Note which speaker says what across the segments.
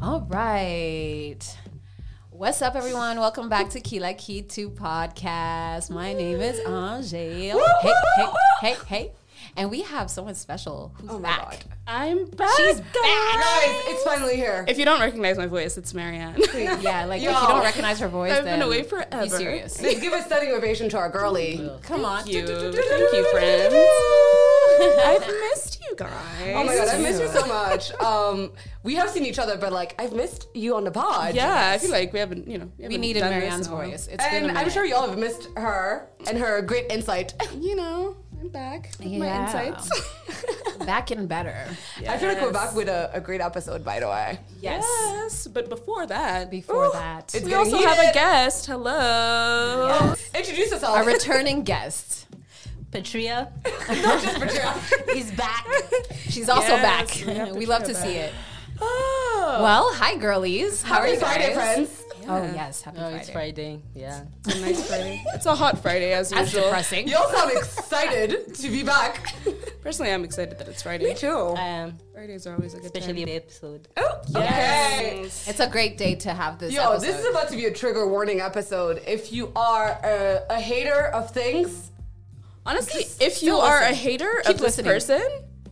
Speaker 1: All right. What's up, everyone? Welcome back to Key Like Key 2 podcast. My name is Angel. Hey, hey, hey, hey. And we have someone special who's
Speaker 2: Oh my
Speaker 1: back.
Speaker 2: God.
Speaker 3: I'm back.
Speaker 1: She's
Speaker 2: Guys, it's finally here.
Speaker 3: If you don't recognize my voice, it's Marianne.
Speaker 1: back. Yeah, like if you
Speaker 2: Y'all.
Speaker 1: don't recognize her voice,
Speaker 3: I've
Speaker 1: then
Speaker 3: been away forever.
Speaker 1: Be serious.
Speaker 2: Let's give a standing ovation to our girly.
Speaker 1: Come on.
Speaker 3: Thank you. Thank you, friends. I've missed you guys.
Speaker 2: Oh my god, I missed you so much. Um, we have seen each other, but like I've missed you on the pod.
Speaker 3: Yeah, I feel like we haven't, you know, we,
Speaker 1: We
Speaker 3: haven't
Speaker 1: needed
Speaker 3: done this
Speaker 1: Marianne's
Speaker 3: in a while.
Speaker 1: voice. It's been a
Speaker 2: And I'm
Speaker 1: minute.
Speaker 2: sure y'all have missed her and her great insight.
Speaker 3: You know, I'm back. with My
Speaker 1: Yeah.
Speaker 3: insights.
Speaker 1: back and better.
Speaker 2: I feel like we're back with a, a great episode, by the way.
Speaker 1: Yes.
Speaker 3: Yes, but before that,
Speaker 1: Before
Speaker 2: Ooh,
Speaker 1: that,
Speaker 2: it's
Speaker 3: we
Speaker 2: getting
Speaker 3: also have a
Speaker 2: heated.
Speaker 3: guest. Hello.
Speaker 2: Introduce us all.
Speaker 1: a returning guest.
Speaker 4: Patria
Speaker 2: Not just Patricia.
Speaker 4: is back.
Speaker 1: She's also
Speaker 3: Yes,
Speaker 1: back.
Speaker 3: we have to
Speaker 1: We love
Speaker 3: hear
Speaker 1: to
Speaker 3: that.
Speaker 1: see it.
Speaker 3: Oh.
Speaker 1: Well, hi, girlies. How are
Speaker 2: Happy
Speaker 1: you guys?
Speaker 2: Friday, friends.
Speaker 1: Oh yes, happy
Speaker 4: No,
Speaker 1: Friday.
Speaker 4: it's Friday. Yeah.
Speaker 3: It's a nice Friday. It's a hot Friday as
Speaker 1: That's
Speaker 3: usual.
Speaker 1: depressing.
Speaker 2: Y'all sound excited to be back. Oh,
Speaker 3: Personally, I'm excited that it's Friday.
Speaker 2: too.
Speaker 4: Um,
Speaker 3: Fridays are always a good
Speaker 4: especially
Speaker 3: time.
Speaker 4: the episode.
Speaker 2: Oh, okay.
Speaker 3: Yes.
Speaker 1: It's a great day to have this.
Speaker 2: Yo,
Speaker 1: episode.
Speaker 2: this is about to be a trigger warning episode. If you are a, a hater of things,
Speaker 3: Honestly,
Speaker 2: Just
Speaker 3: if you
Speaker 2: still
Speaker 3: are
Speaker 2: listen.
Speaker 3: a hater
Speaker 1: Keep
Speaker 3: of this
Speaker 1: listening.
Speaker 3: person,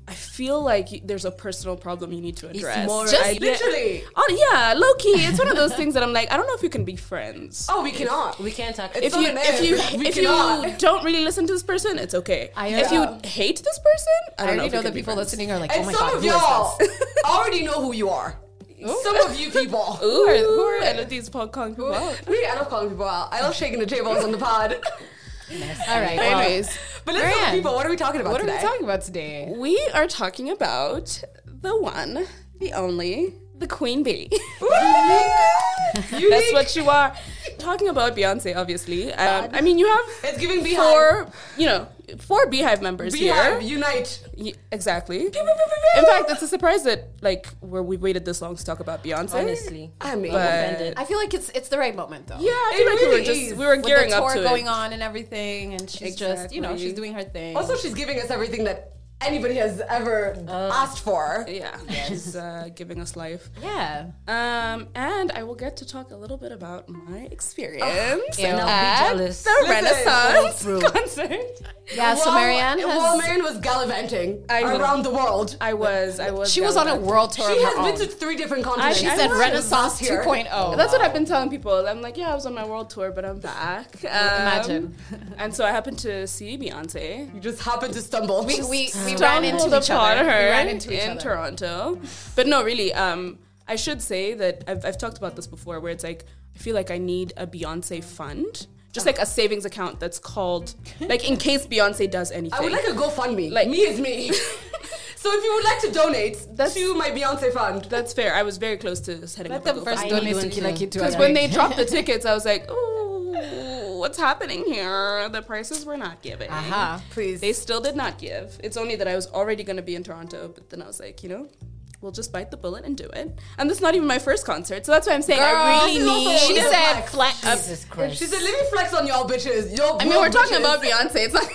Speaker 3: I feel like you, there's a personal problem you need to address.
Speaker 1: more-
Speaker 3: I
Speaker 1: Just
Speaker 3: get-
Speaker 2: literally.
Speaker 3: Oh, yeah, low key. It's one of those things that I'm like, I don't know if you can be friends.
Speaker 2: Oh, we cannot.
Speaker 4: We can't talk.
Speaker 2: It's
Speaker 3: if
Speaker 2: not
Speaker 3: you
Speaker 2: an
Speaker 3: if
Speaker 2: if,
Speaker 3: you
Speaker 2: we
Speaker 3: if
Speaker 2: cannot.
Speaker 3: you don't really listen to this person, it's okay.
Speaker 1: I- uh,
Speaker 3: if
Speaker 2: Yeah.
Speaker 3: you hate this person, I
Speaker 1: I
Speaker 3: don't know.
Speaker 1: already
Speaker 3: if
Speaker 1: know
Speaker 3: you
Speaker 1: the
Speaker 3: can be
Speaker 1: people
Speaker 3: friends.
Speaker 1: listening are like,
Speaker 2: and
Speaker 1: oh my
Speaker 2: some
Speaker 1: god,
Speaker 2: of
Speaker 1: who is
Speaker 2: y'all
Speaker 1: this?
Speaker 2: already know who you are. Some of you people.
Speaker 3: Who are, who are Elodie's pod calling people out?
Speaker 2: We, I love calling people out. I love shaking the tables on the pod.
Speaker 1: All right, well,
Speaker 3: Anyways,
Speaker 2: But let's tell
Speaker 1: Marianne,
Speaker 2: the people, what are we talking about
Speaker 1: what are
Speaker 2: today?
Speaker 1: we talking about today?
Speaker 3: we are talking about the one, the only, the queen bee.
Speaker 2: Woo! Unique.
Speaker 3: That's what you are. Talking about Beyonce, obviously. Um, I mean, you have
Speaker 2: It's giving beehive.
Speaker 3: four, you know, four Beehive members
Speaker 2: beehive,
Speaker 3: here.
Speaker 2: unite.
Speaker 3: Ye- exactly. In fact, it's a surprise that like where we waited this long to talk about Beyonce.
Speaker 4: honestly,
Speaker 2: I mean,
Speaker 3: But-
Speaker 4: offended.
Speaker 1: I feel like it's it's the right moment though.
Speaker 3: Yeah, I
Speaker 2: It
Speaker 3: feel like we
Speaker 2: really
Speaker 3: were just
Speaker 2: is.
Speaker 3: we were
Speaker 1: With
Speaker 3: gearing
Speaker 1: the
Speaker 3: up
Speaker 1: tour
Speaker 3: to it.
Speaker 1: going on and everything, and she's just you know
Speaker 3: Exactly.
Speaker 1: she's doing her thing.
Speaker 2: also she's giving us everything that anybody has ever
Speaker 1: Uh,
Speaker 2: asked for.
Speaker 3: Yeah, she's uh, giving us life.
Speaker 1: yeah,
Speaker 3: Um, and I will get to talk a little bit about my experience
Speaker 1: Ew.
Speaker 4: I'll
Speaker 3: at
Speaker 4: be jealous.
Speaker 3: the
Speaker 2: through.
Speaker 3: Renaissance concert.
Speaker 1: yeah. So
Speaker 2: While-
Speaker 1: Marianne has
Speaker 2: while Marianne was gallivanting
Speaker 3: I know.
Speaker 2: around the world.
Speaker 3: I was, I was.
Speaker 1: she was on a
Speaker 3: gallivanting.
Speaker 1: world tour.
Speaker 2: She
Speaker 1: of
Speaker 2: has
Speaker 1: her own.
Speaker 2: been to three different continents.
Speaker 1: She
Speaker 3: I
Speaker 1: said
Speaker 3: was
Speaker 1: Renaissance oh.
Speaker 2: here.
Speaker 1: 2.0.
Speaker 3: That's what I've been telling people. I'm like, yeah, I was on my world tour, but I'm back. Um,
Speaker 1: Imagine.
Speaker 3: And so I happened to see Beyonce.
Speaker 2: You just happened to stumble.
Speaker 1: We, we, we ran
Speaker 3: stumbled
Speaker 1: into each
Speaker 3: upon
Speaker 1: other.
Speaker 3: her
Speaker 1: we ran into each
Speaker 3: in
Speaker 1: other.
Speaker 3: Toronto. But no, really, um, I should say that I've, I've talked about this before, where it's like I feel like I need a Beyonce fund, just like a savings account that's called like in case Beyonce does anything.
Speaker 2: I would like a GoFundMe.
Speaker 3: Like-
Speaker 2: me is me. so if you would like to donate
Speaker 3: That's-
Speaker 2: to my Beyonce fund,
Speaker 3: that's fair. I was very close to setting
Speaker 1: Let
Speaker 3: up a
Speaker 1: them
Speaker 3: GoFundMe.
Speaker 1: first
Speaker 4: I
Speaker 1: donate
Speaker 4: need
Speaker 1: to
Speaker 4: one
Speaker 1: Kila
Speaker 4: too.
Speaker 1: Kid
Speaker 3: Because when they dropped the tickets, I was like, ooh, what's happening here? The prices were not giving.
Speaker 1: Aha.
Speaker 2: Uh-huh, please.
Speaker 3: They still did not give. It's only that I was already going to be in Toronto, but then I was like, you know, we'll just bite the bullet and do it. And that's not even my first concert, so that's why I'm saying I really
Speaker 2: this is also-
Speaker 3: need.
Speaker 2: She
Speaker 1: She
Speaker 2: did
Speaker 1: said
Speaker 2: flex.
Speaker 1: flex.
Speaker 4: Jesus Christ.
Speaker 2: she said, "Let me flex on y'all bitches." Y'all.
Speaker 3: I mean, we're talking
Speaker 2: bitches.
Speaker 3: about Beyonce. It's not.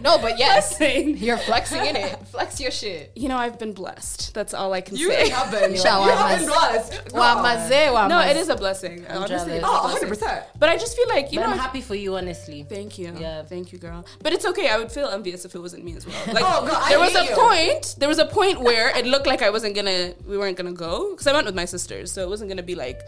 Speaker 1: No, but yes,
Speaker 3: Saying.
Speaker 1: you're flexing in it. Flex your shit.
Speaker 3: you know, I've been blessed. That's all I can
Speaker 2: You
Speaker 3: say.
Speaker 2: really have been.
Speaker 1: Shall
Speaker 2: you
Speaker 1: I
Speaker 2: have been
Speaker 1: must-
Speaker 2: blessed.
Speaker 1: Wa
Speaker 2: God.
Speaker 1: maze, wa
Speaker 3: No,
Speaker 1: maze.
Speaker 3: it is a blessing. Honestly, it's
Speaker 4: jealous.
Speaker 3: a
Speaker 2: Oh,
Speaker 3: blessing.
Speaker 2: 100 percent.
Speaker 3: But I just feel like you
Speaker 4: but
Speaker 3: know.
Speaker 4: I'm happy for you, honestly.
Speaker 3: Thank you.
Speaker 4: Yeah.
Speaker 3: Thank you, girl. But it's okay. I would feel envious if it wasn't me as well. Like
Speaker 2: Oh, God, I
Speaker 3: there was
Speaker 2: hate
Speaker 3: a
Speaker 2: you.
Speaker 3: point. There was a point where it looked like I wasn't gonna. We weren't gonna go because I went with my sisters, so it wasn't gonna be like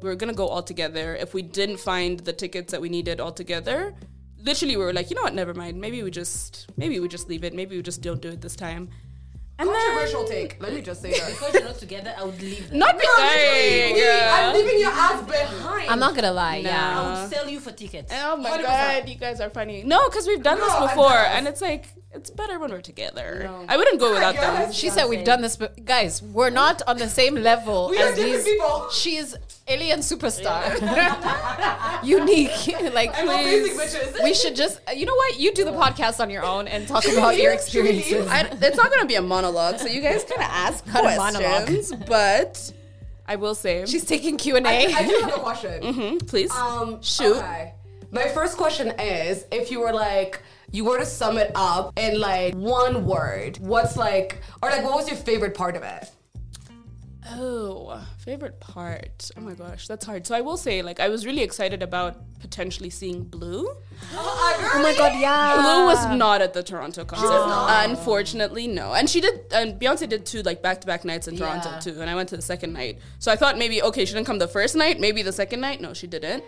Speaker 3: we were gonna go all together. If we didn't find the tickets that we needed all together, literally we were like, you know what? Never mind. Maybe we just. Maybe we just leave it. Maybe we just don't do it this time. And
Speaker 2: Controversial
Speaker 3: then
Speaker 2: take. Let me just say that.
Speaker 4: Because you're not together, I would leave. Them.
Speaker 3: not be
Speaker 2: Hey,
Speaker 3: sorry, girl.
Speaker 2: I'm leaving your ass behind.
Speaker 1: I'm not gonna lie. Yeah.
Speaker 4: I would sell you for tickets.
Speaker 3: Oh my
Speaker 2: 100%.
Speaker 3: god, you guys are funny. No, because we've done
Speaker 2: No,
Speaker 3: this
Speaker 2: I'm
Speaker 3: before,
Speaker 2: jealous.
Speaker 3: and it's like it's better when we're together. I wouldn't go without them.
Speaker 2: jealous.
Speaker 1: She said we've done this, but guys, we're not on the same level
Speaker 2: We are
Speaker 1: as
Speaker 2: different
Speaker 1: these.
Speaker 2: people.
Speaker 1: She's alien superstar, unique. Like
Speaker 2: I'm
Speaker 1: please,
Speaker 2: amazing bitches.
Speaker 1: we should just. You know what? You do the podcast on your own and talk about your experiences.
Speaker 3: I, it's not going to be a monologue, so you guys kind of ask
Speaker 1: Not a monologue.
Speaker 3: questions. But I will say,
Speaker 1: She's taking Q and
Speaker 2: I, I
Speaker 1: A.
Speaker 2: do have a question.
Speaker 3: Mhm, please.
Speaker 2: Um,
Speaker 3: Shoot.
Speaker 2: okay. My first question is if you were like, you were to sum it up in like one word, what's like, or like, what was your favorite part of it?
Speaker 3: Oh, favorite part. Oh my gosh, that's hard. So I will say, like, I was really excited about potentially seeing Blue.
Speaker 1: Oh my god, yeah.
Speaker 3: Blue was
Speaker 2: Ah.
Speaker 3: not at the Toronto concert. Unfortunately, no. And she did, and Beyonce did two like back to back nights in Toronto
Speaker 4: Yeah.
Speaker 3: too. And I went to the second night, so I thought maybe okay, she didn't come the first night, maybe the second night. No, she didn't.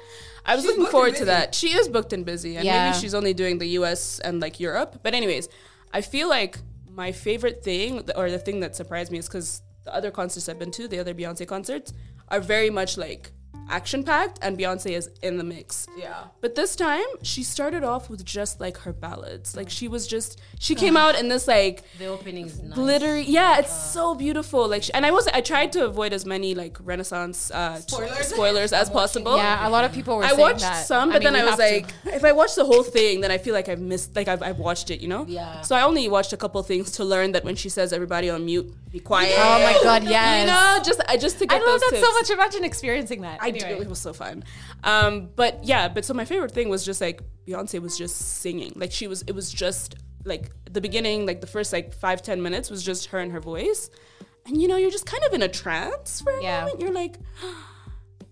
Speaker 3: I was looking
Speaker 2: booked
Speaker 3: forward
Speaker 2: and
Speaker 3: to
Speaker 2: busy.
Speaker 3: that. She is booked and busy, and
Speaker 1: Yeah.
Speaker 3: maybe she's only doing the U.S. and like Europe. But anyways, I feel like my favorite thing th- or the thing that surprised me is because the other concerts I've been to, the other Beyonce concerts, are very much like action packed, and Beyonce is in the mix.
Speaker 2: Yeah.
Speaker 3: But this time, she started off with just like her ballads. Like she was just she came out in this like
Speaker 4: The opening is nice.
Speaker 3: glittery. Yeah, it's so beautiful. Like she, and I was I tried to avoid as many like Renaissance uh, t-
Speaker 2: Spoilers.
Speaker 3: spoilers as possible.
Speaker 1: Yeah, a lot of people were
Speaker 3: I
Speaker 1: saying
Speaker 3: watched
Speaker 1: that.
Speaker 3: some,
Speaker 1: I
Speaker 3: but
Speaker 1: mean,
Speaker 3: then
Speaker 1: you
Speaker 3: I was
Speaker 1: have to.
Speaker 3: like, if I watch the whole thing, then I feel like I've missed, like I've, I've watched it, you know?
Speaker 4: Yeah.
Speaker 3: So I only watched a couple things to learn that when she says everybody on mute, be quiet.
Speaker 1: Oh my God, yes.
Speaker 3: You know, just I just to
Speaker 1: I
Speaker 3: get
Speaker 1: love
Speaker 3: those
Speaker 1: that
Speaker 3: tips.
Speaker 1: so much. Imagine experiencing that.
Speaker 3: I do. It was so fun. Um, but yeah, but so my favorite thing was just like Beyonce was just singing. Like she was, it was just like the beginning, like the first like five ten minutes was just her and her voice, and you know you're just kind of in a trance for a
Speaker 1: Yeah.
Speaker 3: moment. You're like,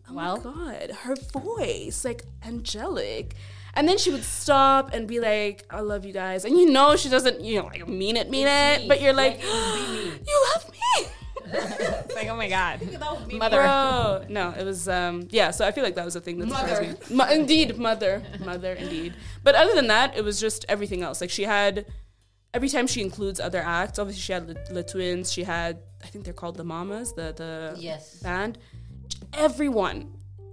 Speaker 3: oh
Speaker 1: Well.
Speaker 3: my god, her voice like angelic. And then she would stop and be like, "I love you guys," and you know she doesn't, you know, like mean it, mean it,
Speaker 4: me.
Speaker 3: but you're like,
Speaker 4: Like, it would be me.
Speaker 3: "You love me."
Speaker 1: It's like, oh my god,
Speaker 4: That would be
Speaker 1: mother.
Speaker 3: Bro. No, it was um yeah, so I feel like that was the thing that
Speaker 2: Mother.
Speaker 3: surprised me. Mo- indeed, mother. Mother indeed. But other than that, it was just everything else. Like she had every time she includes other acts, obviously she had the the twins, she had I think they're called the mamas, the the
Speaker 4: Yes.
Speaker 3: band. Everyone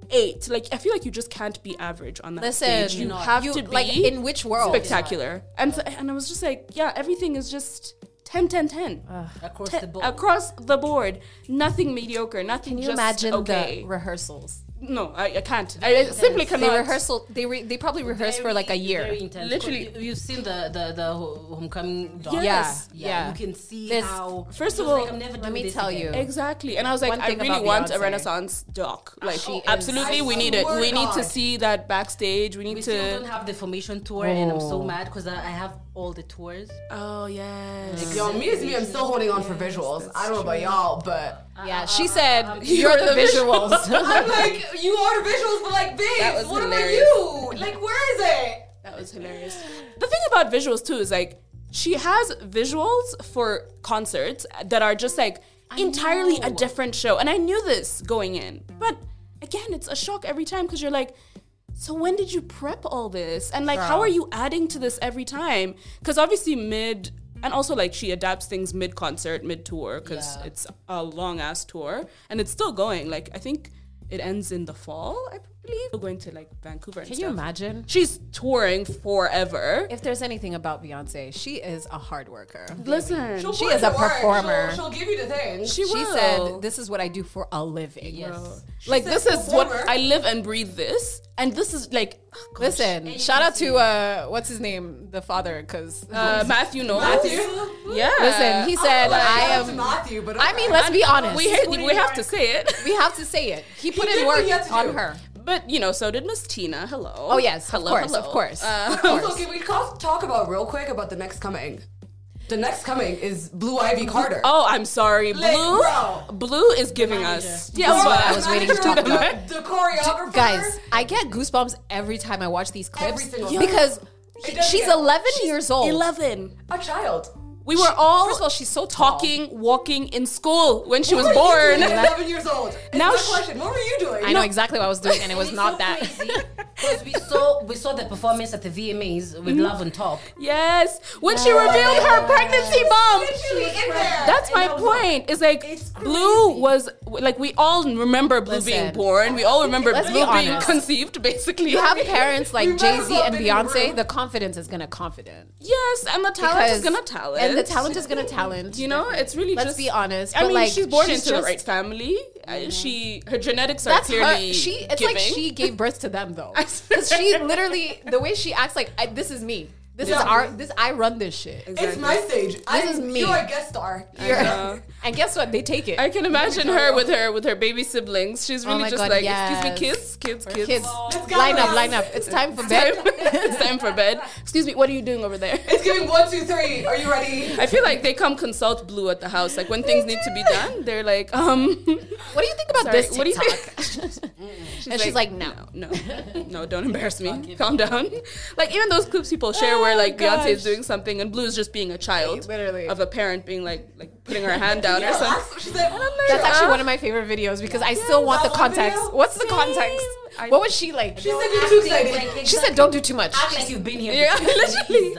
Speaker 3: ate. Like I feel like you just can't be average on that
Speaker 1: Listen,
Speaker 3: stage. You have to be
Speaker 1: like in which world?
Speaker 3: spectacular. And so, and I was just like, yeah, everything is just 10 10 10
Speaker 4: across
Speaker 3: te-
Speaker 4: the board.
Speaker 3: across the board. Nothing mediocre. Nothing.
Speaker 1: Can you
Speaker 3: just
Speaker 1: imagine
Speaker 3: okay.
Speaker 1: the rehearsals?
Speaker 3: no, I, I can't. I, I simply cannot.
Speaker 1: They rehearsal. They re, they probably rehearsed for
Speaker 4: Very-
Speaker 1: like a year.
Speaker 4: very intense.
Speaker 3: Literally.
Speaker 4: You- you've seen the the the ho- homecoming. dance.
Speaker 3: Yeah. Yes.
Speaker 4: yeah,
Speaker 1: Yeah.
Speaker 4: You can see
Speaker 1: This-
Speaker 4: how.
Speaker 3: first of
Speaker 4: she was
Speaker 3: all,
Speaker 4: I'm never
Speaker 1: let
Speaker 4: doing
Speaker 1: me
Speaker 4: this
Speaker 1: tell
Speaker 4: again.
Speaker 1: you.
Speaker 3: Exactly, and I was like,
Speaker 1: One
Speaker 3: I
Speaker 1: thing
Speaker 3: really
Speaker 1: about
Speaker 3: want a
Speaker 1: Beyonce.
Speaker 3: Renaissance doc. Like,
Speaker 1: She is-
Speaker 3: absolutely,
Speaker 2: I
Speaker 3: we need it.
Speaker 2: swear
Speaker 3: We
Speaker 2: to
Speaker 3: need to
Speaker 2: God.
Speaker 3: see that backstage. We need
Speaker 4: We still don't
Speaker 3: to.
Speaker 4: have the formation tour, and I'm
Speaker 1: Oh.
Speaker 4: so mad because I, I have all the tours.
Speaker 3: Oh yes.
Speaker 2: Yo, me as me, I'm still holding on for visuals. I don't know about y'all, but
Speaker 1: Yeah, she said you're the visuals.
Speaker 2: I'm like, you are the visuals, but like, bitch,
Speaker 3: That was
Speaker 2: what
Speaker 3: hilarious.
Speaker 2: about you? Like, where is it?
Speaker 3: That was hilarious. The thing about visuals too is like she has visuals for concerts that are just like entirely a different show. And I knew this going in. But again, it's a shock every time because you're like, so when did you prep all this? And like, how
Speaker 1: Bro.
Speaker 3: are you adding to this every time? Because obviously, mid and also like she adapts things mid concert, mid tour, because
Speaker 4: Yeah.
Speaker 3: it's a long ass tour and it's still going. Like, I think it ends in the fall, I believe. We're going to like Vancouver and
Speaker 1: Can you
Speaker 3: stuff.
Speaker 1: imagine?
Speaker 3: She's touring forever.
Speaker 1: If there's anything about Beyonce, she is a hard worker.
Speaker 3: Listen,
Speaker 2: She'll
Speaker 1: She
Speaker 2: put
Speaker 1: is
Speaker 2: in
Speaker 1: a
Speaker 2: the work.
Speaker 1: performer.
Speaker 2: She'll, she'll give you the thing.
Speaker 3: she,
Speaker 1: She
Speaker 3: will.
Speaker 1: said, "This is what I do for a living."
Speaker 4: Yes.
Speaker 3: like
Speaker 2: said
Speaker 3: this is what
Speaker 2: performer.
Speaker 3: I live and breathe this, and this is like oh, gosh.
Speaker 1: Listen, shout out to uh, what's his name, the father, because
Speaker 3: uh, oh, Matthew Knowles.
Speaker 2: Matthew?
Speaker 3: yeah.
Speaker 1: listen, he said,
Speaker 2: Like,
Speaker 1: "I
Speaker 2: shout out to
Speaker 1: am."
Speaker 2: Matthew, but
Speaker 1: I mean, let's be honest.
Speaker 3: We ha- we have to say it,
Speaker 1: We have to say it. He put
Speaker 2: did
Speaker 1: in
Speaker 2: what
Speaker 1: work
Speaker 2: he had to
Speaker 1: on
Speaker 2: do.
Speaker 1: her.
Speaker 3: but you know, so did Miss Tina. Hello.
Speaker 1: Oh yes,
Speaker 3: hello,
Speaker 1: of course,
Speaker 3: hello.
Speaker 1: of course.
Speaker 3: Uh,
Speaker 1: of course.
Speaker 2: Also, can we co- talk about real quick about the next coming? The next coming is Blue Ivy Carter.
Speaker 3: oh, I'm sorry,
Speaker 2: Like,
Speaker 3: Blue.
Speaker 2: bro.
Speaker 3: Blue is giving us.
Speaker 2: Bro,
Speaker 3: Yeah,
Speaker 1: what I
Speaker 3: but-
Speaker 1: was waiting to
Speaker 2: manager,
Speaker 1: talk
Speaker 3: about.
Speaker 2: The, the choreographer.
Speaker 1: Guys, I get goosebumps every time I watch these clips
Speaker 2: Every single time.
Speaker 1: because
Speaker 2: It
Speaker 1: he-
Speaker 2: does
Speaker 1: she's
Speaker 2: get-
Speaker 1: 11 years old.
Speaker 3: Eleven.
Speaker 2: a child.
Speaker 3: We were all
Speaker 1: First of all, she's so tall.
Speaker 3: talking, walking in school when she was
Speaker 2: What were you
Speaker 3: born.
Speaker 2: doing at Eleven years old.
Speaker 3: Now
Speaker 2: Now,
Speaker 3: she-
Speaker 2: question. What were you doing?
Speaker 1: I know exactly what I was doing, and it was not that.
Speaker 4: Because we saw we saw the performance at the VMAs with
Speaker 1: Mm-hmm.
Speaker 4: Love on Top.
Speaker 3: Yes, when she revealed her pregnancy bump.
Speaker 2: Literally in there.
Speaker 3: That's my
Speaker 2: And I was like,
Speaker 3: point. It's like
Speaker 2: It's crazy.
Speaker 3: Blue was like we all remember Blue being
Speaker 1: Listen.
Speaker 3: born. We all remember
Speaker 1: Let's
Speaker 3: Blue
Speaker 1: be
Speaker 3: being
Speaker 1: honest.
Speaker 3: conceived, basically.
Speaker 1: You have parents
Speaker 2: We
Speaker 1: like
Speaker 2: might as
Speaker 1: Jay Z
Speaker 2: well
Speaker 1: and
Speaker 2: be in the
Speaker 1: Beyonce,
Speaker 2: room.
Speaker 1: the confidence is gonna confident.
Speaker 3: yes, and the talent is
Speaker 1: Because-
Speaker 3: gonna talent,
Speaker 1: And the talent is gonna talent.
Speaker 3: You know, it's really.
Speaker 1: Let's
Speaker 3: just,
Speaker 1: be honest.
Speaker 3: I
Speaker 1: but
Speaker 3: mean,
Speaker 1: like,
Speaker 3: she's born into the
Speaker 1: just-
Speaker 3: right family. Uh, She her genetics are
Speaker 1: That's
Speaker 3: clearly
Speaker 1: her. She. It's
Speaker 3: giving.
Speaker 1: like she gave birth to them though,
Speaker 3: I swear.
Speaker 1: because she literally the way she acts like I, this is me. This is
Speaker 2: Yeah.
Speaker 1: our. This I run this shit.
Speaker 2: It's my stage. This
Speaker 1: is me.
Speaker 2: You're a guest star.
Speaker 1: You're-
Speaker 3: know.
Speaker 1: and And guess what? They take it.
Speaker 3: Uh, I can imagine her with her with her baby siblings. She's
Speaker 1: Oh
Speaker 3: really
Speaker 1: my
Speaker 3: just
Speaker 1: God,
Speaker 3: like,
Speaker 1: yes.
Speaker 3: excuse me, kids, kids, kids.
Speaker 1: Kids,
Speaker 5: Let's go,
Speaker 1: line up,
Speaker 5: guys.
Speaker 1: line up. It's time for
Speaker 3: Time-
Speaker 1: bed.
Speaker 3: it's time for bed. Excuse me, what are you doing over there?
Speaker 5: It's giving one, two, three. Are you ready?
Speaker 3: I feel like they come consult Blue at the house. Like when things need to be done, they're like, um,
Speaker 1: What do you think about
Speaker 3: Sorry,
Speaker 1: this?
Speaker 3: what do you
Speaker 1: TikTok? and she's like, no.
Speaker 3: no, no, don't embarrass me. Calm down. Like even those clips people share where like Beyonce is doing something and Blue is just being a child,
Speaker 1: Oh Literally.
Speaker 3: of a parent being like like putting her hand down or something.
Speaker 5: She's like,
Speaker 1: That's actually one of my favorite videos because I still want the
Speaker 5: that one
Speaker 1: context.
Speaker 5: video?
Speaker 1: What's the context?
Speaker 3: I-
Speaker 1: What was she like?
Speaker 5: She said you're too excited.
Speaker 1: She said, don't do too much.
Speaker 4: act like you've been here.
Speaker 3: Yeah,
Speaker 4: before.
Speaker 3: literally.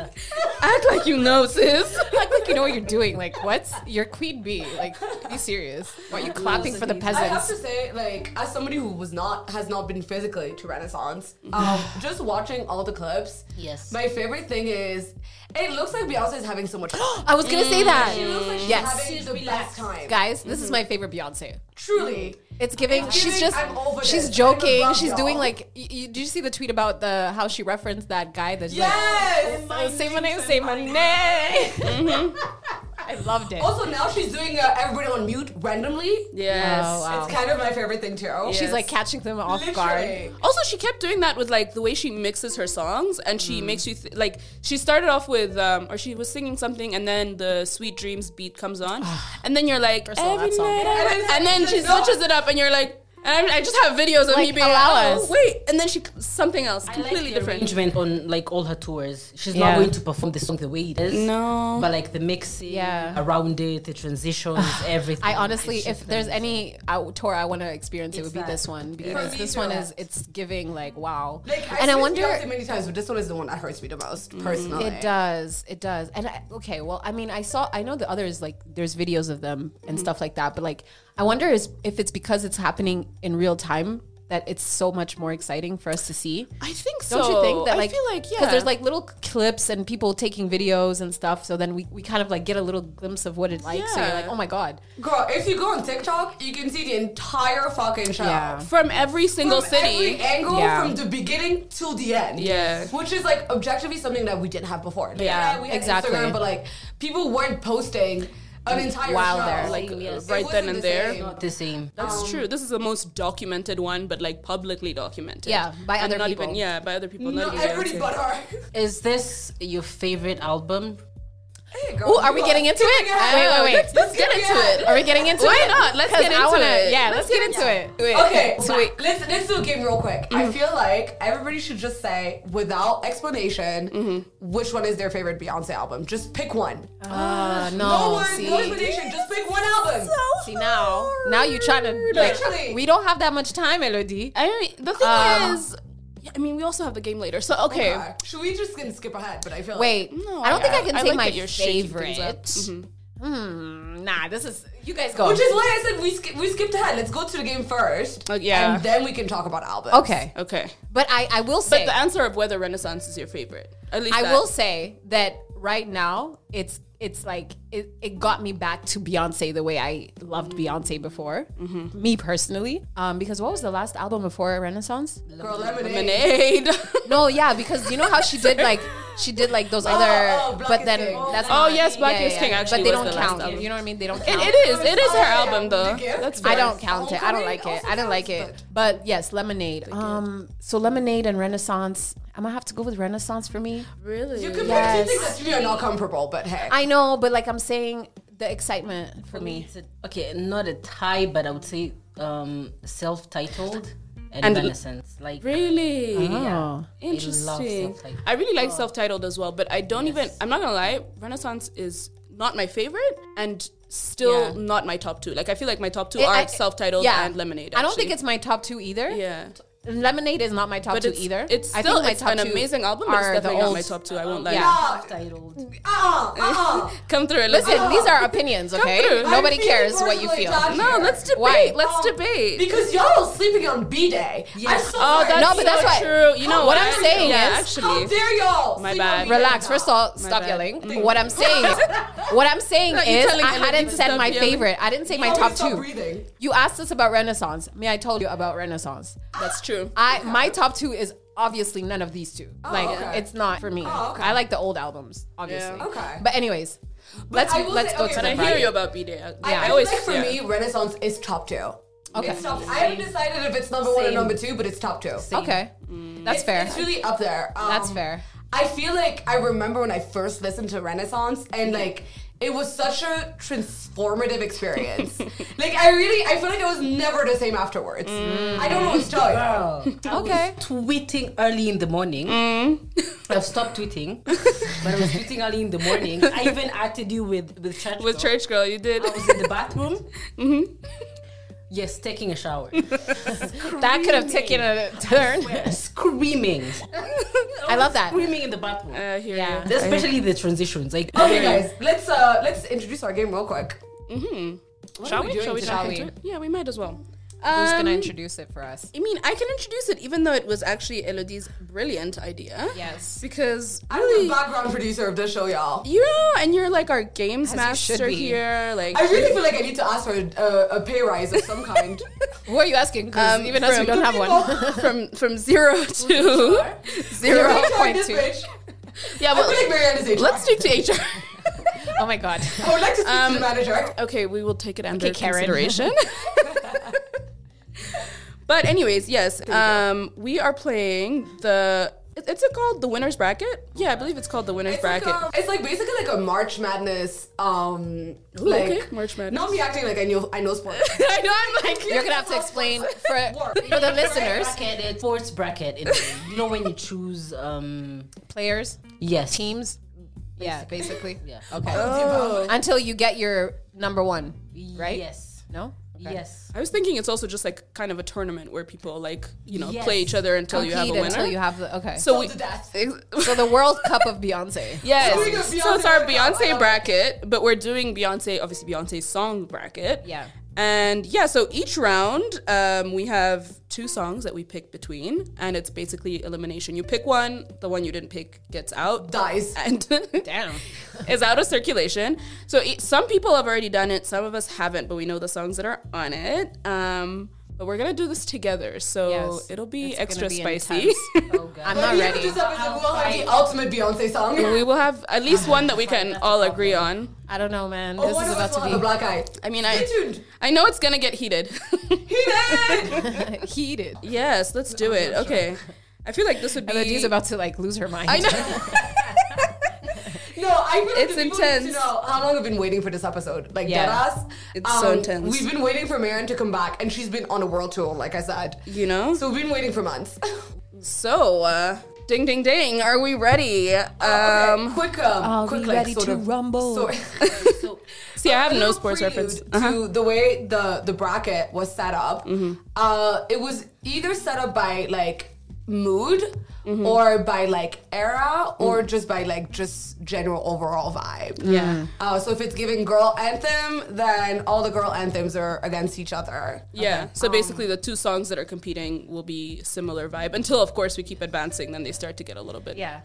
Speaker 3: Act like you know, sis.
Speaker 1: Act like you know what you're doing. Like, what's your queen bee? Like, be serious. Why are you clapping for the
Speaker 2: I have
Speaker 1: peasants?
Speaker 2: to say, like, as somebody who was not has not been physically to Renaissance, um, just watching all the clips.
Speaker 4: Yes.
Speaker 2: My favorite thing is it looks like Beyonce is having so much fun.
Speaker 1: I was gonna say that.
Speaker 5: She looks
Speaker 2: Mm.
Speaker 5: like she's
Speaker 1: Yes,
Speaker 5: having the
Speaker 4: Relax.
Speaker 5: best time.
Speaker 1: guys, this is my favorite Beyonce.
Speaker 2: Truly.
Speaker 1: It's giving.
Speaker 5: It's
Speaker 1: she's
Speaker 5: giving,
Speaker 1: just.
Speaker 5: I'm over
Speaker 1: She's
Speaker 5: this.
Speaker 1: joking.
Speaker 5: I'm above
Speaker 1: She's doing
Speaker 5: y'all.
Speaker 1: like. You, you, did you see the tweet about the how she referenced that guy? That's
Speaker 5: Yes.
Speaker 1: like, say my name, say my name. Oh, I loved it.
Speaker 2: Also, now she's doing uh, everybody on mute randomly.
Speaker 3: Yes.
Speaker 1: Oh, wow.
Speaker 2: It's kind of my favorite thing too. Yeah.
Speaker 1: She's like catching them off guard.
Speaker 5: Literally.
Speaker 3: Also, she kept doing that with like the way she mixes her songs, and she makes you th- like she started off with um, or she was singing something, and then the Sweet Dreams beat comes on, and then you're like,
Speaker 1: of all, that
Speaker 3: "Every
Speaker 1: song.
Speaker 3: night I
Speaker 5: And
Speaker 3: wa-"
Speaker 5: then-
Speaker 3: and then
Speaker 5: and
Speaker 3: she
Speaker 5: then no.
Speaker 3: switches it up, and you're like, and I, I just have videos of me
Speaker 1: Like,
Speaker 3: being
Speaker 1: allow
Speaker 3: like, oh,
Speaker 1: us.
Speaker 3: wait, and then she something else
Speaker 4: I
Speaker 3: completely
Speaker 4: like the
Speaker 3: different.
Speaker 4: arrangement on like all her tours. She's
Speaker 1: Yeah.
Speaker 4: not going to perform the song the way it is.
Speaker 3: No.
Speaker 4: but like the mixing
Speaker 1: Yeah.
Speaker 4: around it, the transitions, everything.
Speaker 1: I honestly,
Speaker 4: It's
Speaker 1: if
Speaker 4: just
Speaker 1: there's
Speaker 4: like-
Speaker 1: any out tour I want to experience, it would be
Speaker 4: Exactly.
Speaker 1: this one because
Speaker 5: For me
Speaker 1: this
Speaker 5: too.
Speaker 1: one is it's giving like wow,
Speaker 2: Like,
Speaker 1: and I
Speaker 2: see
Speaker 1: wonder Mm.
Speaker 2: Beyonce many times, but this one is the one that hurts me the most personally.
Speaker 1: It does. It does. And I, okay, well, I mean, I saw. I know the others like there's videos of them and
Speaker 3: Mm-hmm.
Speaker 1: stuff like that. But like, I wonder is if it's because it's happening in real time that it's so much more exciting for us to see.
Speaker 3: I think so.
Speaker 1: Don't you think that like
Speaker 3: I feel like yeah,
Speaker 1: because there's like little clips and people taking videos and stuff. So then we, we kind of like get a little glimpse of what it's like. So you're
Speaker 3: Yeah.
Speaker 1: like, oh my god,
Speaker 2: Girl, if you go on TikTok, you can see the entire fucking show.
Speaker 1: Yeah.
Speaker 3: from every single
Speaker 2: from
Speaker 3: city.
Speaker 2: every angle
Speaker 1: Yeah.
Speaker 2: from the beginning till the end.
Speaker 3: Yeah.
Speaker 2: which is like objectively something that we didn't have before. Like,
Speaker 3: Yeah,
Speaker 2: we had
Speaker 1: exactly.
Speaker 2: Instagram, but like people weren't posting an entire
Speaker 1: While
Speaker 2: show.
Speaker 1: they're,
Speaker 2: like
Speaker 4: Same, yes.
Speaker 3: uh, right
Speaker 2: it
Speaker 3: then
Speaker 2: wasn't
Speaker 3: and
Speaker 2: the
Speaker 3: there.
Speaker 2: same.
Speaker 4: not the same.
Speaker 3: That's true. This is the most documented one, but like publicly documented.
Speaker 1: Yeah, by
Speaker 3: And
Speaker 1: other
Speaker 3: not
Speaker 1: people.
Speaker 3: Even, yeah, by other people.
Speaker 2: Not
Speaker 3: Not even
Speaker 2: everybody
Speaker 3: Beyonce.
Speaker 2: but her.
Speaker 4: Is this your favorite album?
Speaker 2: Hey, girl,
Speaker 1: oh, are
Speaker 2: you
Speaker 1: we getting into it?
Speaker 2: out.
Speaker 1: Wait, wait, wait.
Speaker 3: Let's, let's get into it.
Speaker 1: Are we getting into
Speaker 3: Why
Speaker 1: it?
Speaker 3: not? Let's
Speaker 1: 'Cause
Speaker 3: get
Speaker 1: I
Speaker 3: into
Speaker 1: wanna-
Speaker 3: it.
Speaker 1: Yeah, let's, get, into it. Wait.
Speaker 2: Okay,
Speaker 1: So
Speaker 2: so
Speaker 1: wait.
Speaker 2: let's let's do a game real quick. I feel like everybody should just say without explanation which one is their favorite Beyonce album. Just pick one.
Speaker 1: Uh,
Speaker 2: no
Speaker 1: no.
Speaker 2: words,
Speaker 1: see.
Speaker 2: no explanation. Just pick one album.
Speaker 1: See now, now you're trying to like.
Speaker 2: Literally.
Speaker 1: We don't have that much time, Elodie.
Speaker 3: I mean, the thing
Speaker 1: Um,
Speaker 3: is, yeah, I mean, we also have the game later. So okay,
Speaker 2: Okay. Should we just can skip ahead? But I feel
Speaker 1: Wait,
Speaker 3: No,
Speaker 1: I don't think I can
Speaker 3: I
Speaker 1: say
Speaker 3: like
Speaker 1: my
Speaker 3: that you're shaking
Speaker 1: favorite.
Speaker 3: things up. Mm-hmm.
Speaker 1: Hmm, nah, this is you guys go.
Speaker 2: Like, which is why I said we skip, we skipped ahead. Let's go to the game first.
Speaker 3: Uh, yeah.
Speaker 2: And then we can talk about albums.
Speaker 1: okay,
Speaker 3: okay.
Speaker 1: but I I will
Speaker 3: But
Speaker 1: say
Speaker 3: the answer of whether Renaissance is your favorite, at least
Speaker 1: I
Speaker 3: that-
Speaker 1: will say that right now it's it's like it, it got me back to Beyonce the way I loved
Speaker 3: Mm.
Speaker 1: Beyonce before.
Speaker 3: Mm-hmm.
Speaker 1: Me personally, um, because what was the last album before Renaissance?
Speaker 2: Girl, lemonade.
Speaker 3: lemonade.
Speaker 1: No, yeah, because you know how she did like she did like those other,
Speaker 2: oh, Black
Speaker 1: but
Speaker 2: is
Speaker 1: then
Speaker 2: King. Oh,
Speaker 1: that's
Speaker 3: oh yes, Black is King. Actually,
Speaker 1: but they
Speaker 3: was
Speaker 1: don't
Speaker 3: the last
Speaker 1: count.
Speaker 3: album.
Speaker 1: You know what I mean? They don't
Speaker 3: It,
Speaker 1: count.
Speaker 3: it is. It is her
Speaker 2: Oh, Yeah.
Speaker 3: album though.
Speaker 2: The gift.
Speaker 3: That's
Speaker 1: I
Speaker 3: fair.
Speaker 1: don't count it. I don't
Speaker 2: Homecoming
Speaker 1: like it.
Speaker 2: also
Speaker 1: I don't like
Speaker 2: counts,
Speaker 1: it. But yes, lemonade. Um, so lemonade and Renaissance. I'm gonna have to go with Renaissance for me.
Speaker 3: really.
Speaker 2: You can
Speaker 1: Yes.
Speaker 2: pick two things that you are not comfortable, but hey.
Speaker 1: I know, but like I'm saying, the excitement for me.
Speaker 4: It's a- okay, not a tie, but I would say um, self-titled and,
Speaker 3: And-
Speaker 4: Renaissance. Like
Speaker 3: Really.
Speaker 1: Oh.
Speaker 3: Interesting.
Speaker 4: self-titled.
Speaker 3: I really like self-titled as well, but I don't even. I'm not gonna lie. Renaissance is not my favorite, and still
Speaker 1: Yeah.
Speaker 3: not my top two. Like I feel like my top two
Speaker 1: It-
Speaker 3: are
Speaker 1: I-
Speaker 3: self-titled
Speaker 1: yeah.
Speaker 3: and lemonade.
Speaker 1: I don't think
Speaker 3: actually.
Speaker 1: it's my top two either.
Speaker 3: Yeah,
Speaker 1: And Lemonade is not my top
Speaker 3: but
Speaker 1: two
Speaker 3: it's
Speaker 1: either.
Speaker 3: It's
Speaker 1: I
Speaker 3: still
Speaker 1: think my
Speaker 3: it's
Speaker 1: top
Speaker 3: an
Speaker 1: two
Speaker 3: amazing album, but it's
Speaker 1: are the
Speaker 3: definitely not
Speaker 1: old-
Speaker 3: my top two. I won't lie.
Speaker 1: Yeah.
Speaker 4: self-titled.
Speaker 2: Uh-uh, uh-uh.
Speaker 3: Come through. Let's
Speaker 1: Listen, these are opinions, okay?
Speaker 3: through. I'm
Speaker 1: Nobody
Speaker 2: feeling
Speaker 1: cares what you
Speaker 2: personally
Speaker 1: feel.
Speaker 2: attacked
Speaker 3: No,
Speaker 2: here.
Speaker 3: let's debate.
Speaker 1: Why?
Speaker 3: Let's
Speaker 2: Um,
Speaker 3: debate.
Speaker 2: Because y'all are sleeping on B Day. I'm so
Speaker 3: oh,
Speaker 2: sorry.
Speaker 3: that's
Speaker 1: No, but that's
Speaker 3: so
Speaker 1: why-
Speaker 3: true. You know
Speaker 1: What
Speaker 3: what
Speaker 1: I'm saying
Speaker 3: yeah,
Speaker 1: is-
Speaker 2: How
Speaker 3: actually.
Speaker 2: dare y'all?
Speaker 3: My
Speaker 2: sleep
Speaker 3: bad.
Speaker 2: on B Day
Speaker 1: Relax.
Speaker 2: now?
Speaker 1: First of all,
Speaker 3: My
Speaker 1: stop
Speaker 3: bad.
Speaker 1: yelling. What I'm saying, what I'm saying
Speaker 3: No, you're
Speaker 1: is,
Speaker 3: telling
Speaker 1: I
Speaker 3: Elodie
Speaker 1: hadn't
Speaker 3: to
Speaker 1: said
Speaker 3: stop
Speaker 1: my
Speaker 3: yelling.
Speaker 1: favorite. I didn't say my
Speaker 2: Y'all
Speaker 1: top
Speaker 2: need to stop
Speaker 1: two.
Speaker 2: breathing.
Speaker 1: You asked us about Renaissance. Me, I told you about Renaissance.
Speaker 3: That's true.
Speaker 1: I my top two is obviously none of these two. like
Speaker 2: okay.
Speaker 1: it's not for me.
Speaker 2: Oh, okay.
Speaker 1: I like the old albums, obviously.
Speaker 2: Okay.
Speaker 1: But anyways, Let's
Speaker 2: I will
Speaker 1: let's
Speaker 2: say-
Speaker 1: go
Speaker 2: okay,
Speaker 1: to
Speaker 2: but
Speaker 1: the
Speaker 3: I
Speaker 1: right.
Speaker 3: hear you about B Day.
Speaker 2: I, I, always like for me, Renaissance is top two.
Speaker 1: Okay.
Speaker 2: It's top, I haven't decided if it's number one or
Speaker 4: Same.
Speaker 2: number two, but it's top two.
Speaker 1: Okay, Mm. that's
Speaker 2: It's-
Speaker 1: fair.
Speaker 2: It's really up there. Um,
Speaker 1: That's fair.
Speaker 2: I feel like I remember when I first listened to Renaissance and like it was such a transformative experience. like I really I feel like I was never the same afterwards. I don't know what to tell you.
Speaker 4: Girl,
Speaker 3: Oh.
Speaker 4: I was
Speaker 1: Okay.
Speaker 4: tweeting early in the morning.
Speaker 3: Mm.
Speaker 4: I've stopped tweeting, but I was tweeting early in the morning. I even acted you with with church.
Speaker 3: with Mm-hmm.
Speaker 4: girl.
Speaker 3: Church Girl, you did.
Speaker 4: I was in the bathroom. Yes, taking a shower,
Speaker 1: that could have taken a turn.
Speaker 4: screaming.
Speaker 1: I love that.
Speaker 4: Screaming in the bathroom,
Speaker 3: I hear
Speaker 1: Yeah.
Speaker 3: you.
Speaker 4: especially the transitions. Like
Speaker 3: Oh,
Speaker 2: Okay guys, let's uh let's introduce our game real quick.
Speaker 3: Shall we? Shall we?
Speaker 1: today?
Speaker 3: jump
Speaker 1: Shall
Speaker 3: into
Speaker 1: we?
Speaker 3: it? Yeah, we might as well.
Speaker 1: Who's gonna
Speaker 3: Um,
Speaker 1: introduce it for us?
Speaker 3: I mean, I can introduce it, even though it was actually Elodie's brilliant idea.
Speaker 1: Yes.
Speaker 3: because
Speaker 2: I'm the background producer of this show, y'all.
Speaker 3: you know, and you're like our
Speaker 1: As
Speaker 3: games
Speaker 1: you should
Speaker 3: master
Speaker 1: be.
Speaker 3: here. Like,
Speaker 2: I really feel like I need to ask for a, a, a pay rise of some kind.
Speaker 1: Who are you asking? 'Cause even us, we don't have one.
Speaker 3: Um, from from zero to zero.
Speaker 1: Zero
Speaker 2: Let me try
Speaker 1: point
Speaker 2: this
Speaker 1: two.
Speaker 2: bitch.
Speaker 3: Yeah,
Speaker 2: I feel like
Speaker 3: but
Speaker 2: Marianne is HR.
Speaker 3: let's speak to HR.
Speaker 1: Oh my god.
Speaker 2: I would like to speak to the manager.
Speaker 3: okay, we will take it under
Speaker 1: Karen.
Speaker 3: consideration. but anyways, yes, um, we are playing the. it- It's it called the winner's bracket. Yeah, I believe it's called the winner's
Speaker 2: It's like,
Speaker 3: bracket.
Speaker 2: a, it's like basically like a March Madness. Um, like
Speaker 3: okay. March Madness.
Speaker 2: Not me acting like I know I know sports.
Speaker 3: I know. I'm like
Speaker 1: You're gonna have to explain for for the listeners,
Speaker 4: Bracket, it's sports bracket. It's, you know when you choose. um
Speaker 1: players,
Speaker 4: Yes.
Speaker 1: teams. Yeah, basically.
Speaker 4: Yeah.
Speaker 1: Okay. Until you get your number one, right?
Speaker 4: Yes.
Speaker 1: No. Okay.
Speaker 4: Yes.
Speaker 3: I was thinking it's also just like kind of a tournament where people like you know
Speaker 4: Yes.
Speaker 3: play each other until you have a
Speaker 1: Compete
Speaker 3: winner.
Speaker 1: until you have the okay. So,
Speaker 3: so we.
Speaker 2: to death.
Speaker 1: so the World Cup of Beyonce.
Speaker 2: Doing a
Speaker 3: Yes. So it's our
Speaker 2: Beyonce bracket. I
Speaker 3: Beyonce
Speaker 2: love
Speaker 3: bracket, but we're doing Beyonce, obviously Beyonce's song bracket.
Speaker 1: Yeah.
Speaker 3: And yeah, so each round um, we have two songs that we pick between, and it's basically elimination. You pick one, the one you didn't pick gets out,
Speaker 2: Dies.
Speaker 3: and damn, is out of circulation. So e- some people have already done it, some of us haven't, but we know the songs that are on it. Um, but we're gonna do this together, so
Speaker 1: Yes.
Speaker 3: it'll be
Speaker 1: It's gonna
Speaker 3: extra
Speaker 1: be
Speaker 3: spicy.
Speaker 1: intense.
Speaker 4: Oh god.
Speaker 1: I'm not
Speaker 2: We
Speaker 1: ready.
Speaker 2: just have a- we'll have the ultimate Beyonce song.
Speaker 3: we will have at least one that we can all agree on.
Speaker 1: I don't know, man.
Speaker 2: Or
Speaker 1: This
Speaker 2: one
Speaker 1: is
Speaker 2: of us
Speaker 1: about
Speaker 2: will have the
Speaker 1: to
Speaker 2: black eye.
Speaker 3: I mean,
Speaker 2: Stay
Speaker 3: I
Speaker 2: tuned.
Speaker 3: I know it's gonna get heated.
Speaker 2: Heated.
Speaker 1: be heated.
Speaker 3: yes, let's do it. Okay, I feel like this would be.
Speaker 1: Elodie's about to like lose her mind.
Speaker 3: I know.
Speaker 2: no, I feel like
Speaker 3: It's
Speaker 2: the people need
Speaker 3: intense.
Speaker 2: To know how long I've been waiting for this episode. Like
Speaker 1: Yeah.
Speaker 2: deadass. Um,
Speaker 3: It's so intense.
Speaker 2: We've been waiting for Marianne to come back, and she's been on a world tour, like I said.
Speaker 3: You know?
Speaker 2: So we've been waiting for months.
Speaker 3: So, uh, ding, ding, ding. Are we ready?
Speaker 2: Um,
Speaker 3: Um,
Speaker 2: quick, um,
Speaker 1: Are
Speaker 2: quick,
Speaker 1: we
Speaker 2: like,
Speaker 1: ready
Speaker 2: sort
Speaker 1: to
Speaker 2: of
Speaker 1: rumble?
Speaker 2: sor-
Speaker 4: So
Speaker 3: see, I have
Speaker 2: a
Speaker 3: no
Speaker 2: little
Speaker 3: sports
Speaker 2: prelude
Speaker 3: reference. Uh-huh.
Speaker 2: To the way the the bracket was set up,
Speaker 3: Mm-hmm.
Speaker 2: uh, it was either set up by like mood
Speaker 3: Mm-hmm.
Speaker 2: or by like era
Speaker 3: Mm.
Speaker 2: or just by like just general overall vibe.
Speaker 3: Yeah.
Speaker 2: Uh, so if it's giving girl anthem, then all the girl anthems are against each other.
Speaker 3: Yeah.
Speaker 2: Um,
Speaker 3: So basically, the two songs that are competing will be similar vibe until, of course, we keep advancing. Then they start to get a little bit
Speaker 1: Yeah.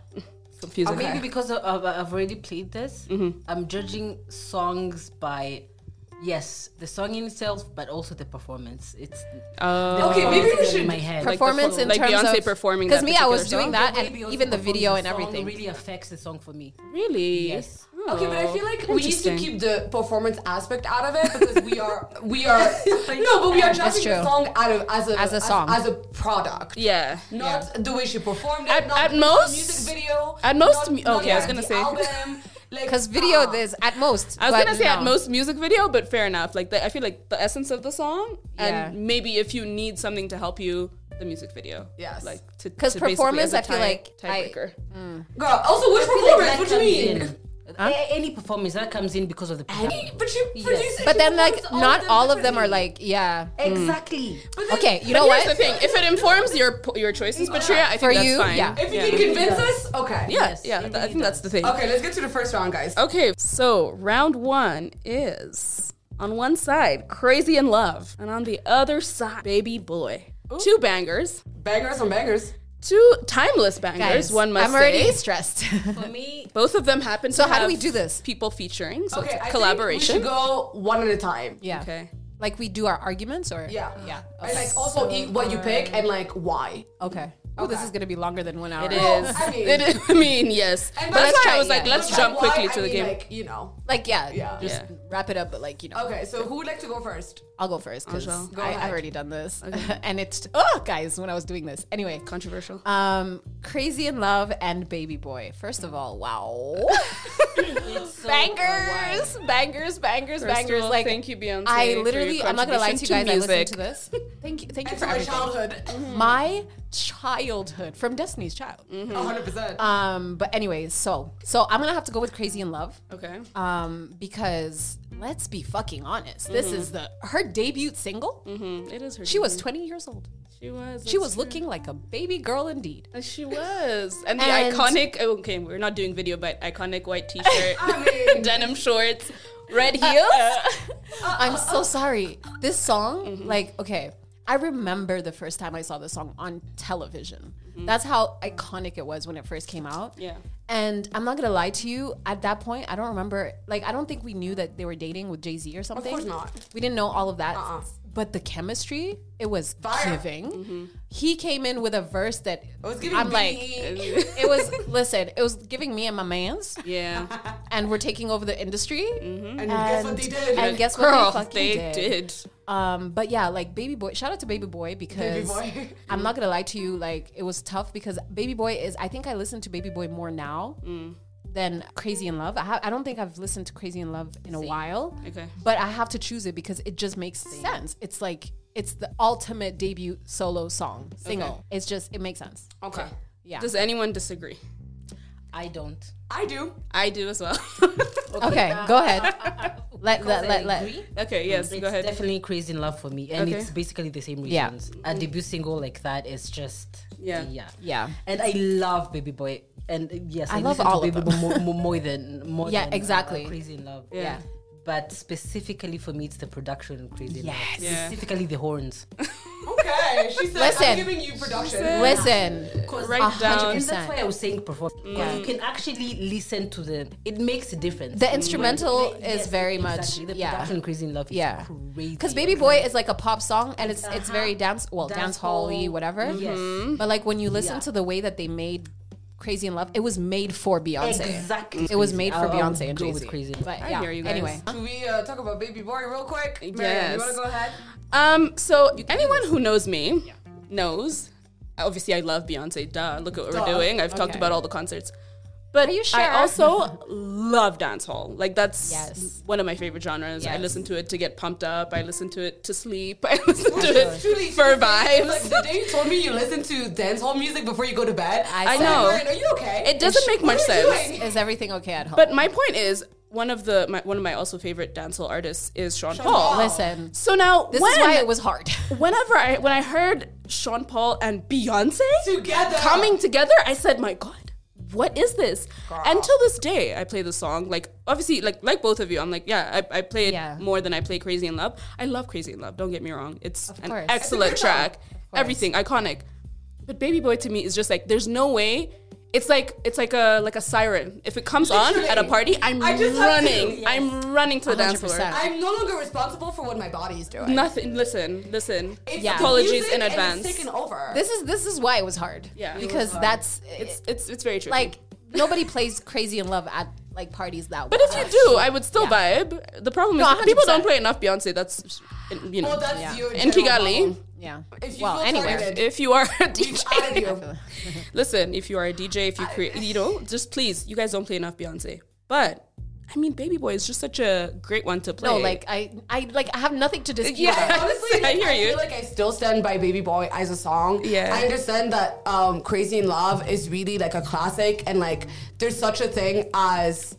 Speaker 3: confusing.
Speaker 4: Or maybe because I- I've, I've already played this,
Speaker 1: Mm-hmm.
Speaker 4: I'm judging songs by, yes, the song in itself, but also the performance. It's
Speaker 1: Oh.
Speaker 3: Uh,
Speaker 2: Okay, maybe we
Speaker 4: in
Speaker 2: should-
Speaker 4: my head.
Speaker 3: Like the
Speaker 1: Performance
Speaker 3: full-
Speaker 1: in
Speaker 3: like
Speaker 1: terms
Speaker 3: Beyonce
Speaker 1: of
Speaker 3: performing
Speaker 1: Because
Speaker 3: that
Speaker 1: me, I was
Speaker 3: particular
Speaker 1: doing
Speaker 3: song?
Speaker 1: that,
Speaker 4: way
Speaker 1: and
Speaker 4: Beyonce
Speaker 1: even the video
Speaker 4: performs
Speaker 1: and
Speaker 4: song
Speaker 1: everything.
Speaker 4: really affects the song for me.
Speaker 3: really? Oh.
Speaker 4: Yes.
Speaker 2: Okay, but I feel like we need to
Speaker 3: Interesting.
Speaker 2: keep the performance aspect out of it because we are we are no, but we are judging the
Speaker 1: true.
Speaker 2: song out of as a
Speaker 1: As a song.
Speaker 2: as, a product.
Speaker 3: Yeah.
Speaker 2: Not the way she performed it.
Speaker 3: At-
Speaker 2: not
Speaker 3: at
Speaker 2: the
Speaker 3: most-
Speaker 2: music video.
Speaker 3: at most
Speaker 2: not-
Speaker 3: mu-
Speaker 2: not
Speaker 3: okay, I was
Speaker 2: the
Speaker 3: gonna say.
Speaker 2: album, like,
Speaker 1: Because video,
Speaker 2: nah.
Speaker 1: there's at most.
Speaker 3: I was
Speaker 1: but
Speaker 3: gonna say at
Speaker 1: no.
Speaker 3: most music video, but fair enough. Like the, I feel like the essence of the song,
Speaker 1: Yeah.
Speaker 3: and maybe if you need something to help you, the music video.
Speaker 2: Yes.
Speaker 3: Like to
Speaker 1: 'Cause
Speaker 3: to basically
Speaker 1: performance,
Speaker 3: as a
Speaker 1: I feel
Speaker 3: tie-
Speaker 1: like I-
Speaker 3: tiebreaker.
Speaker 2: girl. Also, which performance? What do you mean?
Speaker 4: Any performance that comes in because of the performance.
Speaker 2: But she
Speaker 4: Yes.
Speaker 2: produced.
Speaker 1: But then, like, not all of them are like, yeah.
Speaker 4: Exactly.
Speaker 1: Okay, you
Speaker 3: But
Speaker 1: know
Speaker 3: here's
Speaker 1: Oh, what?
Speaker 3: the thing: if it informs your your choices, Patria, I think
Speaker 1: For
Speaker 3: that's
Speaker 1: you,
Speaker 3: fine.
Speaker 1: yeah.
Speaker 2: If you
Speaker 3: Yeah.
Speaker 2: can convince us, okay.
Speaker 3: Yeah,
Speaker 4: Yes,
Speaker 3: yeah. th- I
Speaker 4: it really
Speaker 3: think that's the thing.
Speaker 2: Okay, let's get to the first round, guys.
Speaker 3: Okay, so round one is on one side, Crazy in Love, and on the other side, Baby Boy. Two bangers,
Speaker 2: Bangers on bangers.
Speaker 3: two timeless bangers.
Speaker 1: Guys,
Speaker 3: one must
Speaker 1: I'm already
Speaker 3: say.
Speaker 1: stressed.
Speaker 4: For me,
Speaker 3: Both of them happen.
Speaker 1: So
Speaker 3: to
Speaker 1: how do
Speaker 3: have
Speaker 1: we do this?
Speaker 3: People featuring, so
Speaker 2: Okay,
Speaker 3: it's
Speaker 2: I
Speaker 3: a
Speaker 2: think
Speaker 3: collaboration.
Speaker 2: We should go one at a time.
Speaker 1: yeah.
Speaker 3: Okay.
Speaker 1: Like we do our arguments or
Speaker 2: Yeah.
Speaker 1: yeah.
Speaker 2: And like also eat what you pick and like why.
Speaker 1: Okay. Oh, this is gonna be longer than one hour.
Speaker 3: It is.
Speaker 2: I mean-
Speaker 3: It is- I mean, yes.
Speaker 2: And
Speaker 3: but that's
Speaker 2: that's
Speaker 3: why I
Speaker 1: why-
Speaker 3: was like,
Speaker 1: yeah.
Speaker 3: let's
Speaker 2: Which,
Speaker 3: jump
Speaker 2: like,
Speaker 3: quickly
Speaker 2: why-
Speaker 3: to
Speaker 2: I
Speaker 3: the
Speaker 2: mean,
Speaker 3: game.
Speaker 2: Like you know.
Speaker 1: Like yeah,
Speaker 2: Yeah.
Speaker 1: Just
Speaker 3: Yeah.
Speaker 1: wrap it up, but like you know.
Speaker 2: Okay, so who would like to go first?
Speaker 1: I'll go first because
Speaker 3: Angel.
Speaker 2: Go
Speaker 1: I've
Speaker 2: ahead.
Speaker 1: already done this, and it's oh guys, when I was doing this anyway.
Speaker 3: Controversial.
Speaker 1: Um, crazy in love and baby boy. First of all, wow, bangers, bangers, bangers,
Speaker 3: First of
Speaker 1: bangers.
Speaker 3: all,
Speaker 1: like
Speaker 3: thank you, Beyonce, for
Speaker 1: I
Speaker 3: your
Speaker 1: literally, I'm not gonna lie to you guys.
Speaker 3: contribution to
Speaker 1: I listened to this. Thank you, thank you
Speaker 2: And
Speaker 1: for
Speaker 2: to my
Speaker 1: everything.
Speaker 2: childhood.
Speaker 1: My childhood from Destiny's Child.
Speaker 3: Mm-hmm.
Speaker 2: 100%.
Speaker 1: Hmm. Um, but anyways, so so I'm gonna have to go with crazy in love.
Speaker 3: Okay.
Speaker 1: Um, because let's be fucking honest, this
Speaker 3: Mm-hmm.
Speaker 1: is the her debut single.
Speaker 3: Mhm. It is her.
Speaker 1: She was 20 years old.
Speaker 3: She was.
Speaker 1: She was looking like a baby girl indeed.
Speaker 3: And She was. And the
Speaker 1: And-
Speaker 3: iconic, oh, okay, we're not doing video, but iconic white t shirt,
Speaker 2: I mean-
Speaker 3: denim shorts, red
Speaker 1: Uh,
Speaker 3: heels.
Speaker 1: I'm so sorry. This song,
Speaker 3: Mm-hmm.
Speaker 1: like, okay, I remember the first time I saw this song on television. That's how iconic it was when it first came out.
Speaker 3: Mm-hmm. Yeah.
Speaker 1: And I'm not gonna lie to you, at that point, I don't remember, like, I don't think we knew that they were dating with Jay Z or something.
Speaker 2: course not.
Speaker 1: We didn't know all of that.
Speaker 2: Uh-uh.
Speaker 1: But the chemistry, it was
Speaker 2: Fire.
Speaker 1: giving. He came in with a verse that
Speaker 2: I was giving
Speaker 1: I'm like,
Speaker 2: BDE.
Speaker 1: it was, listen, it was giving me and my mans,
Speaker 3: yeah.
Speaker 1: and we're taking over the industry.
Speaker 2: and, Mm-hmm. guess what they did?
Speaker 1: and guess what
Speaker 3: Girl,
Speaker 1: they fucking
Speaker 3: they,
Speaker 1: did.
Speaker 3: did.
Speaker 1: Um, but yeah, like Baby Boy. Shout out to Baby Boy because
Speaker 2: Boy.
Speaker 1: I'm not gonna lie to you, like it was tough because Baby Boy is. I think I listen to Baby Boy more now than Crazy in Love. I, ha- I don't think I've listened to Crazy in Love in a while.
Speaker 3: Okay.
Speaker 1: but I have to choose it because it just makes sense. It's like it's the ultimate debut solo song single. It's just it makes sense.
Speaker 3: Okay.
Speaker 1: Yeah.
Speaker 3: Does anyone disagree?
Speaker 4: I don't.
Speaker 2: I do.
Speaker 3: I do as well.
Speaker 1: Okay, go ahead. Let let let let.
Speaker 3: okay, yes,
Speaker 4: It's
Speaker 3: go ahead.
Speaker 4: definitely crazy in love for me, and
Speaker 3: Okay.
Speaker 4: it's basically the same
Speaker 1: Yeah.
Speaker 4: reasons. A debut single like that is just
Speaker 3: Yeah.
Speaker 4: yeah,
Speaker 1: Yeah.
Speaker 4: And I love Baby Boy, and uh, yes,
Speaker 1: I
Speaker 4: I,
Speaker 1: love
Speaker 4: listen to
Speaker 1: all of
Speaker 4: Baby
Speaker 1: them.
Speaker 4: Boy more, more, more than more.
Speaker 1: Yeah,
Speaker 4: than, uh,
Speaker 1: exactly.
Speaker 4: crazy in love.
Speaker 1: Yeah.
Speaker 4: But specifically for me, it's the production in Crazy in
Speaker 1: Yes.
Speaker 4: Love.
Speaker 3: Yeah.
Speaker 4: Specifically the horns.
Speaker 2: Okay, she said,
Speaker 1: Listen.
Speaker 2: I'm giving you production.
Speaker 1: Listen,
Speaker 3: Write
Speaker 1: a hundred
Speaker 3: down. Mm.
Speaker 4: And that's why
Speaker 1: percent.
Speaker 4: I was saying performance.
Speaker 1: Yeah.
Speaker 4: You can actually listen to the. It makes a difference.
Speaker 1: The instrumental
Speaker 4: Yes,
Speaker 1: is very
Speaker 4: exactly.
Speaker 1: much
Speaker 4: the
Speaker 1: yeah.
Speaker 4: production in Crazy in Love. Is
Speaker 1: Yeah.
Speaker 4: crazy.
Speaker 1: Because Baby Boy is like a pop song and it's it's
Speaker 4: Uh-huh.
Speaker 1: very dance well dance
Speaker 4: Dance
Speaker 1: hall-y,
Speaker 4: hall.
Speaker 1: whatever.
Speaker 4: Yes. Mhm.
Speaker 1: But like when you listen
Speaker 4: Yeah.
Speaker 1: to the way that they made Crazy in Love, it was made for Beyonce.
Speaker 4: Exactly.
Speaker 1: It was made for
Speaker 4: I'll- I'll
Speaker 1: Beyonce and
Speaker 4: go
Speaker 1: Jay
Speaker 4: with
Speaker 1: Z.
Speaker 4: Crazy in Love.
Speaker 1: But
Speaker 3: Oh, I
Speaker 1: yeah,
Speaker 3: hear you guys.
Speaker 1: anyway,
Speaker 2: Should we uh, talk about Baby Boy real quick? Mariam,
Speaker 3: Yes.
Speaker 2: you want to go ahead?
Speaker 3: Um, so anyone who knows me knows. Obviously, I love Beyonce. Duh, look at what
Speaker 2: Duh.
Speaker 3: we're doing. I've talked
Speaker 1: Okay.
Speaker 3: about all the concerts. But
Speaker 1: Are you
Speaker 3: I
Speaker 1: sure?
Speaker 3: also love dancehall. Like that's
Speaker 1: Yes.
Speaker 3: one of my favorite genres. I
Speaker 1: Yes.
Speaker 3: listen to it to get pumped up. I listen to it to sleep. I listen to it
Speaker 2: Truly,
Speaker 3: for
Speaker 2: Like
Speaker 3: vibes.
Speaker 2: the day you told me you listen to dancehall music before you go to bed.
Speaker 1: I
Speaker 3: I
Speaker 1: said-
Speaker 3: know.
Speaker 2: Mariam, are you okay?
Speaker 3: It doesn't make much
Speaker 2: What are you
Speaker 3: sense.
Speaker 2: doing?
Speaker 1: is everything okay at home?
Speaker 3: But my point is, one of the my, one of my also favorite dancehall artists is Sean, Paul.
Speaker 2: Paul.
Speaker 1: listen,
Speaker 3: So now
Speaker 1: this
Speaker 3: oh. when,
Speaker 1: is why it was hard.
Speaker 3: whenever I when I heard Sean Paul and Beyonce
Speaker 2: Together.
Speaker 3: coming together, I said, "My God, what is this?" And till this day, I play the song. Like obviously, like like both of you, I'm like, yeah, I, I play it
Speaker 1: Yeah.
Speaker 3: more than I play Crazy in Love. I love Crazy in Love. Don't get me wrong; it's an
Speaker 1: course.
Speaker 3: excellent
Speaker 2: It's a great
Speaker 3: track, everything iconic. But Baby Boy to me is just like, there's no way. It's like it's like a like a siren. If it comes
Speaker 2: Literally.
Speaker 3: on at a party, I'm
Speaker 2: I just have to,
Speaker 3: running.
Speaker 2: yes.
Speaker 3: I'm running to the dance floor.
Speaker 1: 100%.
Speaker 2: I'm no longer responsible for what my body is doing.
Speaker 3: Nothing. Listen, listen.
Speaker 2: It's
Speaker 1: Yeah.
Speaker 2: the
Speaker 3: Apologies
Speaker 2: music
Speaker 3: in
Speaker 2: and it's
Speaker 3: advance.
Speaker 2: taken over.
Speaker 1: This is this is why it was hard.
Speaker 3: Yeah. It was
Speaker 1: because that's
Speaker 3: It's it's it's very true.
Speaker 1: like nobody plays Crazy in Love at like parties that.
Speaker 3: but if you do, I would still vibe. The problem is
Speaker 1: uh, No,
Speaker 3: people don't
Speaker 1: 100%.
Speaker 3: play enough Beyonce. That's you know
Speaker 2: well, that's
Speaker 1: Yeah.
Speaker 2: your
Speaker 3: in
Speaker 2: general
Speaker 3: Kigali.
Speaker 2: problem.
Speaker 1: yeah,
Speaker 2: If you
Speaker 1: well,
Speaker 2: feel
Speaker 1: anywhere.
Speaker 2: targeted,
Speaker 3: If you are a
Speaker 2: We've outed
Speaker 3: DJ,
Speaker 2: you.
Speaker 3: listen. If you are a DJ, if you create, you know, just please, you guys don't play enough Beyonce. But I mean, Baby Boy is just such a great one to play.
Speaker 1: No, like I, I like I have nothing to dispute.
Speaker 3: Yeah.
Speaker 1: that.
Speaker 2: Honestly,
Speaker 3: I
Speaker 2: like,
Speaker 3: hear you.
Speaker 2: feel like I still stand by Baby Boy as a song.
Speaker 3: Yeah.
Speaker 2: I understand that um, Crazy in Love is really like a classic, and like there's such a thing as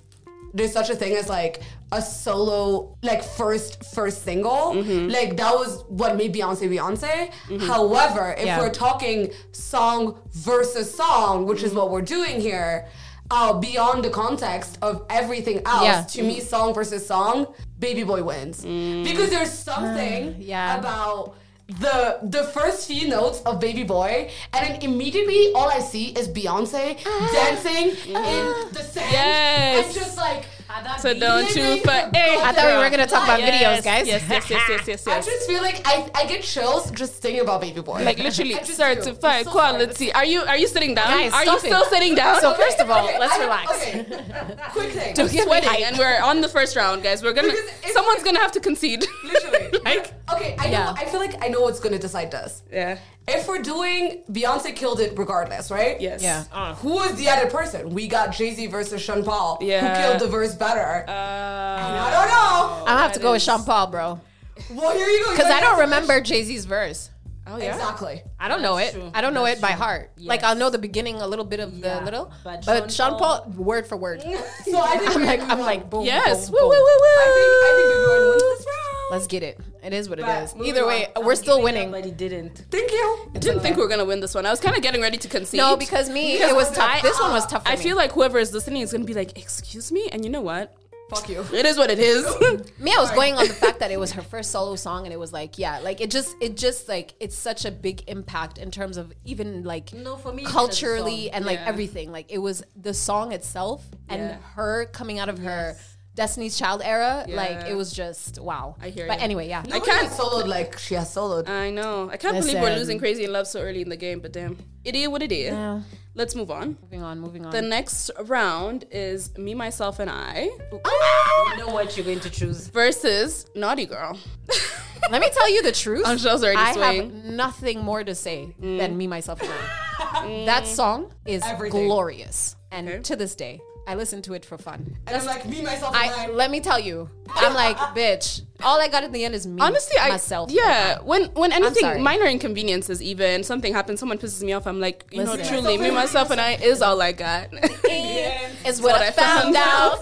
Speaker 2: there's such a thing as like a solo like first first single.
Speaker 3: Mm-hmm.
Speaker 2: Like that was what made Beyonce Beyonce. However, if
Speaker 1: Yeah.
Speaker 2: we're talking song versus song, which is
Speaker 3: Mm-hmm.
Speaker 2: what we're doing here. Uh, beyond the context of everything else,
Speaker 1: Yeah.
Speaker 2: to me, song versus song, Baby Boy wins because there's
Speaker 1: Mm.
Speaker 2: something
Speaker 1: yeah.
Speaker 2: about the the first few notes of Baby Boy, and then immediately all I see is Beyonce dancing in the sand
Speaker 3: Yes.
Speaker 2: and just like
Speaker 3: So don't you for hey.
Speaker 1: I thought we were gonna talk about videos, guys.
Speaker 3: Yes, yes, yes, yes, yes,
Speaker 2: I
Speaker 3: yes.
Speaker 2: just feel like I, I get chills just thinking about Baby Boy.
Speaker 3: like literally
Speaker 2: I just do.
Speaker 3: certified
Speaker 2: It's so
Speaker 3: quality. Are you are you sitting down?
Speaker 1: Guys,
Speaker 3: are you
Speaker 1: stop it.
Speaker 3: still sitting down?
Speaker 1: So first of all,
Speaker 2: Okay,
Speaker 1: let's
Speaker 2: I-
Speaker 1: relax.
Speaker 2: Okay. Quick thing.
Speaker 3: I'm
Speaker 1: give me
Speaker 3: sweating,
Speaker 1: hype.
Speaker 3: and we're on the first round, guys. We're gonna.
Speaker 2: Because if-
Speaker 3: Someone's gonna have to concede.
Speaker 2: Literally.
Speaker 3: like,
Speaker 2: Okay, I know.
Speaker 1: Yeah.
Speaker 2: I feel like I know what's going to decide this.
Speaker 3: yeah,
Speaker 2: If we're doing Beyonce killed it regardless, right?
Speaker 3: yes, Uh.
Speaker 1: Yeah.
Speaker 2: Who is the other person? We got Jay Z versus Sean Paul.
Speaker 3: Yeah.
Speaker 2: Who killed the verse better?
Speaker 3: Uh,
Speaker 2: I don't know.
Speaker 1: I'm gonna have to
Speaker 3: that
Speaker 1: go with
Speaker 3: is-
Speaker 1: Sean Paul, bro,
Speaker 2: Well, here you go. You
Speaker 1: because
Speaker 2: got
Speaker 1: I don't
Speaker 2: your-
Speaker 1: remember Jay Z's verse.
Speaker 3: oh yeah.
Speaker 2: Exactly.
Speaker 1: I don't know it.
Speaker 4: That's true.
Speaker 1: I don't know
Speaker 4: That's
Speaker 1: it by
Speaker 4: true.
Speaker 1: heart.
Speaker 4: Yes.
Speaker 1: Like I'll know the beginning a little bit of the
Speaker 4: Yeah.
Speaker 1: little, but,
Speaker 4: But
Speaker 1: Sean
Speaker 4: Sean
Speaker 1: Paul, word for word.
Speaker 2: So I think
Speaker 1: I'm
Speaker 2: we're
Speaker 1: like,
Speaker 2: gonna
Speaker 1: I'm
Speaker 2: move
Speaker 1: like,
Speaker 2: on.
Speaker 1: boom,
Speaker 3: Yes.
Speaker 1: boom,
Speaker 3: Woo, woo,
Speaker 1: boom.
Speaker 3: woo,
Speaker 2: I think
Speaker 3: woo.
Speaker 2: I think we're going to win this round.
Speaker 1: Let's get it. It is what it is.
Speaker 4: Right,
Speaker 1: Either way, we're still winning.
Speaker 4: But he didn't.
Speaker 2: Thank you.
Speaker 3: I didn't think we were gonna win this one. I was kind of getting ready to concede.
Speaker 1: No, because me, it was tough.
Speaker 3: I-
Speaker 1: this one was tough. For
Speaker 3: I
Speaker 1: me.
Speaker 3: feel like whoever is listening is gonna be like, "Excuse me," and you know what?
Speaker 2: Fuck you.
Speaker 3: It is what it is.
Speaker 1: me i was going on the fact that it was her first solo song and it was like yeah like it just it just like it's such a big impact in terms of even like
Speaker 4: No, for me, it was a
Speaker 1: culturally
Speaker 4: song.
Speaker 1: and like
Speaker 3: Yeah.
Speaker 1: everything like it was the song itself and
Speaker 3: Yeah.
Speaker 1: her coming out of her destiny's child era like
Speaker 3: Yeah.
Speaker 1: it was just wow
Speaker 3: I hear
Speaker 1: but
Speaker 3: you.
Speaker 1: anyway yeah
Speaker 2: I can't soloed like she has soloed.
Speaker 3: I know. I can't believe we're
Speaker 1: Listen.
Speaker 3: losing Crazy in Love so early in the game, but damn, it is what it is.
Speaker 1: Yeah.
Speaker 3: Let's move on.
Speaker 1: moving on moving on
Speaker 3: The next round is me, myself, and I
Speaker 4: You know what you're going to choose.
Speaker 3: versus Naughty Girl.
Speaker 1: let me tell you the truth
Speaker 3: Angel's already
Speaker 1: i
Speaker 3: swaying.
Speaker 1: have
Speaker 3: Mm.
Speaker 1: nothing more to say than me myself and I. that song is
Speaker 2: Everything.
Speaker 1: glorious and
Speaker 3: Okay.
Speaker 1: to this day i listen to it for fun
Speaker 2: And I'm like, me, myself, and
Speaker 1: I
Speaker 2: I.
Speaker 1: let me tell you, I'm like, bitch. All I got in the end is me.
Speaker 3: Honestly, I
Speaker 1: myself.
Speaker 3: Yeah, when when
Speaker 1: sorry.
Speaker 3: anything minor inconveniences, even something happens, someone pisses me off. I'm like, you know,
Speaker 1: Listen.
Speaker 3: truly, me, myself, and I is all I got.
Speaker 1: is what,
Speaker 3: what
Speaker 1: I,
Speaker 3: I
Speaker 1: found
Speaker 3: found
Speaker 1: out.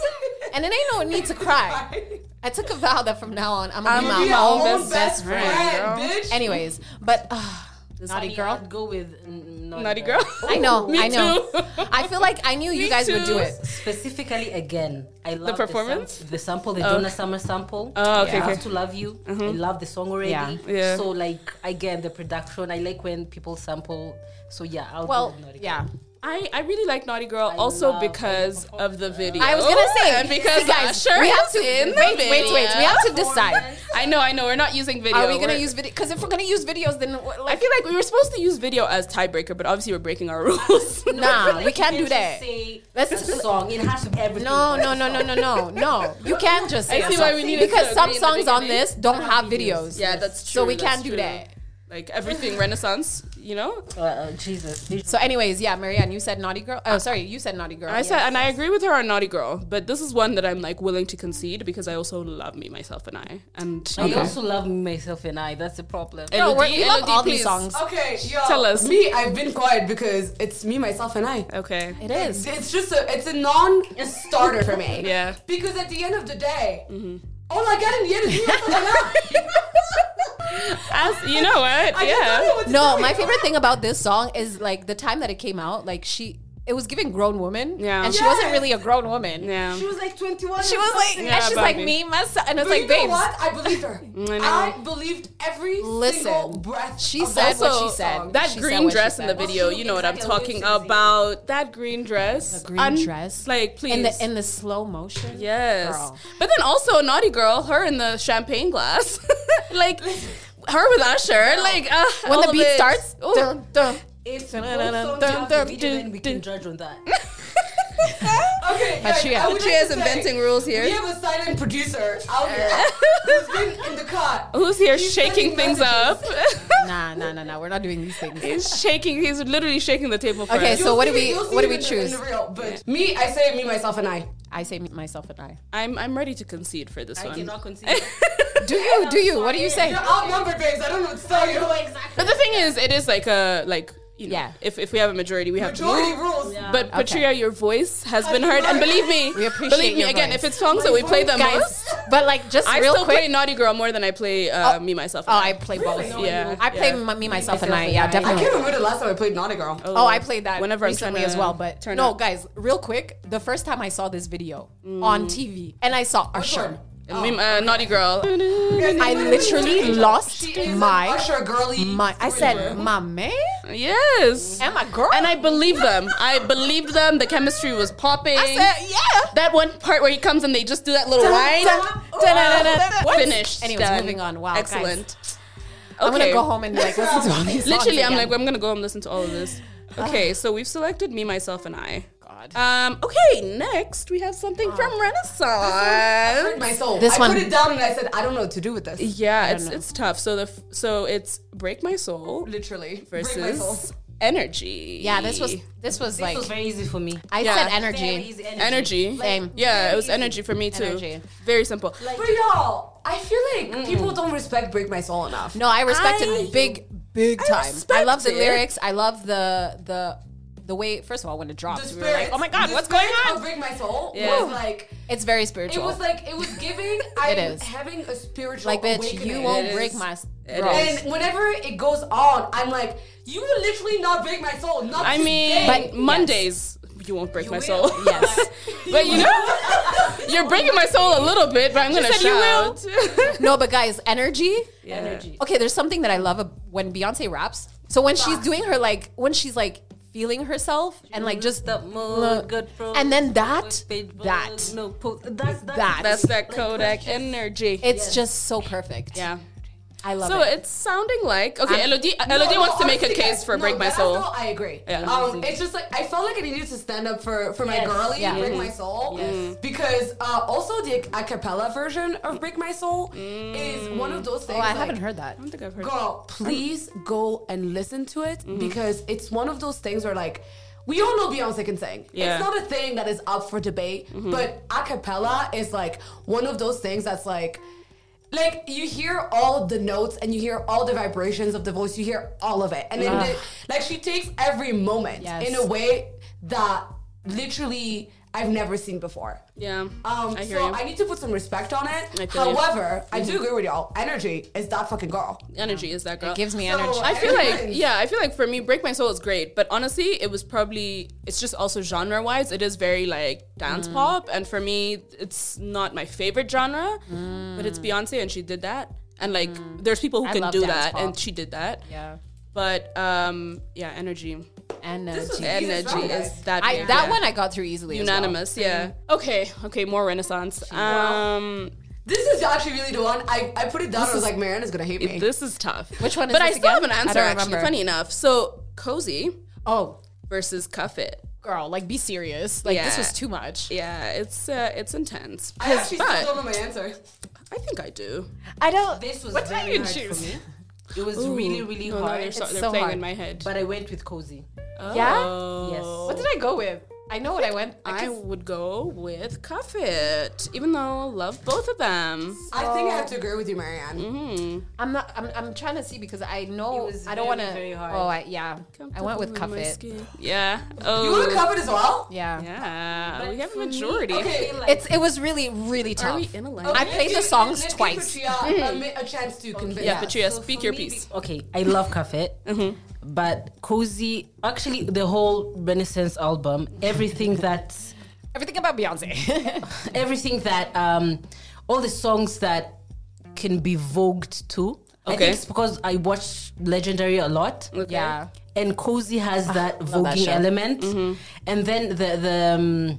Speaker 1: and it ain't no need to cry. I took a vow that from now on I'm gonna
Speaker 3: I'ma
Speaker 1: be
Speaker 2: Be
Speaker 1: my
Speaker 2: our
Speaker 1: own
Speaker 2: own
Speaker 1: best, best friend.
Speaker 2: friend, bitch.
Speaker 1: Anyways, but uh,
Speaker 4: I
Speaker 1: naughty
Speaker 4: mean,
Speaker 1: girl.
Speaker 4: I'd go with n- naughty,
Speaker 3: Naughty girl.
Speaker 1: I know.
Speaker 3: Me
Speaker 1: I know.
Speaker 3: too.
Speaker 1: I feel like I knew you
Speaker 3: Me
Speaker 1: guys would
Speaker 3: too.
Speaker 1: do it.
Speaker 4: Specifically, again, I love
Speaker 3: performance?
Speaker 4: The, sam- the sample, the Donna Summer sample.
Speaker 3: Oh, okay,
Speaker 4: I
Speaker 3: okay.
Speaker 4: have to love you. I love the song already.
Speaker 1: Mm-hmm. Yeah.
Speaker 3: Yeah.
Speaker 4: So, like, again, the production. I like when people sample. So yeah, I'll
Speaker 1: Well,
Speaker 4: go with naughty
Speaker 1: yeah.
Speaker 3: I, I really like Naughty Girl also
Speaker 4: love
Speaker 3: because of the video.
Speaker 1: I was gonna say
Speaker 3: Oh, and because
Speaker 1: see, guys,
Speaker 3: Usher
Speaker 1: we have
Speaker 3: is
Speaker 1: to
Speaker 3: in the
Speaker 1: wait, wait, wait.
Speaker 3: video.
Speaker 1: We have to decide.
Speaker 3: I know, I know. We're not using video.
Speaker 1: Are we gonna
Speaker 3: We're-
Speaker 1: use video? Because if we're gonna use videos, then what-
Speaker 3: I
Speaker 1: like,
Speaker 3: feel like we were supposed to use video as tiebreaker, but obviously we're breaking our rules.
Speaker 4: girl. I feel
Speaker 1: nah,
Speaker 4: like
Speaker 1: we
Speaker 4: you
Speaker 1: can't do
Speaker 4: just
Speaker 1: that.
Speaker 4: Say
Speaker 1: Let's-
Speaker 4: Let's a song. It has everything.
Speaker 1: No, no,
Speaker 4: but
Speaker 1: no, no, no, no, no. You can't just say
Speaker 3: I see
Speaker 1: a
Speaker 3: why
Speaker 1: song.
Speaker 3: we needed
Speaker 1: because
Speaker 3: to
Speaker 1: some
Speaker 3: agree in the
Speaker 1: songs on
Speaker 3: beginning.
Speaker 1: this don't have videos.
Speaker 3: yeah, that's true.
Speaker 1: So we
Speaker 3: that's
Speaker 1: can't do
Speaker 3: true.
Speaker 1: that.
Speaker 3: Like everything Renaissance, you know.
Speaker 4: Uh, uh, Jesus.
Speaker 1: So, anyways, yeah, Marianne, you said naughty girl. Oh, sorry, you said naughty girl.
Speaker 3: I said, and I agree with her on Naughty Girl, but this is one that I'm like willing to concede because I also love me, myself, and I. And
Speaker 4: I also love me, myself, and I. That's the problem.
Speaker 3: And-
Speaker 1: no,
Speaker 3: LOD,
Speaker 1: we're, we love
Speaker 3: LOD,
Speaker 1: all these
Speaker 3: please.
Speaker 1: songs.
Speaker 2: Okay, yo.
Speaker 3: Tell us.
Speaker 2: Me, I've been quiet because it's me, myself, and I.
Speaker 3: okay,
Speaker 1: It is.
Speaker 2: It's just a, it's a non-starter for me.
Speaker 3: Yeah. Mm-hmm.
Speaker 2: Because at the end of the day, all I got in the end is me, myself, and I.
Speaker 3: As, you know what?
Speaker 2: I just don't know
Speaker 3: yeah.
Speaker 2: what to
Speaker 1: No,
Speaker 2: do.
Speaker 1: my favorite thing about this song is like the time that it came out. Like she, it was giving grown woman.
Speaker 3: Yeah.
Speaker 1: and she
Speaker 2: Yes.
Speaker 1: wasn't really a grown woman.
Speaker 3: Yeah.
Speaker 2: She was like 21.
Speaker 1: She
Speaker 2: or
Speaker 1: was like,
Speaker 2: something.
Speaker 3: Yeah,
Speaker 1: and she's like
Speaker 3: Barbie.
Speaker 1: me, myself, and it's
Speaker 2: But
Speaker 1: like,
Speaker 2: you know
Speaker 1: babes.
Speaker 2: what? I believed her.
Speaker 3: I know.
Speaker 2: I, believed every single
Speaker 1: Listen,
Speaker 2: breath.
Speaker 1: she
Speaker 2: of
Speaker 1: said
Speaker 2: that
Speaker 1: what
Speaker 3: Also,
Speaker 1: she said.
Speaker 3: That
Speaker 1: She said
Speaker 3: green
Speaker 1: what she
Speaker 3: dress in the
Speaker 1: said.
Speaker 3: video, you know what I'm
Speaker 4: Exactly.
Speaker 3: talking about. That green dress.
Speaker 1: The green dress.
Speaker 3: Like, please.
Speaker 1: in the in the slow motion.
Speaker 3: yes.
Speaker 1: Girl.
Speaker 3: But then also, Naughty Girl, her in the champagne glass. like, her with Usher. Like, uh,
Speaker 1: when
Speaker 3: all
Speaker 1: the
Speaker 3: of
Speaker 1: beat
Speaker 3: it.
Speaker 1: starts.
Speaker 3: Ooh.
Speaker 1: Dun, dun.
Speaker 4: If both
Speaker 1: Dun,
Speaker 4: songs
Speaker 1: dun,
Speaker 4: have
Speaker 1: dun,
Speaker 4: the video, then we
Speaker 1: dun,
Speaker 4: can judge on that.
Speaker 2: Okay,
Speaker 1: But
Speaker 2: guys,
Speaker 1: she-
Speaker 2: I would
Speaker 3: But
Speaker 2: like
Speaker 3: she has
Speaker 2: to say,
Speaker 3: inventing rules here.
Speaker 2: We have a silent producer out here who's been in the car.
Speaker 3: Who's here
Speaker 2: He's
Speaker 3: shaking
Speaker 2: sending
Speaker 3: things up?
Speaker 2: messages.
Speaker 1: Nah, nah, nah, nah. We're not doing these things.
Speaker 3: he's shaking. He's literally shaking the table for
Speaker 1: Okay,
Speaker 3: us.
Speaker 1: so what do
Speaker 2: see
Speaker 1: we-
Speaker 2: it- you'll see
Speaker 1: what do
Speaker 2: it
Speaker 1: we
Speaker 2: in the-
Speaker 1: choose?
Speaker 2: in the reel, but me, I say me, myself, and I.
Speaker 1: I say me, myself and I.
Speaker 3: I'm I'm ready to concede for this
Speaker 4: I
Speaker 3: one.
Speaker 4: cannot concede.
Speaker 1: Do you? Do you? What do you say?
Speaker 2: You're outnumbered, babes. I don't know what to tell you.
Speaker 3: But the thing is, it is like a like you know,
Speaker 1: Yeah.
Speaker 3: if if we have a majority, we have to
Speaker 2: Majority
Speaker 3: move.
Speaker 2: rules.
Speaker 3: But Patria, your voice has been heard, and believe me,
Speaker 1: We appreciate
Speaker 3: believe me
Speaker 1: your
Speaker 3: again.
Speaker 1: voice.
Speaker 3: If it's songs that we play the
Speaker 1: Guys,
Speaker 3: most,
Speaker 1: but like just
Speaker 3: I
Speaker 1: real
Speaker 3: still
Speaker 1: quick.
Speaker 3: play Naughty Girl more than I play uh,
Speaker 1: Oh.
Speaker 3: me myself.
Speaker 1: oh, I play both.
Speaker 3: Really? Yeah,
Speaker 1: I play
Speaker 3: yeah.
Speaker 1: my- me, myself, and
Speaker 4: Myself
Speaker 1: I.
Speaker 4: and
Speaker 1: Yeah,
Speaker 4: I.
Speaker 2: I
Speaker 1: definitely.
Speaker 2: can't remember the last time I played Naughty Girl.
Speaker 1: Oh, I played that
Speaker 3: Whenever I'm
Speaker 1: recently
Speaker 3: trying to
Speaker 1: as well. But
Speaker 3: turn
Speaker 1: no,
Speaker 3: up. Mm.
Speaker 1: guys, real quick. The first time I saw this video on TV, and I saw Usher.
Speaker 2: one?
Speaker 3: and
Speaker 1: oh,
Speaker 3: we, uh, Naughty Girl.
Speaker 1: I literally lost
Speaker 2: She is
Speaker 1: my
Speaker 2: an usher girly.
Speaker 1: my. I said, my man
Speaker 3: Yes.
Speaker 1: and my girl.
Speaker 3: And I believed them. I believed them. The chemistry was popping.
Speaker 1: I said, yeah.
Speaker 3: that one part where he comes and they just do that little
Speaker 1: Dun,
Speaker 3: line.
Speaker 1: dun, dun, dun, dun, dun. What?
Speaker 3: Finished.
Speaker 1: Anyways,
Speaker 3: done.
Speaker 1: moving on. Wow, guys.
Speaker 3: Excellent.
Speaker 1: I'm gonna
Speaker 3: Okay.
Speaker 1: go home and like listen to all these. songs
Speaker 3: Literally, I'm
Speaker 1: again.
Speaker 3: like, I'm gonna go home and listen to all of this. Okay, so we've selected me, myself, and I.
Speaker 1: God.
Speaker 3: Um, okay, next we have something from Renaissance.
Speaker 2: Hurt my soul.
Speaker 1: This
Speaker 2: I
Speaker 1: one-
Speaker 2: put it down and I said, I don't know what to do with this.
Speaker 3: Yeah, it's it's tough. So the f- so it's break my soul
Speaker 2: Literally. Break my soul.
Speaker 3: versus energy.
Speaker 1: yeah, this was this was
Speaker 4: This
Speaker 1: like
Speaker 4: was very easy for me.
Speaker 1: I
Speaker 3: Yeah.
Speaker 1: said
Speaker 4: Very
Speaker 1: energy.
Speaker 4: easy
Speaker 3: energy.
Speaker 1: Same.
Speaker 3: Yeah, it was energy for me too.
Speaker 1: Energy.
Speaker 3: Very simple.
Speaker 2: But y'all, I feel like people don't respect Break My Soul enough.
Speaker 1: Mm. No, I respected
Speaker 3: I-
Speaker 1: big big
Speaker 3: I
Speaker 1: time. I love the
Speaker 3: respect it.
Speaker 1: lyrics. I love the the the way. First of all, when it dropped, we were like,
Speaker 2: spirit-
Speaker 1: oh my god,
Speaker 2: the
Speaker 1: what's going
Speaker 2: spirit
Speaker 1: on?
Speaker 2: Of Break My Soul
Speaker 3: Yeah.
Speaker 2: was like
Speaker 1: It's very
Speaker 2: it
Speaker 1: spiritual.
Speaker 2: was like it was giving. I'm
Speaker 1: is.
Speaker 2: having a spiritual
Speaker 1: like bitch,
Speaker 2: awakening.
Speaker 1: you won't
Speaker 3: is.
Speaker 1: break my.
Speaker 3: It
Speaker 1: Bro.
Speaker 3: is.
Speaker 2: And whenever it goes on, I'm like, you will literally not break my soul. Not
Speaker 3: I mean,
Speaker 2: today.
Speaker 1: But-
Speaker 3: Mondays you won't break my
Speaker 2: will.
Speaker 3: soul.
Speaker 1: Yes.
Speaker 3: but you know, you're breaking my soul a little bit. But I'm gonna
Speaker 1: said you will.
Speaker 3: shout.
Speaker 1: No, but guys, energy.
Speaker 4: energy.
Speaker 1: Okay, there's something that I love ab- when Beyonce raps. So when she's doing her like when she's like feeling herself and like just
Speaker 4: the mood,
Speaker 1: look-
Speaker 4: good for
Speaker 1: and then that
Speaker 4: with Facebook,
Speaker 1: that
Speaker 4: no post, that's that,
Speaker 1: That.
Speaker 3: That's that Kodak energy.
Speaker 1: it's just so perfect.
Speaker 3: yeah.
Speaker 1: I love
Speaker 3: So
Speaker 1: it.
Speaker 3: it's sounding like okay.
Speaker 1: I'm-
Speaker 3: Elodie,
Speaker 2: No,
Speaker 3: Elodie
Speaker 2: no,
Speaker 3: wants to make a
Speaker 2: honestly,
Speaker 3: case for
Speaker 2: no,
Speaker 3: break my
Speaker 2: that
Speaker 3: soul.
Speaker 2: I know, I agree.
Speaker 3: Yeah.
Speaker 2: Um, it's just like I felt like I needed to stand up for for my
Speaker 4: Yes.
Speaker 2: girly
Speaker 1: Yeah.
Speaker 2: break
Speaker 1: Mhm.
Speaker 3: Mm.
Speaker 2: my soul
Speaker 4: Yes.
Speaker 2: because uh, also the a cappella version of break my soul
Speaker 3: Mm.
Speaker 2: is one of those things.
Speaker 1: oh, I
Speaker 2: like,
Speaker 1: haven't heard that.
Speaker 3: I don't think I've heard.
Speaker 2: Girl, please go and listen to it
Speaker 3: Mm-hmm.
Speaker 2: because it's one of those things where like we all know Beyonce can sing.
Speaker 3: Yeah. Mm-hmm.
Speaker 2: It's not a thing that is up for debate, but a cappella is like one of those things that's like like you hear all the notes and you hear all the vibrations of the voice, you hear all of it. And then the, like she takes every moment
Speaker 1: Yes.
Speaker 2: in a way that literally I've never seen before.
Speaker 3: Yeah,
Speaker 2: Um,
Speaker 3: I hear
Speaker 2: so
Speaker 3: you.
Speaker 2: I need to put some respect on
Speaker 3: I
Speaker 2: it.
Speaker 3: feel you. Mm-hmm.
Speaker 2: However, I do agree with y'all. Energy is that fucking girl.
Speaker 3: energy is that girl.
Speaker 1: It gives me
Speaker 2: So-
Speaker 1: energy.
Speaker 3: I feel like
Speaker 2: Everything.
Speaker 3: yeah, I feel like for me, Break My Soul is great, but honestly, it was probably it's just also genre wise, it is very like dance
Speaker 1: Mm.
Speaker 3: pop, and for me, it's not my favorite genre, but it's Beyonce and she did that, and like there's people who
Speaker 1: Mm. I
Speaker 3: can
Speaker 1: love
Speaker 3: do
Speaker 1: dance
Speaker 3: that, and
Speaker 1: pop.
Speaker 3: she did that,
Speaker 1: yeah.
Speaker 3: but um yeah, energy,
Speaker 1: Energy.
Speaker 2: Jesus,
Speaker 3: energy
Speaker 2: right.
Speaker 3: is that
Speaker 1: I,
Speaker 3: big,
Speaker 1: that
Speaker 3: yeah.
Speaker 1: one Mm. I got through easily. as well.
Speaker 3: unanimous, yeah. Okay, okay, more Renaissance. Um,
Speaker 2: This is actually really the one I, I put it down. I was like, Marianna's gonna hate me.
Speaker 3: this is tough.
Speaker 1: Which one is
Speaker 3: But I
Speaker 1: this
Speaker 3: still have
Speaker 1: again?
Speaker 3: an
Speaker 1: I
Speaker 3: answer.
Speaker 1: don't
Speaker 3: Actually,
Speaker 1: remember.
Speaker 3: funny enough, so cozy
Speaker 1: Oh,
Speaker 3: versus cuff it.
Speaker 1: girl, like be serious. Like this
Speaker 3: Yeah.
Speaker 1: was too much.
Speaker 3: Yeah, it's uh, it's intense.
Speaker 2: I actually
Speaker 3: but
Speaker 2: still don't know my answer.
Speaker 3: I think I do.
Speaker 1: I don't.
Speaker 4: This was
Speaker 1: What did I
Speaker 4: very
Speaker 1: even
Speaker 4: hard
Speaker 1: choose?
Speaker 4: for me. It was really, really
Speaker 3: no, No,
Speaker 4: hard.
Speaker 3: they're, so,
Speaker 1: It's
Speaker 3: they're
Speaker 1: so
Speaker 3: playing
Speaker 1: hard.
Speaker 3: in my head.
Speaker 4: but I went with cozy.
Speaker 1: Yeah?
Speaker 3: Oh.
Speaker 1: What did I go with? I know what I went.
Speaker 3: I would go with Cuff It, even though I love both of them. Hmm.
Speaker 2: I think I have to agree with you, Marianne.
Speaker 1: Mm-hmm. I'm not. I'm, I'm trying to see because I know
Speaker 4: It was
Speaker 1: I don't
Speaker 4: very,
Speaker 1: want to.
Speaker 4: very hard.
Speaker 1: Oh, I, yeah. I went with
Speaker 3: Comfortable in
Speaker 1: cuff
Speaker 3: my
Speaker 1: it.
Speaker 3: skin. Yeah.
Speaker 2: You want
Speaker 3: Oh.
Speaker 2: to cover it as well?
Speaker 1: Yeah.
Speaker 3: yeah. we have a
Speaker 4: for me,
Speaker 3: majority.
Speaker 4: I
Speaker 2: Okay.
Speaker 4: feel like
Speaker 1: It's it was really really
Speaker 3: Are
Speaker 1: tough.
Speaker 3: we in a line?
Speaker 1: I played the songs
Speaker 2: let's give
Speaker 1: twice. Mm-hmm.
Speaker 2: Patricia a, mi- a chance to convince.
Speaker 3: yeah,
Speaker 2: us.
Speaker 3: Patricia,
Speaker 4: So
Speaker 3: speak
Speaker 4: for
Speaker 3: your
Speaker 4: me,
Speaker 3: piece.
Speaker 4: be- Okay, I love Café,
Speaker 1: Mm-hmm.
Speaker 4: but Cozy, actually, the whole Renaissance album, everything that,
Speaker 1: Everything about Beyonce.
Speaker 4: everything that, um, all the songs that can be vogued to. I
Speaker 3: Okay.
Speaker 4: think it's because I watch Legendary a lot.
Speaker 3: Okay.
Speaker 1: Yeah.
Speaker 4: And Cozy has that
Speaker 1: Ah, love that
Speaker 4: voguing
Speaker 1: show. Mm-hmm.
Speaker 4: element. And then the, the, um,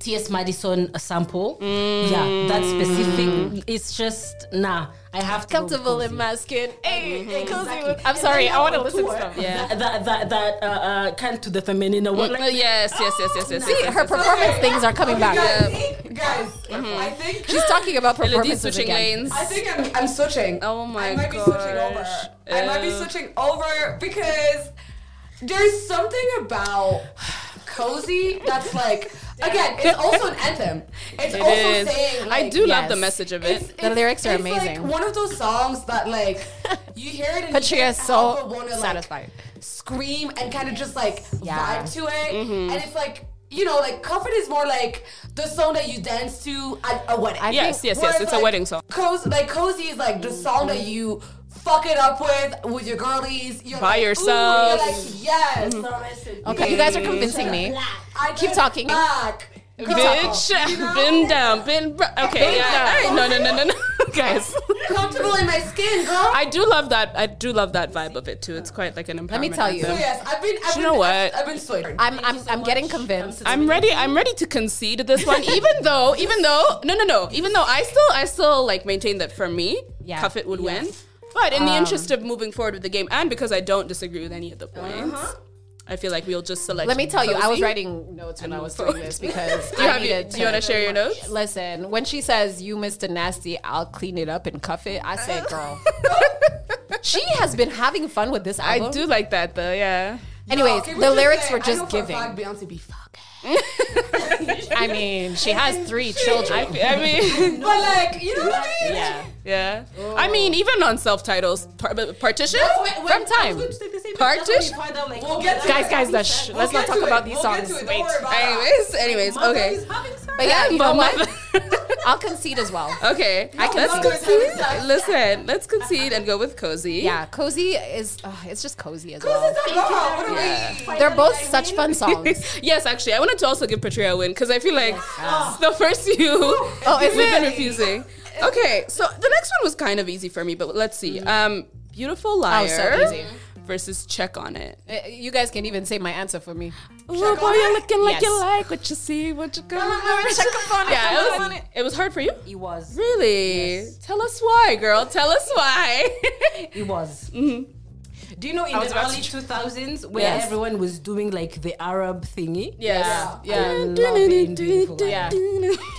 Speaker 4: T.S. Madison sample,
Speaker 1: Mm.
Speaker 4: yeah, that specific. It's just nah. I have to go with
Speaker 1: Comfortable in
Speaker 4: Cozy.
Speaker 1: my skin. Hey, hey, cozy.
Speaker 2: exactly.
Speaker 1: I'm sorry. I
Speaker 2: now
Speaker 1: want to
Speaker 2: on
Speaker 1: listen to
Speaker 2: tour.
Speaker 1: stuff.
Speaker 3: Yeah.
Speaker 4: that that that, that uh, uh, can't to the feminine or what?
Speaker 1: Mm,
Speaker 3: Uh, yes, yes, yes, yes, yes.
Speaker 1: See,
Speaker 3: yes,
Speaker 1: her
Speaker 3: yes, yes.
Speaker 1: performance things are coming back. Mm-hmm.
Speaker 2: Guys, guys, I think
Speaker 1: She's talking about
Speaker 3: Elodie's
Speaker 1: performances
Speaker 3: switching
Speaker 1: again.
Speaker 3: lanes.
Speaker 2: I think I'm, I'm switching.
Speaker 3: Oh my
Speaker 2: I might be switching over.
Speaker 3: gosh.
Speaker 2: I might be
Speaker 3: Uh.
Speaker 2: switching over because there's something about cozy that's like again, it's also an anthem. It's also
Speaker 3: It is.
Speaker 2: saying
Speaker 3: I
Speaker 2: like,
Speaker 3: do love the
Speaker 1: yes.
Speaker 3: message of it.
Speaker 1: The lyrics are
Speaker 2: it's
Speaker 1: amazing.
Speaker 2: Like one of those songs that like you hear it. And you
Speaker 1: Patricia is
Speaker 2: can't
Speaker 1: so
Speaker 2: help but wanna, like,
Speaker 1: Oh, satisfied.
Speaker 2: scream and kind of just like
Speaker 1: Yeah.
Speaker 2: vibe to it, and it's like. You know, like comfort is more like the song that you dance to at a wedding.
Speaker 1: I
Speaker 3: Yes,
Speaker 1: think-
Speaker 3: yes, yes.
Speaker 2: Whereas,
Speaker 3: It's a
Speaker 2: like,
Speaker 3: wedding song.
Speaker 2: Cozy, like cozy is like the song that you fuck it up with with your girlies. You're
Speaker 3: By
Speaker 2: like, ooh,
Speaker 3: yourself.
Speaker 2: You're like yes.
Speaker 1: Okay, you guys are convincing me.
Speaker 2: I
Speaker 1: Mm-hmm. Keep
Speaker 2: get
Speaker 1: talking.
Speaker 2: Back.
Speaker 3: Bitch, been down, been br- okay. Yeah, all right. No, no, no, no, no, guys.
Speaker 2: Comfortable in my skin, girl.
Speaker 3: I do love that. I do love that vibe of it too. It's quite like an empowerment.
Speaker 1: me tell you.
Speaker 2: So
Speaker 3: anthem.
Speaker 2: Oh, yes, I've been. I've
Speaker 3: You
Speaker 2: been,
Speaker 3: know what?
Speaker 2: I've, I've been swayed.
Speaker 1: I'm I'm, I'm getting convinced.
Speaker 3: I'm ready. I'm ready to concede this one. even though, even though, no, no, no. Even though I still, I still like maintain that for me,
Speaker 1: Yeah. Um,
Speaker 3: Cuffit would win. But in the interest of moving forward with the game, and because I don't disagree with any of the points, I feel like we'll just select.
Speaker 1: Uh-huh. Let me tell you, I was
Speaker 3: Cozy.
Speaker 1: writing notes when I was doing this because
Speaker 3: Do you,
Speaker 1: I
Speaker 3: have your-
Speaker 1: needed
Speaker 3: do you want to share your notes?
Speaker 1: Listen, when she says you Mr. Nasty, I'll clean it up and cuff it. I say, girl, she has been having fun with this album.
Speaker 3: I do like that though. Yeah.
Speaker 1: Anyways,
Speaker 2: Okay,
Speaker 1: the
Speaker 2: just
Speaker 1: lyrics
Speaker 2: say,
Speaker 1: were
Speaker 2: I
Speaker 1: just
Speaker 2: know for a
Speaker 1: giving.
Speaker 2: fact Beyonce be fucking.
Speaker 1: I mean, she has three children.
Speaker 3: I mean.
Speaker 2: But like, you know what I mean?
Speaker 1: yeah.
Speaker 3: Yeah.
Speaker 1: Oh.
Speaker 3: I mean, even on self titles, par- partition?
Speaker 1: From time.
Speaker 3: Partish?
Speaker 2: We'll get to
Speaker 1: Guys,
Speaker 2: it.
Speaker 1: guys, let's,
Speaker 2: We'll
Speaker 1: let's
Speaker 2: get
Speaker 1: not
Speaker 2: to
Speaker 1: talk
Speaker 2: it.
Speaker 1: about these
Speaker 2: We'll get
Speaker 1: songs.
Speaker 2: to it. Don't
Speaker 1: Wait.
Speaker 2: worry about it.
Speaker 3: Anyways, anyways, okay.
Speaker 1: But yeah, you know
Speaker 3: But
Speaker 1: what?
Speaker 3: my-
Speaker 1: I'll concede as well.
Speaker 3: okay. I can
Speaker 2: Let's
Speaker 3: let's
Speaker 2: concede.
Speaker 3: concede. Listen, let's concede and go with cozy.
Speaker 1: Yeah, cozy is ugh, it's just cozy as
Speaker 2: Who's
Speaker 1: well.
Speaker 2: this about? What are
Speaker 3: Yeah.
Speaker 2: we?
Speaker 1: They're both such fun songs.
Speaker 3: yes, actually, I wanted to also give Patria a win because I feel like the first few oh,
Speaker 1: is
Speaker 3: we've been
Speaker 1: it?
Speaker 3: refusing. Okay, so the next one was kind of easy for me, but let's see. Um, Beautiful Liar
Speaker 1: Mm-hmm. Oh, easy.
Speaker 3: versus Check on It.
Speaker 1: Uh, You guys can even say my answer for me.
Speaker 3: Look, what you looking like you
Speaker 1: Yes.
Speaker 3: like, what you see, what you got. Yeah, it was, it was hard for you?
Speaker 4: It was.
Speaker 3: Really? Tell us why, girl. Tell us why.
Speaker 4: It was.
Speaker 1: Mm-hmm.
Speaker 4: Do you know in
Speaker 3: was
Speaker 4: the
Speaker 3: about
Speaker 4: early
Speaker 3: to-
Speaker 4: 2000s where
Speaker 3: Yes.
Speaker 4: everyone was doing like the Arab thingy?
Speaker 3: yes.
Speaker 4: I
Speaker 3: Yeah.
Speaker 4: love it, beautiful.
Speaker 1: Yeah.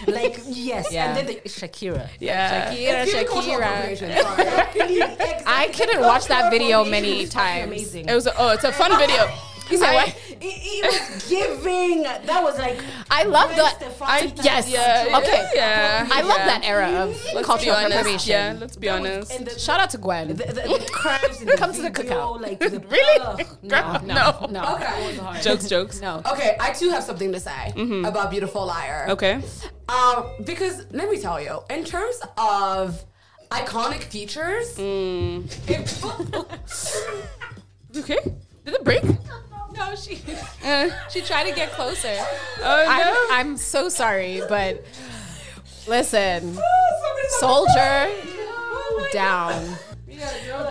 Speaker 4: Like, yes.
Speaker 1: Yeah.
Speaker 4: And then the Shakira.
Speaker 3: Yeah.
Speaker 1: Shakira,
Speaker 2: Give me cultural
Speaker 1: Shakira.
Speaker 2: appropriation, sorry.
Speaker 1: I couldn't watch that video many times.
Speaker 4: Amazing.
Speaker 3: It was a, oh, it's a fun video. You say what?
Speaker 4: It, it was giving. That was like
Speaker 1: I love
Speaker 4: Gwen
Speaker 1: that.
Speaker 4: Stefani
Speaker 1: I,
Speaker 4: type
Speaker 1: yes.
Speaker 3: Yeah.
Speaker 1: Okay.
Speaker 3: Yeah.
Speaker 1: I love
Speaker 3: Yeah.
Speaker 1: that era of
Speaker 3: Let's be
Speaker 1: cultural
Speaker 3: honest.
Speaker 1: appropriation.
Speaker 3: Yeah. Let's be honest.
Speaker 4: and the,
Speaker 1: Shout out to Gwen.
Speaker 4: the, the, the crabs in the
Speaker 1: Come to the
Speaker 4: video,
Speaker 1: cookout.
Speaker 4: Like the,
Speaker 3: Really?
Speaker 4: Ugh, no.
Speaker 3: Girl, no.
Speaker 1: no.
Speaker 2: Okay.
Speaker 3: Jokes, jokes.
Speaker 1: No.
Speaker 2: Okay, I too have something to say
Speaker 1: Mm-hmm.
Speaker 2: about Beautiful Liar.
Speaker 3: Okay.
Speaker 2: Um, because let me tell you, in terms of iconic features,
Speaker 1: Mm.
Speaker 2: if-
Speaker 3: Okay. Did it break?
Speaker 1: No, she
Speaker 3: Uh,
Speaker 1: she tried to get closer.
Speaker 3: oh, no.
Speaker 1: I'm, I'm so sorry, but listen,
Speaker 3: Oh,
Speaker 1: soldier down.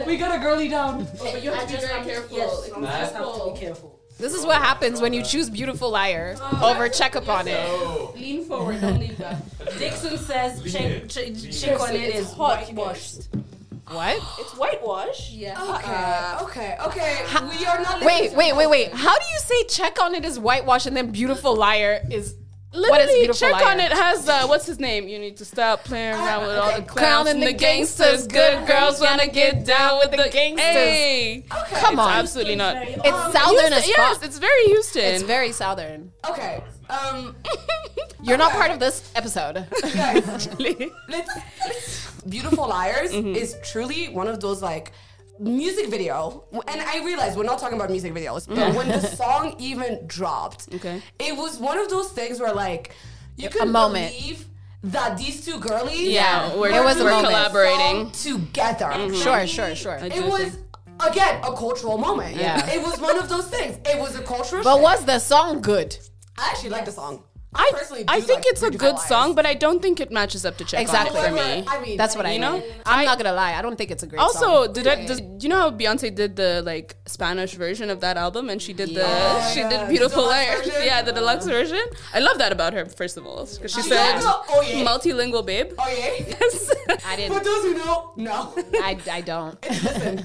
Speaker 4: We got a girly down.
Speaker 3: you have to be very careful.
Speaker 4: Careful.
Speaker 1: This is what happens when you choose beautiful liar over check up on it.
Speaker 3: Lean forward. Don't lean back.
Speaker 4: Dixon says chick, chick, chick on it is whitewashed.
Speaker 1: What?
Speaker 2: okay, uh, okay, okay, we are
Speaker 1: Wait,
Speaker 2: not. listening to-
Speaker 1: wait, wait, wait. How do you say check on it is whitewash and then beautiful liar is
Speaker 3: Literally,
Speaker 1: what is beautiful
Speaker 3: check
Speaker 1: liar?
Speaker 3: on it has uh, what's his name? You need to stop playing around with all the
Speaker 1: Clown
Speaker 3: clowns and the gangsters. Good girls wanna get down with the gangsters. Hey.
Speaker 1: Come on.
Speaker 3: Absolutely not.
Speaker 1: It's
Speaker 2: Um,
Speaker 1: southern as
Speaker 3: Houston, yes,
Speaker 1: fuck.
Speaker 3: it's very Houston.
Speaker 1: It's very southern.
Speaker 2: Okay, um,
Speaker 1: You're not part of this episode.
Speaker 2: guys,
Speaker 3: very
Speaker 2: let's- Beautiful Liars
Speaker 3: Mm-hmm.
Speaker 2: is truly one of those like music video, and I realize we're not talking about music videos, but when the song even dropped,
Speaker 3: Mm. Okay.
Speaker 2: it was one of those things where like you could
Speaker 1: moment.
Speaker 2: believe that these two girlies,
Speaker 3: Yeah, we're-
Speaker 1: it was a moment.
Speaker 2: doing the song
Speaker 3: Collaborating. Mm-hmm.
Speaker 2: together.
Speaker 1: sure, sure, sure.
Speaker 3: I-
Speaker 2: It was again a cultural moment.
Speaker 1: Yeah.
Speaker 2: It was one of those things. It was a cultural.
Speaker 1: But
Speaker 2: shift.
Speaker 1: was the song good?
Speaker 2: I actually like the song.
Speaker 3: I,
Speaker 2: personally
Speaker 3: I
Speaker 2: do
Speaker 3: think
Speaker 2: like
Speaker 3: it's a
Speaker 2: Beautiful
Speaker 3: good
Speaker 2: Liars.
Speaker 3: song, but I don't think it matches up to check
Speaker 1: Exactly.
Speaker 3: on it for
Speaker 2: However,
Speaker 3: me.
Speaker 2: I mean,
Speaker 1: That's what I
Speaker 3: You
Speaker 1: know.
Speaker 3: know?
Speaker 1: I'm
Speaker 3: I-
Speaker 1: not gonna lie. I don't think it's a great song.
Speaker 3: Also, did I, does, do you know how Beyonce did the like Spanish version of that album, and she did the
Speaker 1: Yeah.
Speaker 3: she
Speaker 2: Yeah,
Speaker 3: did
Speaker 2: the
Speaker 3: beautiful
Speaker 2: deluxe
Speaker 3: liars,
Speaker 2: version.
Speaker 3: yeah, the deluxe version. I love that about her. First of all, 'cause she
Speaker 2: Yeah.
Speaker 3: said
Speaker 2: Oh, yeah.
Speaker 3: multilingual babe.
Speaker 2: Oh yeah.
Speaker 3: Yes.
Speaker 1: I
Speaker 2: For
Speaker 1: didn't.
Speaker 2: those who know, no.
Speaker 1: I, I don't.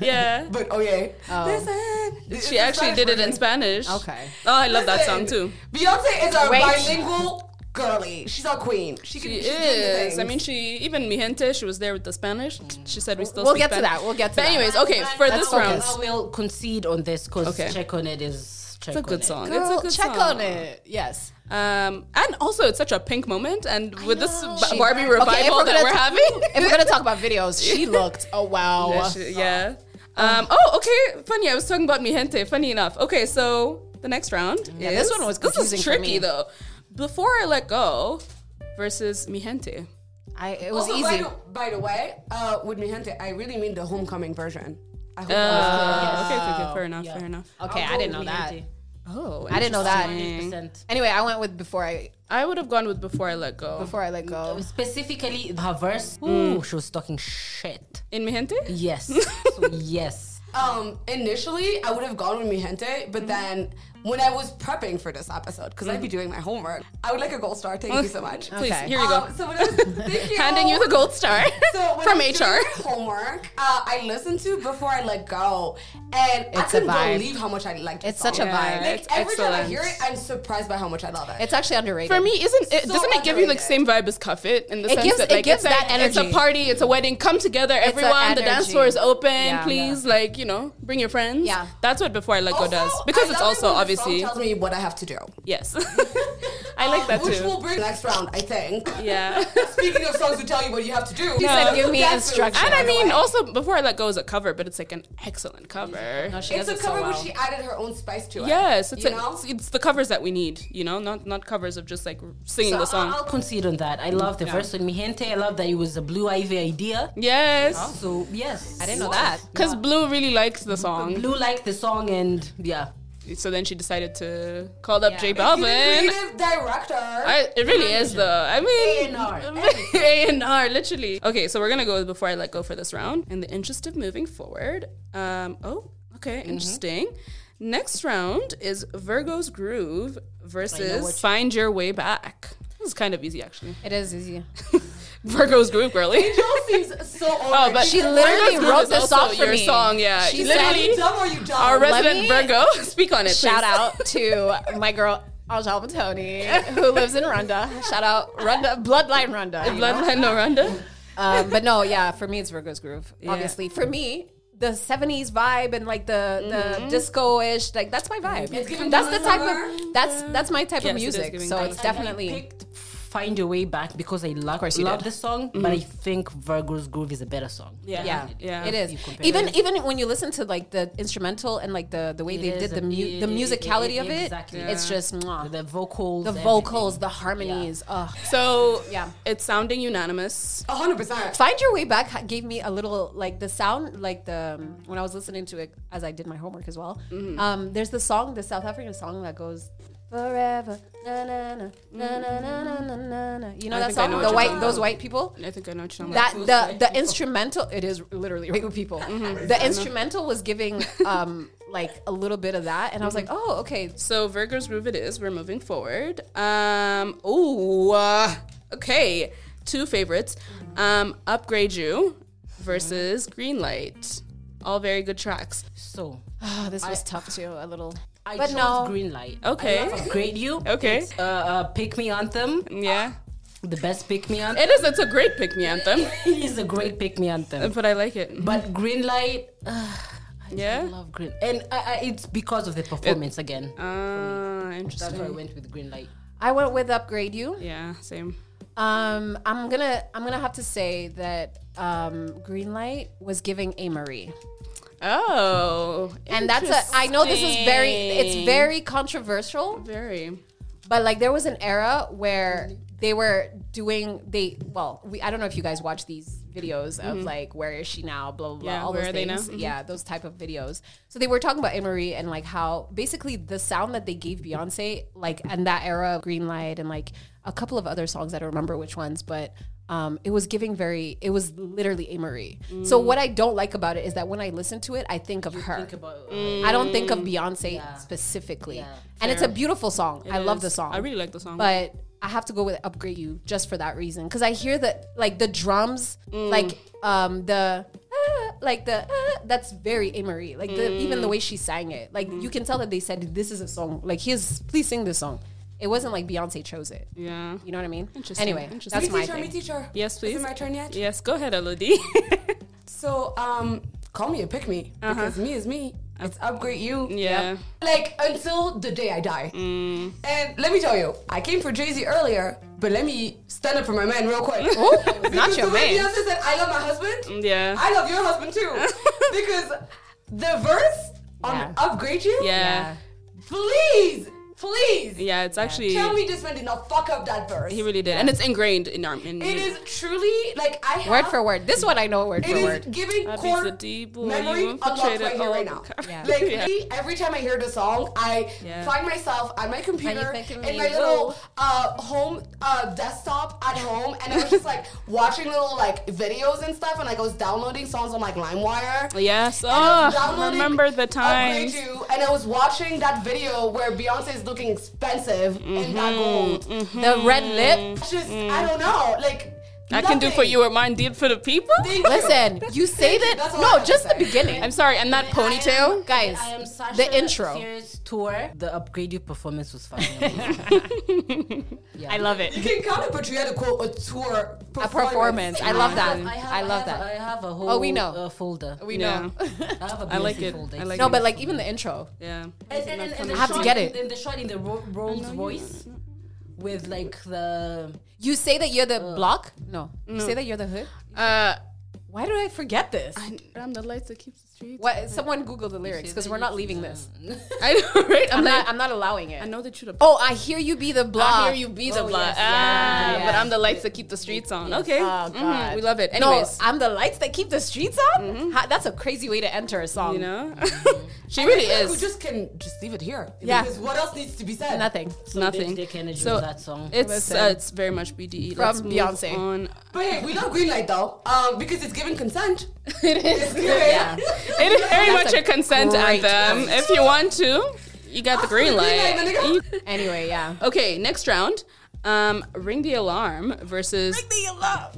Speaker 3: yeah.
Speaker 2: but oh yeah.
Speaker 1: Oh.
Speaker 2: Listen.
Speaker 3: She actually did it in Spanish.
Speaker 1: Okay.
Speaker 3: Oh, I love that song too.
Speaker 2: Beyonce is a
Speaker 1: Wait.
Speaker 2: bilingual girly. She's our queen. She, can,
Speaker 3: She
Speaker 2: she's doing the
Speaker 3: is. I
Speaker 2: things.
Speaker 3: mean, she even mi gente. She was there with the Spanish. She said we still.
Speaker 1: We'll
Speaker 3: speak
Speaker 1: get to
Speaker 3: Spanish.
Speaker 1: that. We'll get to
Speaker 3: But
Speaker 1: that.
Speaker 3: anyways, okay. For
Speaker 4: I
Speaker 3: this
Speaker 4: will-
Speaker 3: round,
Speaker 4: I will concede on this because
Speaker 3: Okay.
Speaker 4: check on it is
Speaker 3: it's
Speaker 4: check
Speaker 3: a
Speaker 4: on
Speaker 3: good
Speaker 4: it.
Speaker 3: song.
Speaker 1: Girl,
Speaker 3: it's a good
Speaker 1: check
Speaker 3: song.
Speaker 1: on it. Yes.
Speaker 3: Um, and also, it's such a pink moment. And with this
Speaker 1: know.
Speaker 3: Ba-
Speaker 1: She-
Speaker 3: Barbie
Speaker 1: Okay, if
Speaker 3: revival
Speaker 1: we're
Speaker 3: that
Speaker 1: gonna
Speaker 3: we're
Speaker 1: ta-
Speaker 3: having,
Speaker 1: If we're gonna talk about videos, she looked. Oh wow.
Speaker 3: yeah. she- yeah. Um, oh, okay. Funny, I was talking about mi gente. Funny enough. Okay, so the next round.
Speaker 1: Yeah,
Speaker 3: is-
Speaker 1: this one was
Speaker 3: this
Speaker 1: confusing
Speaker 3: is
Speaker 1: for
Speaker 3: tricky
Speaker 1: me.
Speaker 3: though. Before I let go, versus mi gente.
Speaker 1: I, it was
Speaker 2: Also, By
Speaker 1: easy.
Speaker 2: the, by the way, uh, with Mi Gente, I really mean the homecoming version. I hope
Speaker 3: Uh, okay, okay, okay, fair enough,
Speaker 4: Yeah.
Speaker 3: fair enough.
Speaker 1: Okay, I didn't know that.
Speaker 3: Oh,
Speaker 1: I didn't know that.
Speaker 3: interesting.
Speaker 4: Percent.
Speaker 1: Anyway, I went with before I
Speaker 3: I would have gone with Before I Let Go.
Speaker 5: Before I let go.
Speaker 4: Specifically, her verse. Ooh, she was talking shit.
Speaker 3: In Mi Gente?
Speaker 4: Yes. so, yes.
Speaker 2: Um, initially, I would have gone with Mi Gente,
Speaker 3: Mm-hmm.
Speaker 2: but then when I was prepping for this episode, because I'd be doing my homework, I would like a gold star. Thank you so much.
Speaker 3: Please,
Speaker 1: Okay.
Speaker 3: Mm. here you go.
Speaker 2: Um, so when I was, thank you.
Speaker 3: Handing you the gold star
Speaker 2: So when
Speaker 3: from
Speaker 2: I was
Speaker 3: HR.
Speaker 2: doing homework. Uh, I listened to before I let go, and I
Speaker 1: It's a
Speaker 2: couldn't
Speaker 1: vibe.
Speaker 2: believe how much I liked.
Speaker 1: It's
Speaker 2: the
Speaker 1: such a
Speaker 2: song.
Speaker 1: vibe.
Speaker 2: Like
Speaker 3: It's
Speaker 2: every time I
Speaker 3: excellent.
Speaker 2: hear it, I'm surprised by how much I love it.
Speaker 1: It's actually underrated.
Speaker 3: For me, isn't it,
Speaker 2: So
Speaker 3: doesn't it give you like
Speaker 2: underrated.
Speaker 3: same vibe as Cuff It in the
Speaker 1: It
Speaker 3: sense
Speaker 1: gives-
Speaker 3: that
Speaker 1: it
Speaker 3: like
Speaker 1: gives
Speaker 3: it's like,
Speaker 1: that
Speaker 3: It's
Speaker 1: energy.
Speaker 3: a party, it's a wedding. Come together,
Speaker 1: a
Speaker 3: everyone. The dance
Speaker 1: energy.
Speaker 3: floor is open.
Speaker 1: Yeah.
Speaker 3: please, like you know, bring your friends.
Speaker 1: Yeah.
Speaker 3: that's what Before I Let Go
Speaker 2: Also,
Speaker 3: does
Speaker 2: I
Speaker 3: because it's
Speaker 2: love it
Speaker 3: also
Speaker 2: when the
Speaker 3: obviously
Speaker 2: song tells me what I have to do.
Speaker 3: yes. I like that
Speaker 2: Which
Speaker 3: too.
Speaker 2: will bring next round, I think.
Speaker 3: Yeah,
Speaker 2: Speaking of songs who tell you what you have to do,
Speaker 1: She said, "Give me
Speaker 2: That's-
Speaker 1: instructions."
Speaker 3: and I mean also Before I Let Go is a cover, but it's like an excellent cover.
Speaker 1: no, she
Speaker 2: it's a
Speaker 1: does it so
Speaker 2: cover
Speaker 1: well.
Speaker 2: where she added her own spice to it.
Speaker 3: Yes, it's,
Speaker 2: you
Speaker 3: a-
Speaker 2: know?
Speaker 3: it's it's the covers that we need, you know, not not covers of just like singing
Speaker 4: So
Speaker 3: the
Speaker 4: I-
Speaker 3: song.
Speaker 4: I'll concede on that. I love the verse with Mi Gente. I love that it was a Blue Ivy idea.
Speaker 3: yes,
Speaker 4: So, yes.
Speaker 1: I didn't know that.
Speaker 3: because Blue really likes the song,
Speaker 4: Blue liked the song and yeah.
Speaker 3: so then she decided to call up
Speaker 1: Yeah.
Speaker 3: J
Speaker 1: If
Speaker 2: She's a
Speaker 3: Balvin.
Speaker 2: creative director.
Speaker 3: I, it really is though. I mean,
Speaker 4: A&R.
Speaker 3: A and R, literally. Okay, so we're gonna go with before I let go for this round. In the interest of moving forward, um, oh, okay,
Speaker 1: Mm-hmm.
Speaker 3: interesting. Next round is Virgo's Groove versus Find Your Way Back. This is kind of easy actually.
Speaker 1: It is easy.
Speaker 3: Virgo's Groove, girly.
Speaker 2: Joel seems so over.
Speaker 3: Oh, but
Speaker 1: She literally
Speaker 3: Virgo's Groove
Speaker 1: wrote
Speaker 3: is
Speaker 1: the
Speaker 3: also
Speaker 1: song for
Speaker 3: your
Speaker 1: me.
Speaker 3: song, yeah.
Speaker 1: She
Speaker 2: Are you
Speaker 3: literally,
Speaker 2: dumb or you dumb?
Speaker 3: our resident
Speaker 1: me-
Speaker 3: Virgo. Speak on it.
Speaker 1: Shout
Speaker 3: please.
Speaker 1: out to my girl Angel Matoni, who lives in Runda. Shout out Runda, Bloodline Runda. you know?
Speaker 3: Bloodline Noranda.
Speaker 1: Um, but no, yeah, for me it's Virgo's groove. Obviously, for me. The '70s vibe and like the the disco-ish, like that's my vibe.
Speaker 2: giving
Speaker 1: That's the
Speaker 2: Donna
Speaker 1: type
Speaker 2: Summer.
Speaker 1: of that's that's my type
Speaker 3: Yes,
Speaker 1: of
Speaker 3: it is
Speaker 1: music.
Speaker 3: giving
Speaker 1: So
Speaker 3: Donna
Speaker 1: it's
Speaker 3: Summer.
Speaker 1: definitely
Speaker 4: picked Find Your Way Back because I love,
Speaker 3: you
Speaker 4: love
Speaker 3: did.
Speaker 4: the song, but I think Virgo's Groove is a better song.
Speaker 1: Mm-hmm. yeah,
Speaker 3: yeah.
Speaker 1: it
Speaker 4: You
Speaker 1: is.
Speaker 4: compare
Speaker 1: Even even when you listen to like the instrumental and like the the way
Speaker 4: It
Speaker 1: they
Speaker 4: is
Speaker 1: did the
Speaker 4: a-
Speaker 1: mu-
Speaker 4: it-
Speaker 1: the
Speaker 4: it- it-
Speaker 1: musicality of it,
Speaker 4: exactly.
Speaker 1: it's just mwah.
Speaker 4: The vocals.
Speaker 1: the
Speaker 4: everything.
Speaker 1: vocals, the harmonies. Ugh.
Speaker 3: So
Speaker 1: Yeah.
Speaker 3: it's sounding unanimous.
Speaker 2: 100%.
Speaker 1: Find Your Way Back ha- gave me a little like the sound, like the um, when I was listening to it as I did my homework as well. Um, there's the song, the South African song that goes forever, na na na na na na na na na. You know
Speaker 3: I
Speaker 1: that
Speaker 3: think I
Speaker 1: song,
Speaker 3: know what
Speaker 1: the
Speaker 3: you're
Speaker 1: white
Speaker 3: talking
Speaker 1: those white people.
Speaker 3: I think I know what you're talking about.
Speaker 1: That the the instrumental it is literally regular people. The instrumental was giving um like a little bit of that, and I was like, oh okay,
Speaker 3: So Virgo's groove it is. We're moving forward. Um. Ooh. uh, okay. Two favorites. Um. Upgrade you versus Green Light. All very good tracks.
Speaker 4: So
Speaker 1: oh, this was tough too a little.
Speaker 4: I
Speaker 1: But
Speaker 4: chose
Speaker 1: no.
Speaker 4: Green Light.
Speaker 3: Okay.
Speaker 4: Upgrade you.
Speaker 3: Okay.
Speaker 4: It's, uh, uh, pick me anthem.
Speaker 3: Yeah.
Speaker 4: The best pick me anthem.
Speaker 3: It is. It's a great pick me anthem.
Speaker 4: It is a great pick me anthem.
Speaker 3: But I like it.
Speaker 4: But Green Light. Uh, I
Speaker 3: Yeah.
Speaker 4: love Green. And I, I, it's because of the performance again.
Speaker 3: Uh,
Speaker 4: That's why I
Speaker 3: interesting.
Speaker 4: went with Green Light.
Speaker 1: I went with upgrade you.
Speaker 3: Yeah. Same.
Speaker 1: Um, I'm gonna I'm gonna have to say that um, Greenlight was giving a Marie,
Speaker 3: Oh.
Speaker 1: and that's a. I know this is very it's very controversial,
Speaker 3: Very.
Speaker 1: but like there was an era where they were doing they well we I don't know if you guys watch these videos of like where is she now blah blah blah
Speaker 3: Mm-hmm. Yeah,
Speaker 1: all
Speaker 3: where
Speaker 1: those
Speaker 3: are they now? Mm-hmm.
Speaker 1: things yeah those type of videos so they were talking about Emery and like how basically the sound that they gave Beyonce like and that era of Greenlight and like a couple of other songs I don't remember which ones but um, it was giving very it was literally Emery so
Speaker 3: Mm.
Speaker 1: what I don't like about it is that when I listen to it I think of her
Speaker 4: Think about. uh,
Speaker 1: I don't think
Speaker 2: Mm.
Speaker 1: of Beyonce specifically and it's a beautiful song I love the song
Speaker 3: I really like the song.
Speaker 1: but I have to go with upgrade you just for that reason because I hear that like the drums,
Speaker 2: Mm.
Speaker 1: like um the ah, like the ah, that's very Emery. Like the, even the
Speaker 2: Mm.
Speaker 1: way she sang it, like you can tell that they said this is a song. Like here's please sing this song. It wasn't like Beyonce chose it.
Speaker 2: Mm.
Speaker 3: yeah.
Speaker 1: You know what I mean?
Speaker 3: Interesting,
Speaker 1: Anyway,
Speaker 3: interesting.
Speaker 1: that's
Speaker 2: me
Speaker 1: my
Speaker 2: teacher, me
Speaker 1: thing.
Speaker 2: teacher.
Speaker 3: Yes, please.
Speaker 2: Is it my turn yet?
Speaker 3: Yes. Go ahead, Elodie.
Speaker 2: So, um, call me and pick me because
Speaker 1: Uh-huh.
Speaker 2: me is me. It's upgrade you.
Speaker 3: Yeah.
Speaker 2: Like until the day I die.
Speaker 1: Mm.
Speaker 2: And let me tell you, I came for Jay Z earlier, but let me stand up for my man real quick. Because
Speaker 1: Oh, not your
Speaker 2: the way
Speaker 1: man. Mm,
Speaker 2: Beyonce said, "I love my husband."
Speaker 3: Yeah.
Speaker 2: I love your husband too because the verse on
Speaker 1: Yeah.
Speaker 2: upgrade you.
Speaker 3: yeah.
Speaker 2: Please Please.
Speaker 3: Yeah, it's actually
Speaker 2: Tell me this man did not fuck up that verse.
Speaker 3: he really did, and it's ingrained in our. In,
Speaker 2: it is truly like I have,
Speaker 1: Word for word. This one I know word
Speaker 2: It
Speaker 1: for
Speaker 2: is
Speaker 1: word.
Speaker 2: giving
Speaker 3: That is
Speaker 2: core
Speaker 3: a deep blue.
Speaker 2: memory
Speaker 3: You
Speaker 2: unlocked right
Speaker 3: infiltrated
Speaker 2: here
Speaker 3: all
Speaker 2: right
Speaker 3: the
Speaker 2: now.
Speaker 3: crap.
Speaker 1: Yeah.
Speaker 2: Like
Speaker 3: Yeah.
Speaker 2: me, every time I hear the song, I
Speaker 3: Yeah.
Speaker 2: find myself on my computer
Speaker 1: thinking
Speaker 2: in
Speaker 1: me,
Speaker 2: my
Speaker 1: whoa.
Speaker 2: little uh, home uh, desktop at home, and I was just like watching little like videos and stuff, and like I was downloading songs on like LimeWire.
Speaker 3: Yes.
Speaker 2: And I was
Speaker 3: Oh,
Speaker 2: downloading
Speaker 3: remember the
Speaker 2: Upgrade
Speaker 3: times.
Speaker 2: You, and I was watching that video where Beyonce is looking expensive in
Speaker 3: Mm-hmm.
Speaker 2: that gold.
Speaker 1: The red
Speaker 3: Mm.
Speaker 1: lip.
Speaker 2: It's Just I don't know, like
Speaker 3: I can do for
Speaker 2: nothing.
Speaker 3: you what mine did for the people.
Speaker 2: Thank you.
Speaker 1: Listen, you say
Speaker 2: Thank you.
Speaker 1: that.
Speaker 2: That's all I
Speaker 1: No,
Speaker 2: have to
Speaker 1: just the
Speaker 2: say.
Speaker 1: beginning.
Speaker 3: I'm sorry, and that ponytail.
Speaker 1: Guys,
Speaker 4: I am Sasha
Speaker 1: the intro.
Speaker 4: Fierce tour. The upgrade you performance was fucking.
Speaker 1: I
Speaker 3: love it.
Speaker 2: You can count it, but you had to quote a tour
Speaker 1: A performance. I love that. I love
Speaker 4: I
Speaker 1: that.
Speaker 4: have a whole
Speaker 1: Oh, we know.
Speaker 4: uh, folder.
Speaker 1: We
Speaker 3: Yeah.
Speaker 1: know.
Speaker 4: I have a
Speaker 3: I like
Speaker 4: beautiful
Speaker 3: it.
Speaker 4: folder.
Speaker 3: I like
Speaker 1: No,
Speaker 3: it.
Speaker 1: but like even the intro.
Speaker 3: yeah.
Speaker 4: And, and, and, and the
Speaker 1: I have to
Speaker 4: shot
Speaker 1: get
Speaker 4: in-
Speaker 1: it.
Speaker 4: And the shot in the Ro- Rolls Royce with like the
Speaker 1: You say that you're the block? No. You say that you're the hood?
Speaker 3: Uh,
Speaker 1: Why did I forget this?
Speaker 3: I'm the lights that keeps the streets.
Speaker 1: What someone Google the lyrics because we're not leaving this.
Speaker 3: I know, right? I'm
Speaker 1: I'm
Speaker 3: like,
Speaker 1: not I'm not allowing
Speaker 3: I
Speaker 1: it.
Speaker 3: know that you're the.
Speaker 1: Oh, I hear you be the block.
Speaker 3: I hear you be the
Speaker 1: Oh,
Speaker 3: blood.
Speaker 1: yes,
Speaker 3: ah,
Speaker 1: yeah, yeah.
Speaker 3: but I'm the lights that keep the streets on. Okay.
Speaker 1: Oh,
Speaker 3: Mhm,
Speaker 1: God.
Speaker 3: We love it.
Speaker 1: No,
Speaker 3: Anyways,
Speaker 1: I'm the lights that keep the streets on. Ha- that's a crazy way to enter a song.
Speaker 3: Mm-hmm. you know, she really
Speaker 2: We
Speaker 3: is.
Speaker 2: just can just leave it here.
Speaker 1: Yeah.
Speaker 2: Because what else needs to be said?
Speaker 1: Nothing.
Speaker 3: Nothing.
Speaker 4: They can enjoy
Speaker 3: So,
Speaker 4: that song.
Speaker 3: It's
Speaker 1: Listen.
Speaker 3: uh, it's very much BDE.
Speaker 1: From
Speaker 3: Let's move
Speaker 1: Beyonce.
Speaker 3: on.
Speaker 2: But hey, we love green light though, um, because it's giving consent.
Speaker 3: It is.
Speaker 2: It's giving.
Speaker 3: It is very
Speaker 1: That's
Speaker 3: much
Speaker 1: a
Speaker 3: a consent
Speaker 1: great Ah,
Speaker 3: anthem.
Speaker 1: point.
Speaker 3: If you want to, you got the green
Speaker 2: my
Speaker 3: light.
Speaker 2: nigga.
Speaker 3: You-
Speaker 1: Anyway, yeah.
Speaker 3: Okay, next round. Um, ring the alarm versus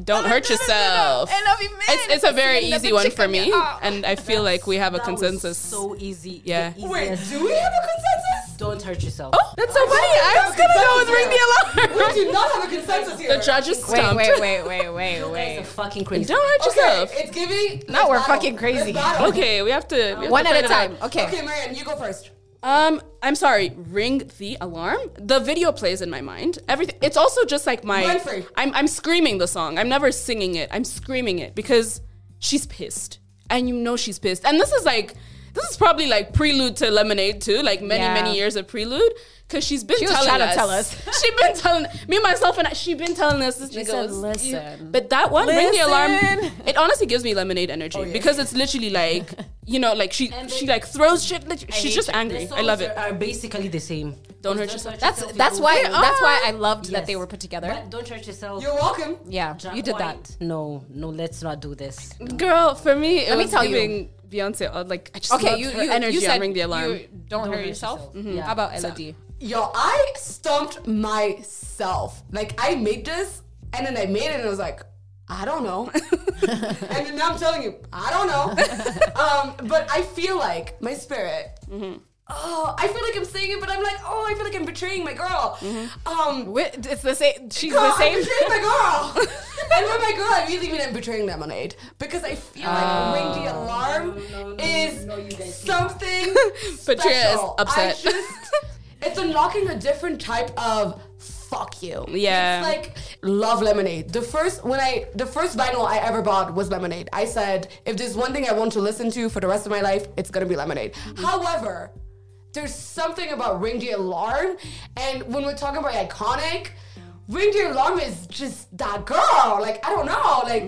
Speaker 3: don't hurt yourself. It's, it's a very easy one for me, and I feel like we have a
Speaker 4: That was
Speaker 3: consensus.
Speaker 4: so easy.
Speaker 3: Yeah.
Speaker 4: The
Speaker 2: Wait,
Speaker 4: easiest.
Speaker 2: do we have a consensus?
Speaker 4: Don't hurt yourself.
Speaker 3: Oh, that's so funny. I was gonna go with ring the alarm.
Speaker 2: We do not have a consensus here.
Speaker 3: The judge is
Speaker 1: Wait,
Speaker 3: stumped.
Speaker 1: wait, wait, wait, wait,
Speaker 4: Guys
Speaker 1: wait.
Speaker 4: are fucking crazy.
Speaker 3: Don't hurt
Speaker 2: Okay,
Speaker 3: yourself.
Speaker 2: it's giving.
Speaker 1: No,
Speaker 2: let's
Speaker 1: we're
Speaker 2: battle.
Speaker 1: fucking crazy.
Speaker 2: Let's battle.
Speaker 3: Okay, we have to. we have
Speaker 1: One
Speaker 3: to
Speaker 1: at
Speaker 3: fight
Speaker 1: a
Speaker 3: it
Speaker 1: time.
Speaker 3: out.
Speaker 1: Okay.
Speaker 2: Okay, Marianne, you go first.
Speaker 3: Um, I'm sorry. Ring the alarm. The video plays in my mind. Everything. It's also just like my.
Speaker 2: Mindfree.
Speaker 3: I'm I'm screaming the song. I'm never singing it. I'm screaming it because she's pissed, and you know she's pissed. And this is like, this is probably like prelude to Lemonade too. Like many
Speaker 1: Yeah.
Speaker 3: many years of prelude. Cause she's been
Speaker 1: She was
Speaker 3: telling
Speaker 1: trying to
Speaker 3: us.
Speaker 1: tell us.
Speaker 3: She been telling me myself and I, she been telling us. This nigga
Speaker 1: said,
Speaker 3: was-
Speaker 1: "Listen."
Speaker 3: But that one ring the alarm.
Speaker 1: Listen. Oh,
Speaker 3: It honestly gives me lemonade energy because it's literally like you know like she
Speaker 4: And
Speaker 3: she
Speaker 4: they-
Speaker 3: like throws shit. lit-
Speaker 4: I
Speaker 3: She's
Speaker 4: hate
Speaker 3: just
Speaker 4: it.
Speaker 3: angry.
Speaker 4: The
Speaker 3: I love
Speaker 4: songs
Speaker 3: it.
Speaker 4: Are are basically the same.
Speaker 3: Don't hurt yourself.
Speaker 1: That's
Speaker 4: Yourself,
Speaker 1: that's
Speaker 4: you
Speaker 1: why
Speaker 4: will-
Speaker 1: that's why I loved
Speaker 4: Yes.
Speaker 1: that they were put together.
Speaker 4: But don't hurt yourself.
Speaker 2: You're welcome.
Speaker 1: Yeah,
Speaker 4: Jack
Speaker 1: you did
Speaker 4: White.
Speaker 1: that.
Speaker 4: No, no, let's not do this.
Speaker 3: Girl, for me, it
Speaker 1: Let me
Speaker 3: was
Speaker 1: tell you.
Speaker 3: giving Beyonce uh, like I just
Speaker 1: Okay,
Speaker 3: loved
Speaker 1: you
Speaker 3: her
Speaker 1: you,
Speaker 3: energy
Speaker 1: you
Speaker 3: on
Speaker 1: said
Speaker 3: ring the alarm.
Speaker 1: you don't, hurt yourself. Mm-hmm.
Speaker 4: yourself. Mhm. Yeah.
Speaker 1: How about Elodie?
Speaker 2: Yo, I stumped myself. Like I made this, and then I made it, and I was like, I don't know. and then now I'm telling you, I don't know. um, but I feel like my spirit. Oh, I feel like I'm saying it, but I'm like, oh, I feel like I'm betraying my girl. Um,
Speaker 1: Wi- It's the same. She's
Speaker 2: girl,
Speaker 1: the
Speaker 2: I'm
Speaker 1: same.
Speaker 2: betraying my girl. and when my girl, I really mean I'm betraying lemonade because I feel like ring the alarm is something.
Speaker 3: Patria is
Speaker 2: special.
Speaker 3: upset.
Speaker 2: I just, it's unlocking a different type of fuck you.
Speaker 3: Yeah.
Speaker 2: It's like love lemonade. The first when I the first vinyl I ever bought was lemonade. I said if there's one thing I want to listen to for the rest of my life, it's gonna be lemonade.
Speaker 1: Mm-hmm.
Speaker 2: However, there's something about Ring the Alarm, and when we're talking about iconic, Ring the Alarm is just that girl. Like I don't know, like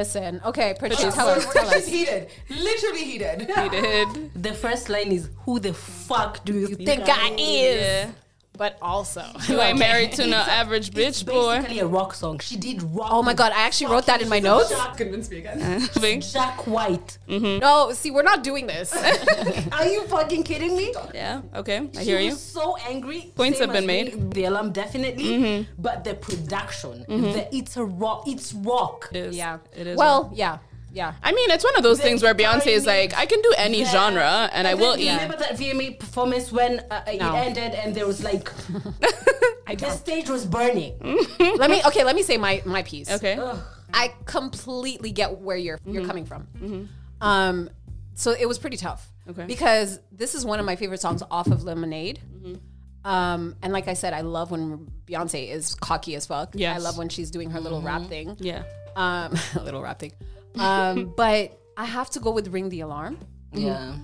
Speaker 1: Listen, okay, Patricia,
Speaker 3: Patricia,
Speaker 1: Mm-hmm. tell us, tell
Speaker 2: she's
Speaker 1: us.
Speaker 2: heated, literally heated.
Speaker 3: Did.
Speaker 4: The first line is, "Who the fuck do you, think,
Speaker 1: think I is, but also.
Speaker 3: You ain't married to no average
Speaker 4: It's
Speaker 3: bitch boy.
Speaker 4: basically a rock song. She did rock.
Speaker 1: Oh my god, I actually wrote that in my notes.
Speaker 2: Convince me
Speaker 1: Uh-huh.
Speaker 2: again.
Speaker 4: Jack White.
Speaker 3: Mm.
Speaker 1: No, see, we're not doing this.
Speaker 4: Are you fucking kidding me?
Speaker 3: yeah. Okay. I hear
Speaker 4: she
Speaker 3: you.
Speaker 4: was so angry.
Speaker 3: Points
Speaker 4: same
Speaker 3: have been Mm-hmm.
Speaker 4: as me, The alarm definitely, but the production, the, it's a rock. It's rock.
Speaker 3: It is.
Speaker 1: yeah,
Speaker 3: It is.
Speaker 1: Well, yeah, yeah.
Speaker 3: I mean, it's one of those
Speaker 4: The
Speaker 3: things where Beyonce is
Speaker 4: timing,
Speaker 3: like, I can do any
Speaker 4: the-
Speaker 3: genre, and I
Speaker 4: then
Speaker 3: will
Speaker 4: do
Speaker 3: eat.
Speaker 4: you Remember that VMA performance when uh, it
Speaker 1: No.
Speaker 4: ended and there was like the stage was burning.
Speaker 1: Let me. Okay, let me say my my piece.
Speaker 3: Okay.
Speaker 1: I completely get where you're you're
Speaker 3: Mm-hmm.
Speaker 1: coming from. Um, so it was pretty tough.
Speaker 3: Okay.
Speaker 1: Because this is one of my favorite songs off of Lemonade.
Speaker 3: Mm-hmm.
Speaker 1: Um, and like I said, I love when Beyonce is cocky as fuck.
Speaker 3: Yes. Mm-hmm.
Speaker 1: I love when she's doing her little rap thing.
Speaker 3: Yeah.
Speaker 1: Um, little rap thing. Um, but I have to go with Ring the Alarm
Speaker 4: Yeah.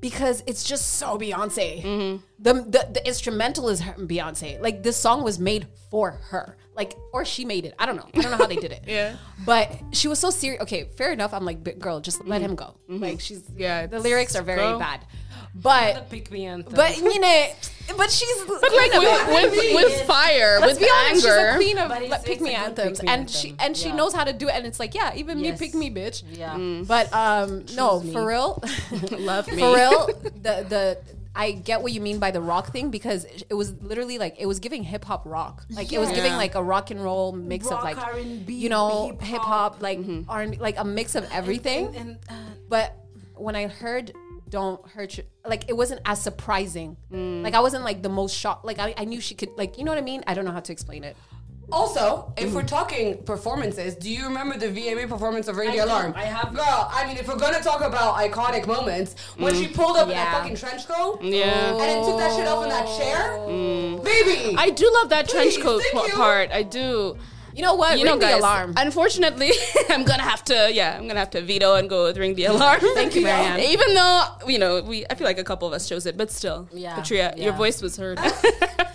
Speaker 1: because it's just so Beyonce.
Speaker 3: Mm-hmm.
Speaker 1: The, the the instrumental is her Beyonce. Like this song was made for her. Like or she made it. I don't know. I don't know how they did it.
Speaker 3: Yeah.
Speaker 1: But she was so serious. Okay, fair enough. I'm like, "But girl, just let him go. Like she's
Speaker 3: Mm-hmm. Yeah,
Speaker 1: The
Speaker 3: it's-
Speaker 1: lyrics are very
Speaker 3: go.
Speaker 1: bad, but
Speaker 4: Pick me anthem.
Speaker 1: but you know, but she's
Speaker 3: But like with, with, with fire,
Speaker 1: Let's
Speaker 3: with
Speaker 1: be honest,
Speaker 3: anger.
Speaker 1: she's a queen of
Speaker 4: But it's-
Speaker 1: like, pick
Speaker 4: it's a
Speaker 1: me
Speaker 4: good
Speaker 1: anthems,
Speaker 4: pick-me
Speaker 1: and
Speaker 4: anthem.
Speaker 1: she and she
Speaker 4: Yeah.
Speaker 1: knows how to do it. And it's like, yeah, even
Speaker 4: Yes.
Speaker 1: me, pick me, bitch.
Speaker 4: yeah.
Speaker 3: Mm.
Speaker 1: But um, no, for real,
Speaker 3: Love me.
Speaker 1: for real. The the I get what you mean by the rock thing because it was literally like it was giving hip hop rock, like it was
Speaker 3: Yeah.
Speaker 1: giving like a rock and roll mix
Speaker 2: Rock,
Speaker 1: of like
Speaker 2: R&B,
Speaker 1: you know
Speaker 2: hip-hop.
Speaker 1: hip hop, like
Speaker 3: Mm-hmm.
Speaker 1: R and like a mix of everything.
Speaker 4: And uh,
Speaker 1: But when I heard "Don't Hurt You," like it wasn't as surprising.
Speaker 3: Mm.
Speaker 1: Like I wasn't like the most shocked. Like I, I knew she could. Like you know what I mean? I don't know how to explain it.
Speaker 2: Also, if we're talking performances, do you remember the VMA performance of Ring the
Speaker 4: I do,
Speaker 2: Alarm?
Speaker 4: I have.
Speaker 2: Girl, I mean, if we're gonna talk about iconic moments, when she pulled up in that
Speaker 1: Yeah.
Speaker 2: fucking trench coat
Speaker 3: Yeah.
Speaker 2: and then took that shit off in that chair, baby.
Speaker 3: I do love that trench
Speaker 2: Please,
Speaker 3: coat
Speaker 2: thank
Speaker 3: pa-
Speaker 2: you.
Speaker 3: part. I do.
Speaker 1: You know what?
Speaker 3: You
Speaker 1: Ring
Speaker 3: know, guys.
Speaker 1: the alarm.
Speaker 3: Unfortunately, I'm gonna have to. Yeah, I'm gonna have to veto and go with ring the alarm. Thank
Speaker 1: you, Marianne.
Speaker 3: Even though you know, we I feel like a couple of us chose it, but still,
Speaker 4: Yeah,
Speaker 3: Patria, your
Speaker 4: yeah.
Speaker 3: voice was heard.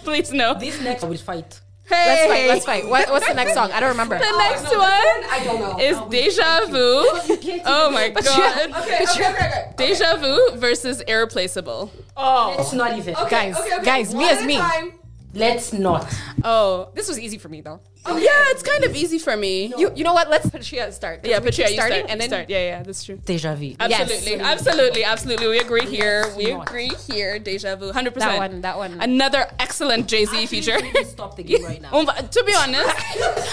Speaker 3: Please no.
Speaker 4: this next I will fight.
Speaker 1: Let's fight. Let's fight. What, what's the next song? I don't remember.
Speaker 3: The next
Speaker 2: Oh, no,
Speaker 3: one
Speaker 2: I don't know.
Speaker 3: is
Speaker 1: Oh,
Speaker 3: Deja Vu. Oh my god.
Speaker 2: okay, okay, okay, okay.
Speaker 3: Deja Vu versus Irreplaceable.
Speaker 4: Oh. Let's not even.
Speaker 2: Okay,
Speaker 1: Guys,
Speaker 2: okay, okay.
Speaker 1: guys, me
Speaker 2: One
Speaker 1: as
Speaker 2: at a
Speaker 1: me.
Speaker 2: time.
Speaker 4: Let's not.
Speaker 3: Oh.
Speaker 1: This was easy for me though.
Speaker 3: oh Yeah, it's kind of easy for me.
Speaker 1: You you know what? Let's Patricia start. 'Cause
Speaker 3: yeah,
Speaker 1: we
Speaker 3: Patria,
Speaker 1: keep
Speaker 3: you start.
Speaker 1: starting and then
Speaker 3: start. Yeah, yeah, that's true.
Speaker 4: Deja vu.
Speaker 3: Absolutely, absolutely, absolutely. We agree here. we
Speaker 4: not.
Speaker 3: agree here. Deja vu, hundred percent.
Speaker 1: That one, that one.
Speaker 3: Another excellent Jay Z
Speaker 4: Actually,
Speaker 3: feature.
Speaker 4: we need to stop the game right now.
Speaker 3: Oh, but to be honest,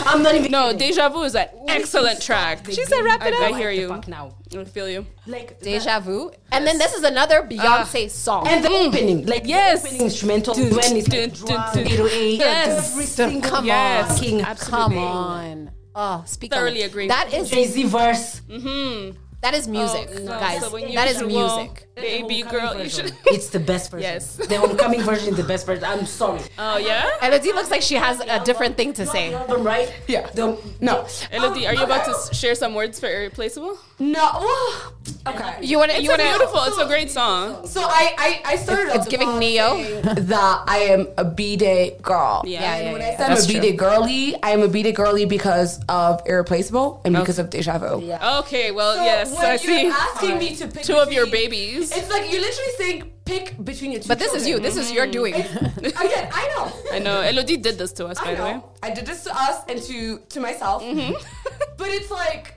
Speaker 4: I'm not even.
Speaker 3: no,
Speaker 4: kidding.
Speaker 3: Deja Vu is an
Speaker 4: We need to
Speaker 3: excellent
Speaker 4: stop
Speaker 3: track.
Speaker 4: the
Speaker 3: She
Speaker 4: game.
Speaker 3: said, "Wrap it
Speaker 4: I
Speaker 3: up."
Speaker 4: don't
Speaker 3: I hear
Speaker 4: like the
Speaker 3: you.
Speaker 4: Fuck now.
Speaker 3: I feel you.
Speaker 4: Like the-
Speaker 1: Deja vu. And then this is another
Speaker 3: Ah.
Speaker 1: Beyonce song.
Speaker 4: And the opening, like
Speaker 3: Yes.
Speaker 4: the opening instrumental
Speaker 3: Dun,
Speaker 4: when it's
Speaker 3: dun,
Speaker 4: like
Speaker 3: dun,
Speaker 4: drum,
Speaker 3: dun.
Speaker 4: little A,
Speaker 3: Yes.
Speaker 4: every single
Speaker 1: Come
Speaker 3: Yes.
Speaker 1: on.
Speaker 4: fucking
Speaker 1: Come on. Oh, speak on
Speaker 3: Thoroughly
Speaker 1: it.
Speaker 3: agree.
Speaker 1: That is
Speaker 4: Jay Z verse.
Speaker 1: that is music,
Speaker 3: Oh, no.
Speaker 1: guys.
Speaker 3: So when you
Speaker 1: that is
Speaker 3: do, well,
Speaker 1: music.
Speaker 3: baby girl. You should.
Speaker 4: It's the best version.
Speaker 3: Yes.
Speaker 4: The homecoming version is the best version. I'm sorry.
Speaker 3: Oh yeah,
Speaker 1: Elodie looks like she has a different thing to say.
Speaker 4: The album, right?
Speaker 2: Yeah.
Speaker 4: The, no.
Speaker 3: Elodie, are you about to s- share some words for Irreplaceable?
Speaker 2: No. okay.
Speaker 1: You want to?
Speaker 3: It's
Speaker 1: You want
Speaker 3: a beautiful. It's a great song.
Speaker 2: So I, I, I started
Speaker 1: It's
Speaker 2: off
Speaker 1: giving
Speaker 2: by
Speaker 1: Neo.
Speaker 2: saying that I am a B day girl.
Speaker 3: Yeah.
Speaker 1: Yeah, yeah,
Speaker 2: When
Speaker 1: yeah.
Speaker 2: I
Speaker 1: yeah.
Speaker 2: said I'm a
Speaker 3: That's
Speaker 2: B day girly, I am a B day girly because of Irreplaceable and because of Deja Vu.
Speaker 4: Yeah.
Speaker 3: Okay, well,
Speaker 2: So
Speaker 3: yes,
Speaker 2: when
Speaker 3: I
Speaker 2: you're
Speaker 3: see.
Speaker 2: asking me to pick
Speaker 3: Two of your
Speaker 2: between-
Speaker 3: babies.
Speaker 2: It's like you're literally saying pick between your two.
Speaker 1: But this is you.
Speaker 2: children.
Speaker 1: This is your doing.
Speaker 2: Again, I know.
Speaker 3: I know. Elodie did this to us,
Speaker 2: I
Speaker 3: by the way. Mm-hmm.
Speaker 2: know. I did this to us and to to myself. but it's like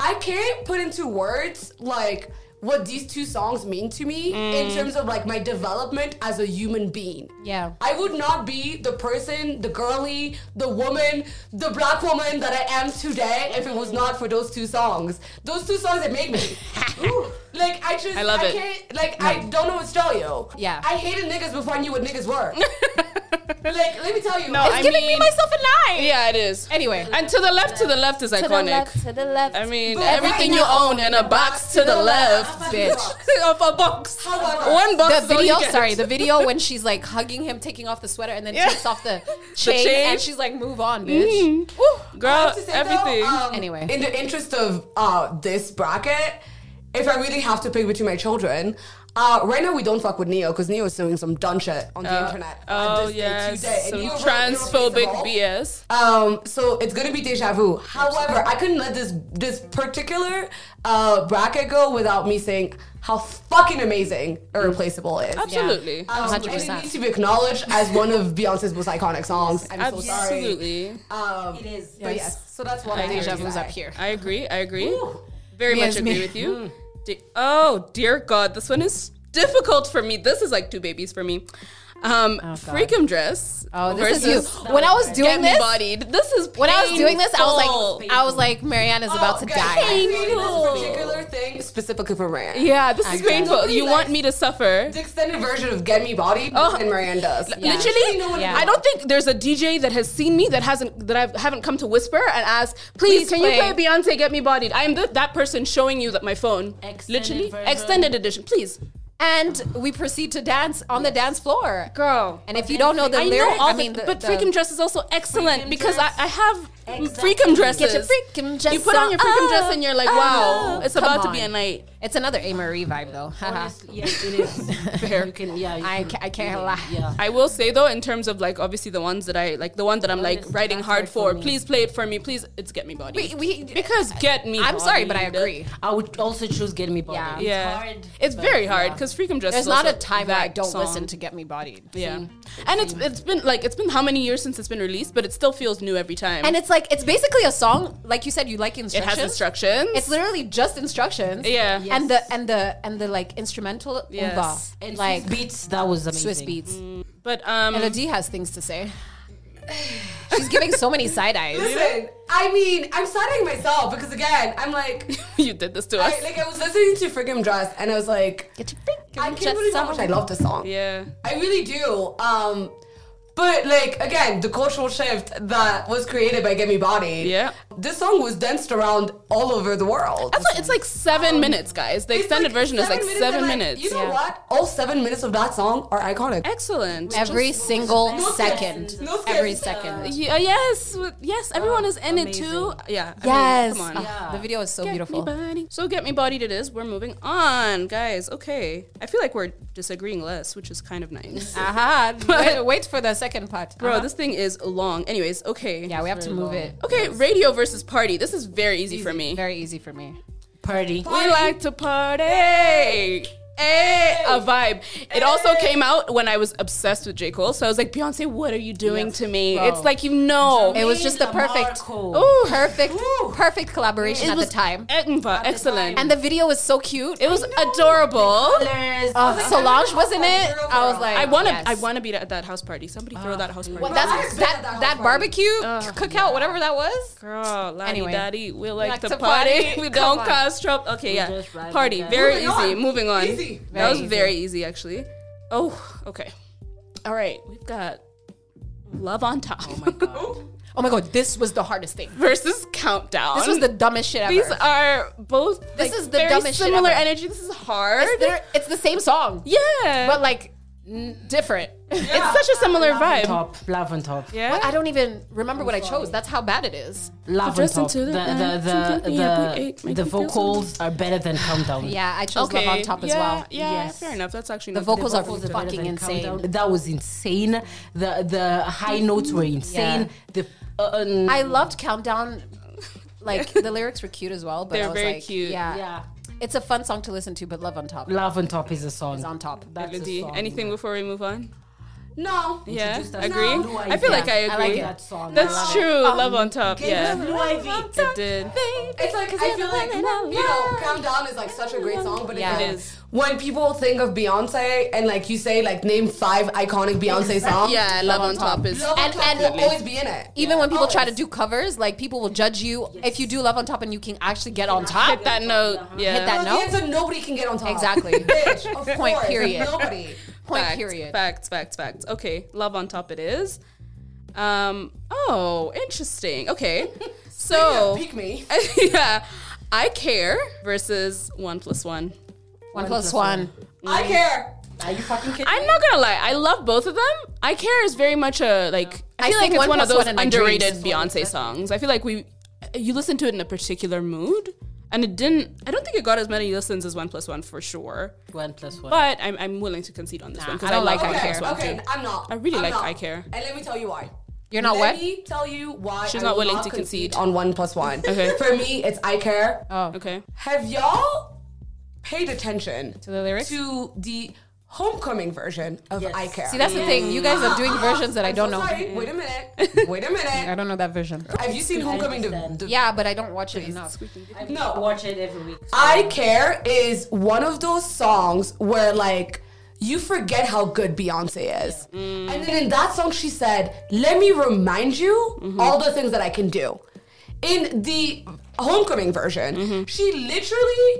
Speaker 2: I can't put into words like what these two songs mean to me
Speaker 3: Mm.
Speaker 2: in terms of like my development as a human being.
Speaker 1: Yeah.
Speaker 2: I would not be the person, the girly, the woman, the black woman that I am today if it was not for those two songs. Those two songs that made me. Ooh. like I just
Speaker 3: I love it.
Speaker 2: can't like I don't know what to tell you.
Speaker 1: Yeah.
Speaker 2: I hated niggas before I knew what niggas were. like let me tell you.
Speaker 3: No,
Speaker 1: It's
Speaker 3: I
Speaker 1: giving me
Speaker 3: mean-
Speaker 1: myself a nine.
Speaker 3: Yeah, it is.
Speaker 1: Anyway.
Speaker 3: And to the left, to the left is
Speaker 1: To the
Speaker 3: iconic.
Speaker 1: left, to the left.
Speaker 3: I mean,
Speaker 2: But
Speaker 3: everything
Speaker 2: right
Speaker 3: you
Speaker 2: now,
Speaker 3: own in a box to the left,
Speaker 1: bitch.
Speaker 3: of a box.
Speaker 2: However,
Speaker 3: One box.
Speaker 1: The
Speaker 3: is all you
Speaker 1: video,
Speaker 3: get.
Speaker 1: sorry, the video when she's like hugging him, taking off the sweater, and then
Speaker 3: Yeah.
Speaker 1: takes off the
Speaker 3: The
Speaker 1: chain,
Speaker 3: chain. Mm-hmm.
Speaker 1: and she's like, "Move on, bitch."
Speaker 3: Ooh,
Speaker 2: I
Speaker 3: girl,
Speaker 2: have to say, though,
Speaker 3: everything.
Speaker 2: um,
Speaker 1: Anyway.
Speaker 2: in the interest of uh, this bracket, if I really have to pick between my children, uh, right now we don't fuck with Neo because Neo is doing some dumb shit on the
Speaker 3: Uh,
Speaker 2: internet.
Speaker 3: oh yes,
Speaker 2: and
Speaker 3: some
Speaker 2: you wrote
Speaker 3: transphobic
Speaker 2: irreplaceable.
Speaker 3: BS.
Speaker 2: Um, so it's gonna be deja vu. However, I couldn't let this this particular uh, bracket go without me saying how fucking amazing Irreplaceable is.
Speaker 3: Absolutely,
Speaker 2: Um, and it
Speaker 1: 100%.
Speaker 2: needs to be acknowledged as one of Beyonce's most iconic songs. I'm so sorry.
Speaker 3: absolutely.
Speaker 2: Um,
Speaker 4: It is.
Speaker 3: Oh,
Speaker 2: But yes, so that's why
Speaker 3: I
Speaker 1: Deja
Speaker 3: hear
Speaker 1: vu's
Speaker 2: I-
Speaker 1: up here.
Speaker 3: I agree. I agree. Very
Speaker 1: Me
Speaker 3: much
Speaker 1: as
Speaker 3: agree
Speaker 1: me. Mm.
Speaker 3: with you. De- oh dear God, this one is difficult for me. This is like two babies for me. Um, freakum dress.
Speaker 1: Oh, this is
Speaker 3: versus
Speaker 1: you. When I was
Speaker 3: Get
Speaker 1: doing
Speaker 3: me
Speaker 1: this,
Speaker 3: bodied. This is
Speaker 1: when I was doing this, I
Speaker 3: painful. Oh,
Speaker 1: was like, I was like, Marianne is about to
Speaker 2: Okay,
Speaker 1: die.
Speaker 2: I'm doing This particular thing specifically for Marianne.
Speaker 3: Yeah, this is
Speaker 1: I
Speaker 3: painful.
Speaker 2: don't.
Speaker 3: You want me to suffer?
Speaker 2: The extended version of Get Me Body
Speaker 3: Oh.
Speaker 2: and Marianne does.
Speaker 1: Yeah.
Speaker 3: Literally,
Speaker 2: You know what
Speaker 1: Yeah.
Speaker 3: I don't think there's a DJ that has seen me that hasn't that I haven't come to whisper and ask,
Speaker 1: Please
Speaker 3: please, can you
Speaker 1: play."
Speaker 3: play Beyonce "Get Me Bodied"? I am the, that person showing you that my phone,
Speaker 4: Extended
Speaker 3: literally
Speaker 4: version.
Speaker 3: extended edition, please,
Speaker 1: And we proceed to dance on the dance floor.
Speaker 3: girl.
Speaker 1: And if you don't know the
Speaker 3: I
Speaker 1: lyric,
Speaker 3: know all
Speaker 1: I
Speaker 3: the-
Speaker 1: mean, the,
Speaker 3: but
Speaker 1: the-
Speaker 3: freaking dress is also excellent because I, I have freakum
Speaker 1: Get
Speaker 3: dresses.
Speaker 1: your freakum dress
Speaker 3: You put on your freakum dress and you're like, wow,
Speaker 1: oh,
Speaker 3: it's
Speaker 1: come
Speaker 3: about to be
Speaker 1: on.
Speaker 3: a night.
Speaker 1: It's another A. Marie vibe, though. Haha.
Speaker 3: Uh-huh.
Speaker 4: Honestly, yeah, it is.
Speaker 3: Fair.
Speaker 4: You can, yeah. You
Speaker 1: I,
Speaker 4: can,
Speaker 1: ca- I can't lie.
Speaker 4: yeah.
Speaker 3: I will say though, in terms of like obviously the ones that I like, the one that I'm like
Speaker 4: Honestly,
Speaker 3: writing
Speaker 4: that's
Speaker 3: hard
Speaker 4: hard for
Speaker 3: for.
Speaker 4: me.
Speaker 3: Please play it for me. Please, it's get me body.
Speaker 1: We, we,
Speaker 3: because get me.
Speaker 1: I'm sorry, but I
Speaker 3: Bodied.
Speaker 1: agree.
Speaker 4: I would also choose Get Me Body.
Speaker 1: Yeah.
Speaker 4: It's
Speaker 3: Yeah,
Speaker 4: hard,
Speaker 3: It's
Speaker 4: but
Speaker 3: very hard
Speaker 4: yeah.
Speaker 3: because Freakum Dress.
Speaker 1: There's
Speaker 3: is
Speaker 1: not a
Speaker 3: also
Speaker 1: time where I
Speaker 3: that
Speaker 1: don't
Speaker 3: song.
Speaker 1: listen to Get Me Bodied.
Speaker 3: Yeah, and it's it's been like it's been how many years since it's been released, but it still feels new every time.
Speaker 1: And it's like, it's basically a song, like you said, you like
Speaker 3: it
Speaker 1: instructions.
Speaker 3: has instructions.
Speaker 1: It's literally just instructions.
Speaker 3: Yeah.
Speaker 1: And the, and the, and the like instrumental.
Speaker 3: Yes.
Speaker 1: Yes.
Speaker 4: And
Speaker 1: like
Speaker 4: like beats, that was amazing.
Speaker 1: Swiss beats.
Speaker 3: but um,
Speaker 1: Melody has things to say. She's giving so many side eyes.
Speaker 2: Listen, I mean, I'm studying myself because again, I'm like,
Speaker 3: you did this to us.
Speaker 2: I, like I was listening to Friggin' Dress and I was like,
Speaker 1: Get your freaking
Speaker 2: I can't believe how much I love this song.
Speaker 3: yeah,
Speaker 2: I really do. Um, but like again, the cultural shift that was created by Get Me Body.
Speaker 3: Yeah.
Speaker 2: This song was danced around all over the world.
Speaker 3: that's what, it's like seven minutes, guys. The
Speaker 2: It's
Speaker 3: extended
Speaker 2: like
Speaker 3: version is like
Speaker 2: minutes
Speaker 3: seven
Speaker 2: and, like,
Speaker 3: minutes.
Speaker 2: You know
Speaker 1: Yeah.
Speaker 2: what? All seven minutes of that song are iconic.
Speaker 3: Excellent.
Speaker 1: Every single
Speaker 2: No
Speaker 1: second.
Speaker 2: skips. No skips.
Speaker 1: Every second.
Speaker 3: Yeah, uh, yes, yes. Everyone is in it too. Yeah. I mean,
Speaker 1: Yes.
Speaker 3: come on.
Speaker 1: Ah, The video is so
Speaker 3: Uh-huh. Get
Speaker 1: beautiful.
Speaker 3: Me bodied. So get me bodied it is. We're moving on, guys. Okay. I feel like we're disagreeing less, which is kind of nice.
Speaker 1: Aha. Uh-huh. Wait, wait for the second part.
Speaker 3: Bro,
Speaker 1: Uh-huh.
Speaker 3: this thing is long. Anyways, okay.
Speaker 1: yeah, we have to move it.
Speaker 3: Okay, radio versus party. This is very easy, for me.
Speaker 1: Very easy for me.
Speaker 4: Party.
Speaker 3: We like to party. Hey, a vibe. It also came out when I was obsessed with J. Cole. So I was like, Beyonce, what are you doing to me?
Speaker 1: Bro.
Speaker 3: It's like, you know.
Speaker 1: It was just the perfect,
Speaker 4: Lamarco.
Speaker 1: ooh, perfect, perfect collaboration at the time.
Speaker 3: Ekmba, Excellent.
Speaker 1: And the video was so cute.
Speaker 3: it was adorable.
Speaker 4: Colors.
Speaker 1: Uh,
Speaker 3: Oh.
Speaker 1: Solange was in
Speaker 2: like,
Speaker 1: it.
Speaker 2: girl,
Speaker 1: I was
Speaker 2: girl.
Speaker 1: like,
Speaker 3: I want to.
Speaker 1: yes.
Speaker 3: I want to be at that house party. Somebody throw that house party.
Speaker 1: Ah. Well,
Speaker 2: Well,
Speaker 1: that's,
Speaker 2: I've been
Speaker 1: that
Speaker 2: at that
Speaker 1: that,
Speaker 2: house party.
Speaker 1: barbecue cookout, whatever that was.
Speaker 3: Girl, laddie
Speaker 1: Anyway.
Speaker 3: daddy, we like,
Speaker 1: like
Speaker 3: to,
Speaker 1: to
Speaker 3: party.
Speaker 1: party.
Speaker 3: We
Speaker 1: Come
Speaker 3: don't
Speaker 1: on.
Speaker 3: cause trouble. Okay, yeah,
Speaker 4: just ride
Speaker 3: party.
Speaker 4: with that.
Speaker 3: Very
Speaker 2: Moving
Speaker 3: easy.
Speaker 2: on.
Speaker 3: Moving on.
Speaker 2: Easy.
Speaker 1: Very
Speaker 3: that was
Speaker 1: easy.
Speaker 3: very easy, actually. Oh, okay. All right, we've got love on top
Speaker 1: Oh my god, this was the hardest thing.
Speaker 3: versus countdown.
Speaker 1: This was the dumbest shit ever.
Speaker 3: These are both.
Speaker 1: This
Speaker 3: like,
Speaker 1: is the
Speaker 3: very
Speaker 1: dumbest shit
Speaker 3: similar
Speaker 1: ever.
Speaker 3: energy. This is hard.
Speaker 1: it's, they're- it's the same song,
Speaker 3: yeah,
Speaker 1: but like different.
Speaker 3: it's such a similar vibe.
Speaker 4: Top. Love on top.
Speaker 3: Yeah.
Speaker 1: I don't even remember what I chose. That's how bad it is.
Speaker 4: Love on
Speaker 3: Just
Speaker 4: top.
Speaker 3: into
Speaker 4: The,
Speaker 3: the
Speaker 4: the,
Speaker 3: night,
Speaker 4: the,
Speaker 3: something every
Speaker 4: the,
Speaker 3: eight
Speaker 4: the,
Speaker 3: make me feel
Speaker 4: vocals are better than Countdown.
Speaker 1: Yeah, I chose Love on Top as
Speaker 3: yeah,
Speaker 1: well.
Speaker 3: Yeah,
Speaker 4: Yes.
Speaker 3: fair enough. That's actually
Speaker 1: The
Speaker 3: not-
Speaker 1: vocals are
Speaker 4: vocals are better
Speaker 1: fucking
Speaker 4: than
Speaker 1: insane.
Speaker 4: Countdown. That was insane. The the high notes were insane. The uh, um,
Speaker 1: I loved Countdown. Like the lyrics were cute as well, but
Speaker 3: They're
Speaker 1: I was
Speaker 3: very
Speaker 1: like,
Speaker 3: cute.
Speaker 1: Yeah.
Speaker 4: yeah.
Speaker 1: it's a fun song to listen to, but Love on Top
Speaker 4: Love on top is a song.
Speaker 1: is on top.
Speaker 4: That's
Speaker 3: Melody,
Speaker 4: a song.
Speaker 3: anything before we move on?
Speaker 4: Oh,
Speaker 2: No.
Speaker 3: Yeah,
Speaker 4: Introduced us
Speaker 3: agree.
Speaker 4: to Blue
Speaker 3: I
Speaker 4: Eyes.
Speaker 3: feel like I
Speaker 1: Yeah, I
Speaker 3: agree.
Speaker 1: like
Speaker 4: that song. I
Speaker 3: That's
Speaker 4: love
Speaker 3: true.
Speaker 4: It.
Speaker 3: love on top. Yeah,
Speaker 4: Blue Ivy.
Speaker 3: it did.
Speaker 2: It's like I feel like you know, "Calm Down" is like such a great song, but
Speaker 1: Yeah.
Speaker 2: it's
Speaker 1: It
Speaker 2: like,
Speaker 3: is.
Speaker 2: when people think of Beyonce and like you say like name five iconic Beyonce songs.
Speaker 3: Yeah, love on top is.
Speaker 2: Love
Speaker 1: And-
Speaker 2: and,
Speaker 1: and-
Speaker 2: will always be in it.
Speaker 1: Even when people try to
Speaker 2: Always.
Speaker 1: do covers, like people will judge you if you do Love on Top and you can actually get on top.
Speaker 3: Hit that note. Yeah.
Speaker 1: Hit that
Speaker 2: But
Speaker 1: note.
Speaker 2: the answer nobody can get on top.
Speaker 1: Exactly.
Speaker 2: Bitch, of
Speaker 1: Point
Speaker 2: course,
Speaker 1: period.
Speaker 2: Nobody.
Speaker 1: Point
Speaker 3: Fact,
Speaker 1: period.
Speaker 3: Facts, facts, facts. Okay, love on top it is. Um. Oh, interesting. Okay. So.
Speaker 2: Pick me.
Speaker 3: yeah. I care versus one plus one.
Speaker 1: One plus one.
Speaker 2: I care.
Speaker 4: Are you fucking kidding?
Speaker 3: I'm not gonna lie, I love both of them. I care is very much a like I
Speaker 1: I
Speaker 3: feel like
Speaker 1: sing
Speaker 3: it's
Speaker 1: One
Speaker 3: one of
Speaker 1: Plus
Speaker 3: those
Speaker 1: One in my
Speaker 3: underrated
Speaker 1: dreams.
Speaker 3: Beyonce songs. I feel like we you listen to it in a particular mood. And it didn't. I don't think it got as many listens as One Plus One for sure.
Speaker 4: One plus one.
Speaker 3: But I'm, I'm willing to concede on this one because
Speaker 1: I
Speaker 3: I,
Speaker 1: don't
Speaker 3: like
Speaker 1: like
Speaker 3: I
Speaker 1: I
Speaker 3: care.
Speaker 2: Okay,
Speaker 3: as well,
Speaker 2: okay,
Speaker 3: too.
Speaker 2: I'm not.
Speaker 3: I really
Speaker 2: I'm
Speaker 3: like
Speaker 2: not.
Speaker 3: I care.
Speaker 2: And let me tell you why.
Speaker 1: You're not
Speaker 2: let
Speaker 1: what?
Speaker 2: Let me tell you why.
Speaker 3: She's
Speaker 2: I
Speaker 3: not
Speaker 2: will
Speaker 3: willing to concede.
Speaker 2: on one plus one.
Speaker 3: Okay.
Speaker 2: For me, it's I care.
Speaker 1: Oh.
Speaker 3: Okay.
Speaker 2: Have y'all paid attention to
Speaker 1: the lyrics?
Speaker 2: to the homecoming version of I care?
Speaker 1: See, that's the thing. You guys are doing versions that I
Speaker 2: I'm
Speaker 1: don't
Speaker 2: so
Speaker 1: know.
Speaker 2: Sorry. Wait a minute. Wait a
Speaker 1: I
Speaker 2: minute.
Speaker 1: don't know that version.
Speaker 2: Have you seen homecoming? The, the,
Speaker 1: Yeah, but I don't watch it enough.
Speaker 2: No.
Speaker 4: watch it every week.
Speaker 2: I Care is one of those songs where like you forget how good Beyonce is.
Speaker 3: Mm.
Speaker 2: And then in that song she said, "Let me remind you
Speaker 3: Mm-hmm.
Speaker 2: all the things that I can do." In the homecoming version,
Speaker 3: Mm-hmm.
Speaker 2: she literally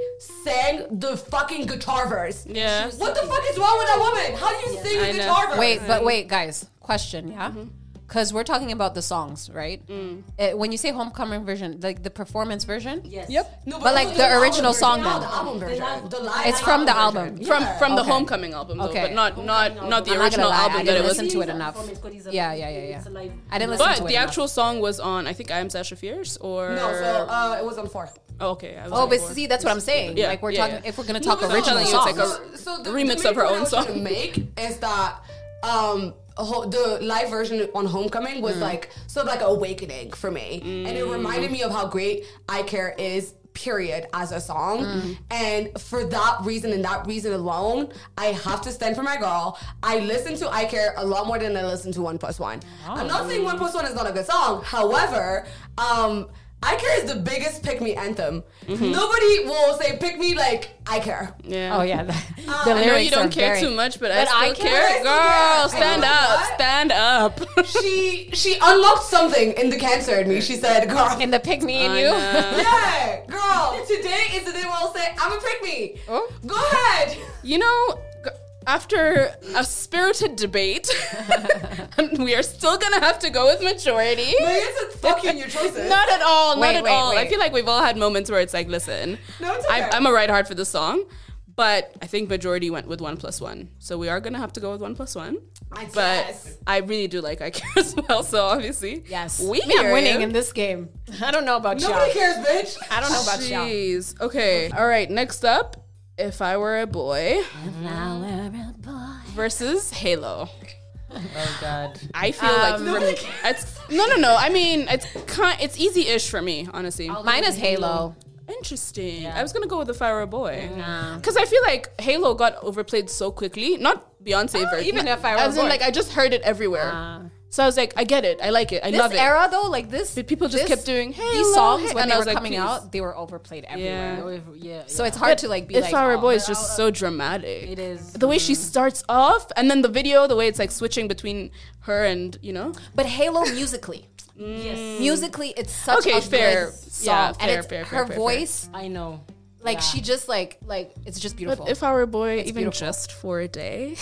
Speaker 2: sang the fucking guitar verse.
Speaker 3: Yeah.
Speaker 2: What the fuck is wrong with that woman? How do you sing
Speaker 3: I
Speaker 2: a
Speaker 3: know.
Speaker 2: guitar verse?
Speaker 3: Mm-hmm.
Speaker 1: Wait, but wait, guys. Question, yeah? because we're talking about the songs, right?
Speaker 3: Mm.
Speaker 1: Uh, when you say homecoming version, like the performance version,
Speaker 4: Yes.
Speaker 3: Yep.
Speaker 2: No,
Speaker 1: But, like,
Speaker 2: no,
Speaker 1: the original
Speaker 2: album version.
Speaker 1: song
Speaker 2: Now
Speaker 1: then.
Speaker 2: the album version.
Speaker 1: it's from the album.
Speaker 3: From from the
Speaker 1: Okay.
Speaker 3: homecoming album though,
Speaker 1: Okay.
Speaker 3: but not not not the
Speaker 1: I'm not gonna
Speaker 3: original
Speaker 1: lie, I
Speaker 3: album that
Speaker 1: didn't
Speaker 3: it was
Speaker 1: listen to it enough. Yeah, yeah, yeah, yeah. I didn't listen to
Speaker 3: But
Speaker 1: it
Speaker 3: the
Speaker 1: enough.
Speaker 3: actual song was on I think I am Sasha Fierce or
Speaker 2: No, so uh, it was on fourth.
Speaker 3: oh, okay. I was
Speaker 1: Oh,
Speaker 3: on
Speaker 1: but
Speaker 3: four.
Speaker 1: see, that's what I'm saying.
Speaker 3: Yeah,
Speaker 1: Like we're
Speaker 3: yeah,
Speaker 1: talking,
Speaker 3: yeah.
Speaker 1: if we're gonna talk
Speaker 3: but I'm
Speaker 1: original
Speaker 3: telling you, it's like
Speaker 1: songs,
Speaker 3: a-
Speaker 2: so
Speaker 3: remix
Speaker 2: main
Speaker 3: of her
Speaker 2: point I
Speaker 3: own
Speaker 2: was
Speaker 3: song.
Speaker 2: trying to Make is that um ho- the live version on Homecoming was like sort of like an awakening for me, and it reminded me of how great I Care is. Period as a song, and for that reason and that reason alone, I have to stand for my girl. I listen to I Care a lot more than I listen to One Plus One. I'm not saying One Plus One is not a good song, however, um, I Care is the biggest pick me anthem. Nobody will say pick me like I Care.
Speaker 3: yeah.
Speaker 1: oh yeah, the, the
Speaker 3: I know
Speaker 1: lyrics
Speaker 3: you don't
Speaker 1: are
Speaker 3: care
Speaker 1: very-
Speaker 3: too much, but,
Speaker 1: But I
Speaker 3: I still
Speaker 1: care.
Speaker 3: care.
Speaker 1: I still
Speaker 3: Girl,
Speaker 2: care.
Speaker 3: stand
Speaker 2: And
Speaker 3: up,
Speaker 2: what?
Speaker 3: stand up.
Speaker 2: she she unlocked something in the cancer in me. She said, "Girl,
Speaker 1: in the pick me and
Speaker 3: I
Speaker 1: you.
Speaker 3: know.
Speaker 2: yeah, girl, today is the day where I'll say I'm a pick me.
Speaker 1: Oh.
Speaker 2: Go ahead."
Speaker 3: You know, g- after a spirited debate, we are still gonna have to go with majority.
Speaker 2: But it's fucking your choices.
Speaker 3: Not at all.
Speaker 1: Wait,
Speaker 3: not at
Speaker 1: wait,
Speaker 3: all. I
Speaker 1: wait.
Speaker 3: feel like we've all had moments where it's like, listen,
Speaker 2: No, it's
Speaker 3: I'm,
Speaker 2: okay.
Speaker 3: I'm a right hard for the song, but I think majority went with one plus one. So we are gonna have to go with one plus one.
Speaker 2: I
Speaker 3: But
Speaker 2: guess.
Speaker 3: I really do like I care as well. So obviously,
Speaker 1: Yes,
Speaker 3: we
Speaker 1: Me, I'm
Speaker 3: hear
Speaker 1: winning
Speaker 3: you.
Speaker 1: in this game. I don't know about y'all.
Speaker 2: Nobody cares, bitch.
Speaker 1: I don't know about y'all.
Speaker 3: Jeez. Okay. All right. Next up, if I were a boy versus Halo.
Speaker 4: Oh God.
Speaker 3: I feel
Speaker 1: Um,
Speaker 3: like for me, it's no, no, no. I mean, it's kind, it's easy-ish for me, honestly.
Speaker 1: Mine is Halo.
Speaker 3: Interesting. I was gonna go with the Fire Boy because I feel like Halo got overplayed so quickly. Not Beyonce version.
Speaker 1: Oh, even if I Were a
Speaker 3: as in
Speaker 1: Boy.
Speaker 3: like I just heard it everywhere.
Speaker 1: Ah.
Speaker 3: So I was like, I get it. I like it. I
Speaker 1: This
Speaker 3: love it.
Speaker 1: era though, like this,
Speaker 3: But people just
Speaker 1: this-
Speaker 3: kept doing Halo.
Speaker 1: these songs
Speaker 3: Hey-
Speaker 1: when
Speaker 3: and
Speaker 1: they
Speaker 3: I
Speaker 1: were
Speaker 3: was like,
Speaker 1: coming
Speaker 3: please.
Speaker 1: out. They were overplayed everywhere.
Speaker 3: Yeah.
Speaker 4: Oh, Yeah.
Speaker 1: So
Speaker 4: yeah.
Speaker 1: it's hard to like be
Speaker 3: if
Speaker 1: like.
Speaker 3: Fire
Speaker 1: oh,
Speaker 3: Boy is just so dramatic.
Speaker 4: It is.
Speaker 3: the way she starts off, and then the video, the way it's like switching between her and you know.
Speaker 1: But Halo musically,
Speaker 4: yes.
Speaker 1: musically, it's such
Speaker 3: Mm. Okay,
Speaker 1: a
Speaker 3: fair.
Speaker 1: good song,
Speaker 3: Yeah, fair,
Speaker 1: and it's
Speaker 3: fair, fair,
Speaker 1: her
Speaker 3: fair, fair.
Speaker 1: voice.
Speaker 4: I know.
Speaker 1: Like
Speaker 4: Yeah.
Speaker 1: she just like like it's just beautiful.
Speaker 3: But if I were a boy, even
Speaker 1: beautiful.
Speaker 3: just for a day.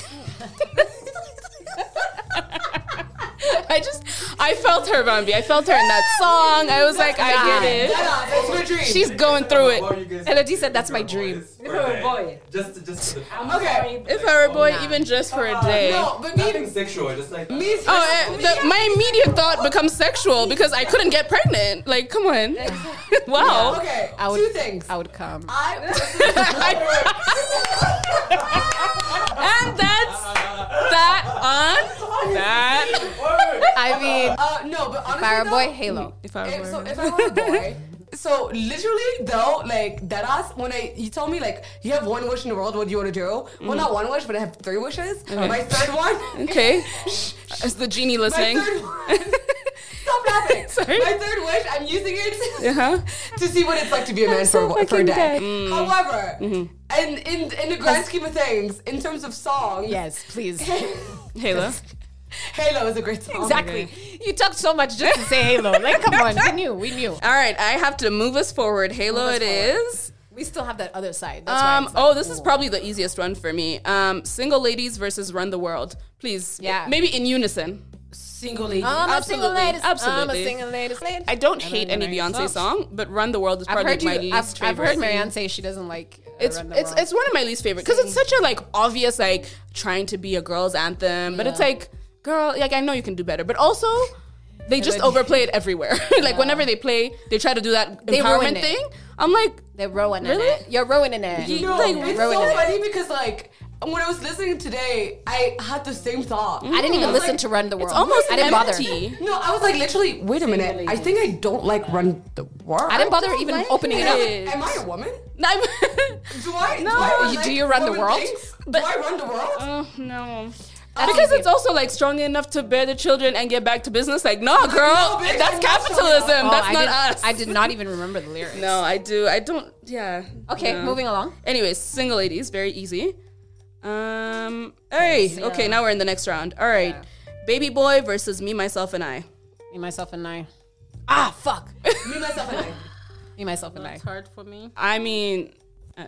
Speaker 3: I just, I felt her, Bambi. I felt her in that song. I was like, I get it.
Speaker 2: Shut up. It's my dream.
Speaker 3: She's going through
Speaker 6: What were
Speaker 3: it.
Speaker 6: you guys-
Speaker 1: Elodie said, "That's my
Speaker 6: your
Speaker 1: dream."
Speaker 6: voice
Speaker 4: If
Speaker 6: for
Speaker 4: I were a
Speaker 6: day?
Speaker 4: boy.
Speaker 6: Just, just.
Speaker 4: I'm
Speaker 2: Okay.
Speaker 4: sorry.
Speaker 3: If I were a boy, even just for a day.
Speaker 2: no, but me,
Speaker 6: Nothing sexual, just like.
Speaker 2: me,
Speaker 3: Oh,
Speaker 1: eh,
Speaker 3: uh, the, my immediate thought becomes sexual because I couldn't get pregnant. Like, come on. wow.
Speaker 2: Okay,
Speaker 1: I would-
Speaker 2: two things.
Speaker 1: I would come.
Speaker 2: I
Speaker 3: And that's that on that.
Speaker 1: I mean,
Speaker 2: uh, no, but honestly,
Speaker 1: Fire
Speaker 2: though,
Speaker 1: Boy, Halo.
Speaker 3: Eh, If I
Speaker 2: If, so
Speaker 3: were.
Speaker 2: if I were a boy, so literally though, like that ass when I you told me like you have one wish in the world, what do you want to do?
Speaker 3: Mm.
Speaker 2: Well, not one wish, but I have three wishes. My third one.
Speaker 3: Okay. Is the genie
Speaker 2: My
Speaker 3: listening?
Speaker 2: third one. Stop laughing.
Speaker 3: Sorry.
Speaker 2: My third wish. I'm using it to,
Speaker 3: Uh-huh.
Speaker 2: see what it's like to be a man
Speaker 3: so
Speaker 2: for, a- for a
Speaker 3: fucking
Speaker 2: day.
Speaker 3: dead. Mm. Mm-hmm.
Speaker 2: However, and in in the grand scheme of things, in terms of song,
Speaker 1: yes, please.
Speaker 3: Halo.
Speaker 2: Halo is a great song.
Speaker 1: exactly. You talked so much just to say Halo. Like, come on, we knew, we knew.
Speaker 3: All right, I have to move us forward. Halo,
Speaker 1: us
Speaker 3: it
Speaker 1: forward.
Speaker 3: is.
Speaker 1: We still have that other side. That's why
Speaker 3: Um,
Speaker 1: it's like,
Speaker 3: oh, this is
Speaker 1: ooh.
Speaker 3: probably the easiest one for me. Um, single ladies versus run the world. Please.
Speaker 1: Yeah.
Speaker 3: Maybe in unison.
Speaker 4: Single lady.
Speaker 1: I'm a single
Speaker 3: Absolutely,
Speaker 1: ladies. I'm a
Speaker 3: absolutely.
Speaker 1: single ladies.
Speaker 3: I don't hate any Beyonce song, but Run the World is
Speaker 1: I've
Speaker 3: probably
Speaker 1: heard you.
Speaker 3: my
Speaker 1: I've,
Speaker 3: least
Speaker 1: I've
Speaker 3: favorite.
Speaker 1: heard Marianne say she doesn't like. uh,
Speaker 3: it's
Speaker 1: Run the
Speaker 3: it's
Speaker 1: World.
Speaker 3: it's one of my least favorite because it's such a like obvious like trying to be a girl's anthem, but it's like girl, like I know you can do better, but also they just
Speaker 1: would-
Speaker 3: overplay it everywhere. like whenever they play, they try to do that
Speaker 1: They ruin
Speaker 3: empowerment
Speaker 1: it.
Speaker 3: thing. I'm like,
Speaker 1: they're ruining
Speaker 3: Really?
Speaker 1: it. You're ruining it.
Speaker 3: You-
Speaker 2: No,
Speaker 3: Like,
Speaker 2: it's
Speaker 1: ruining
Speaker 2: so
Speaker 1: it.
Speaker 2: funny because like when I was listening today, I had the same thought.
Speaker 3: Mm-hmm.
Speaker 1: I didn't even
Speaker 2: was
Speaker 1: listen
Speaker 2: like-
Speaker 1: to Run the World.
Speaker 3: it's almost
Speaker 1: I didn't bother.
Speaker 3: empty. Um,
Speaker 2: No, I was like literally, wait a minute. I think I don't like run the world.
Speaker 1: I didn't bother even opening it
Speaker 2: And I was
Speaker 1: up.
Speaker 2: like, Am I a woman? Do I?
Speaker 3: No.
Speaker 2: do, I
Speaker 1: You- do you run the
Speaker 2: woman
Speaker 1: world? Uh,
Speaker 2: things?
Speaker 3: But-
Speaker 2: do I run the world?
Speaker 3: oh no.
Speaker 1: That's
Speaker 3: because
Speaker 1: easy.
Speaker 3: it's also like strong enough to bear the children and get back to business. Like, no, girl, that's
Speaker 2: bitch, I'm not strong
Speaker 3: capitalism.
Speaker 1: Oh,
Speaker 3: that's
Speaker 1: I
Speaker 3: not
Speaker 1: didn't-
Speaker 3: us.
Speaker 1: I did not even remember the lyrics.
Speaker 3: No, I do. I don't. Yeah.
Speaker 1: Okay,
Speaker 3: no.
Speaker 1: moving along.
Speaker 3: Anyways, single ladies, very easy. Um. Hey. Okay. Now we're in the next round. All right. Baby boy versus me, myself, and I.
Speaker 1: Me, myself, and I. Ah, fuck.
Speaker 2: Me myself and I.
Speaker 1: Me, myself, and I.
Speaker 4: It's hard for me.
Speaker 3: I mean,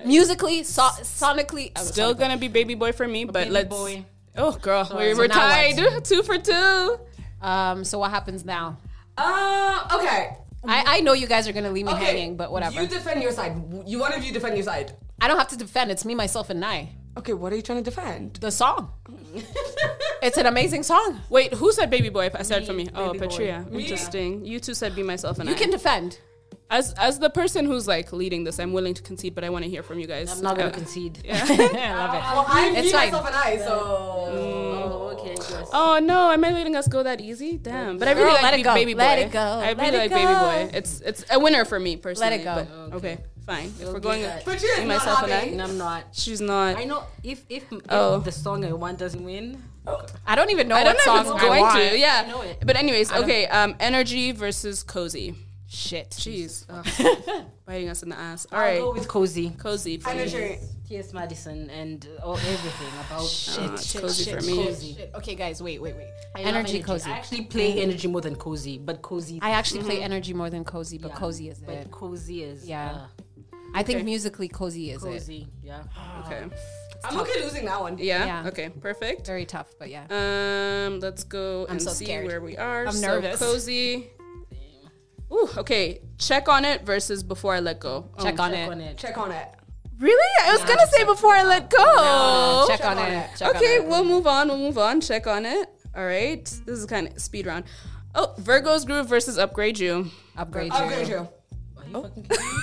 Speaker 1: Musically, so- sonically,
Speaker 3: still gonna be baby boy for me, but
Speaker 4: Baby
Speaker 3: let's.
Speaker 4: boy.
Speaker 3: Oh, girl, we
Speaker 1: So
Speaker 3: were
Speaker 1: now what?
Speaker 3: tied two for two.
Speaker 1: Um, so what happens now?
Speaker 2: Uh, okay.
Speaker 1: I, I know you guys are gonna leave me
Speaker 2: Okay.
Speaker 1: hanging, but whatever.
Speaker 2: You defend your side. You one of you defend your side.
Speaker 1: I don't have to defend. It's me, myself, and I.
Speaker 2: Okay, what are you trying to defend?
Speaker 1: The song. it's an amazing song.
Speaker 3: Wait, who said baby boy? I said for me. Oh,
Speaker 1: Baby Boy.
Speaker 3: Patria. Interesting. You two said be myself and
Speaker 1: You
Speaker 3: I.
Speaker 1: can defend.
Speaker 3: as as the person who's like leading this, I'm willing to concede, but I want to hear from you guys.
Speaker 4: I'm not gonna
Speaker 3: Uh,
Speaker 4: concede.
Speaker 1: I love it.
Speaker 2: Well, I'm
Speaker 1: It's
Speaker 2: it's
Speaker 1: fine.
Speaker 2: myself and I, so
Speaker 4: Oh, okay. Yes.
Speaker 3: Oh no, am I letting us go that easy? Damn. But I really
Speaker 1: Girl,
Speaker 3: like
Speaker 1: Oh, let
Speaker 3: Big
Speaker 1: it go.
Speaker 3: baby boy.
Speaker 1: Let it go.
Speaker 3: I
Speaker 1: Let
Speaker 3: really
Speaker 1: it
Speaker 3: like
Speaker 1: go.
Speaker 3: baby boy. It's it's a winner for me personally.
Speaker 1: go.
Speaker 3: but- okay. fine. If we're going
Speaker 4: that.
Speaker 2: Patria's
Speaker 3: be
Speaker 2: not
Speaker 3: myself and
Speaker 2: happy.
Speaker 3: I.
Speaker 4: No, I'm not.
Speaker 3: She's not
Speaker 4: I know if if, if
Speaker 3: Oh.
Speaker 4: the song I want doesn't win,
Speaker 1: I don't even know
Speaker 3: I don't
Speaker 1: what
Speaker 3: know if
Speaker 1: song
Speaker 3: it's
Speaker 1: I
Speaker 3: going
Speaker 1: want.
Speaker 3: to. Yeah.
Speaker 4: I know it.
Speaker 3: But anyways, okay. Um, energy versus cozy.
Speaker 1: Shit.
Speaker 3: Jeez, ugh. biting us in the ass. All
Speaker 4: I'll go
Speaker 3: right,
Speaker 4: with cozy.
Speaker 3: cozy for me.
Speaker 2: energy.
Speaker 4: T.S. Madison and all everything about
Speaker 3: Ah, it's cozy for me.
Speaker 1: Shit. Okay, guys, wait, wait, wait.
Speaker 4: I love
Speaker 1: Energy, cozy.
Speaker 4: I actually play energy more than cozy, but cozy.
Speaker 1: I actually play energy more than cozy, Mm-hmm. but
Speaker 4: yeah,
Speaker 1: cozy is
Speaker 4: But
Speaker 1: it.
Speaker 4: cozy is
Speaker 1: Yeah.
Speaker 4: uh,
Speaker 1: I think musically, cozy is it.
Speaker 4: cozy. Yeah.
Speaker 3: Okay.
Speaker 2: I'm okay losing that one.
Speaker 3: Yeah?
Speaker 1: Yeah.
Speaker 3: Okay. Perfect.
Speaker 1: Very tough, but yeah.
Speaker 3: Um, let's go and
Speaker 1: so
Speaker 3: see
Speaker 1: scared.
Speaker 3: where we are.
Speaker 1: I'm
Speaker 3: so
Speaker 1: nervous.
Speaker 3: Cozy. Ooh. Okay. Check on it versus before I let go. Oh.
Speaker 1: Check on
Speaker 4: Check
Speaker 1: it.
Speaker 4: on it.
Speaker 2: Check on it.
Speaker 3: Really? I was gonna say before I let go.
Speaker 1: Uh, Oh, Check, on,
Speaker 2: on
Speaker 1: it.
Speaker 2: it.
Speaker 1: Check
Speaker 3: okay,
Speaker 1: on it.
Speaker 3: we'll move on. We'll move on. Check on it. All right. This is kind of speed round. Oh, Virgo's groove versus upgrade you.
Speaker 1: Upgrade
Speaker 2: I'm
Speaker 1: you.
Speaker 2: going to.
Speaker 4: Are
Speaker 1: oh.
Speaker 4: you fucking kidding me?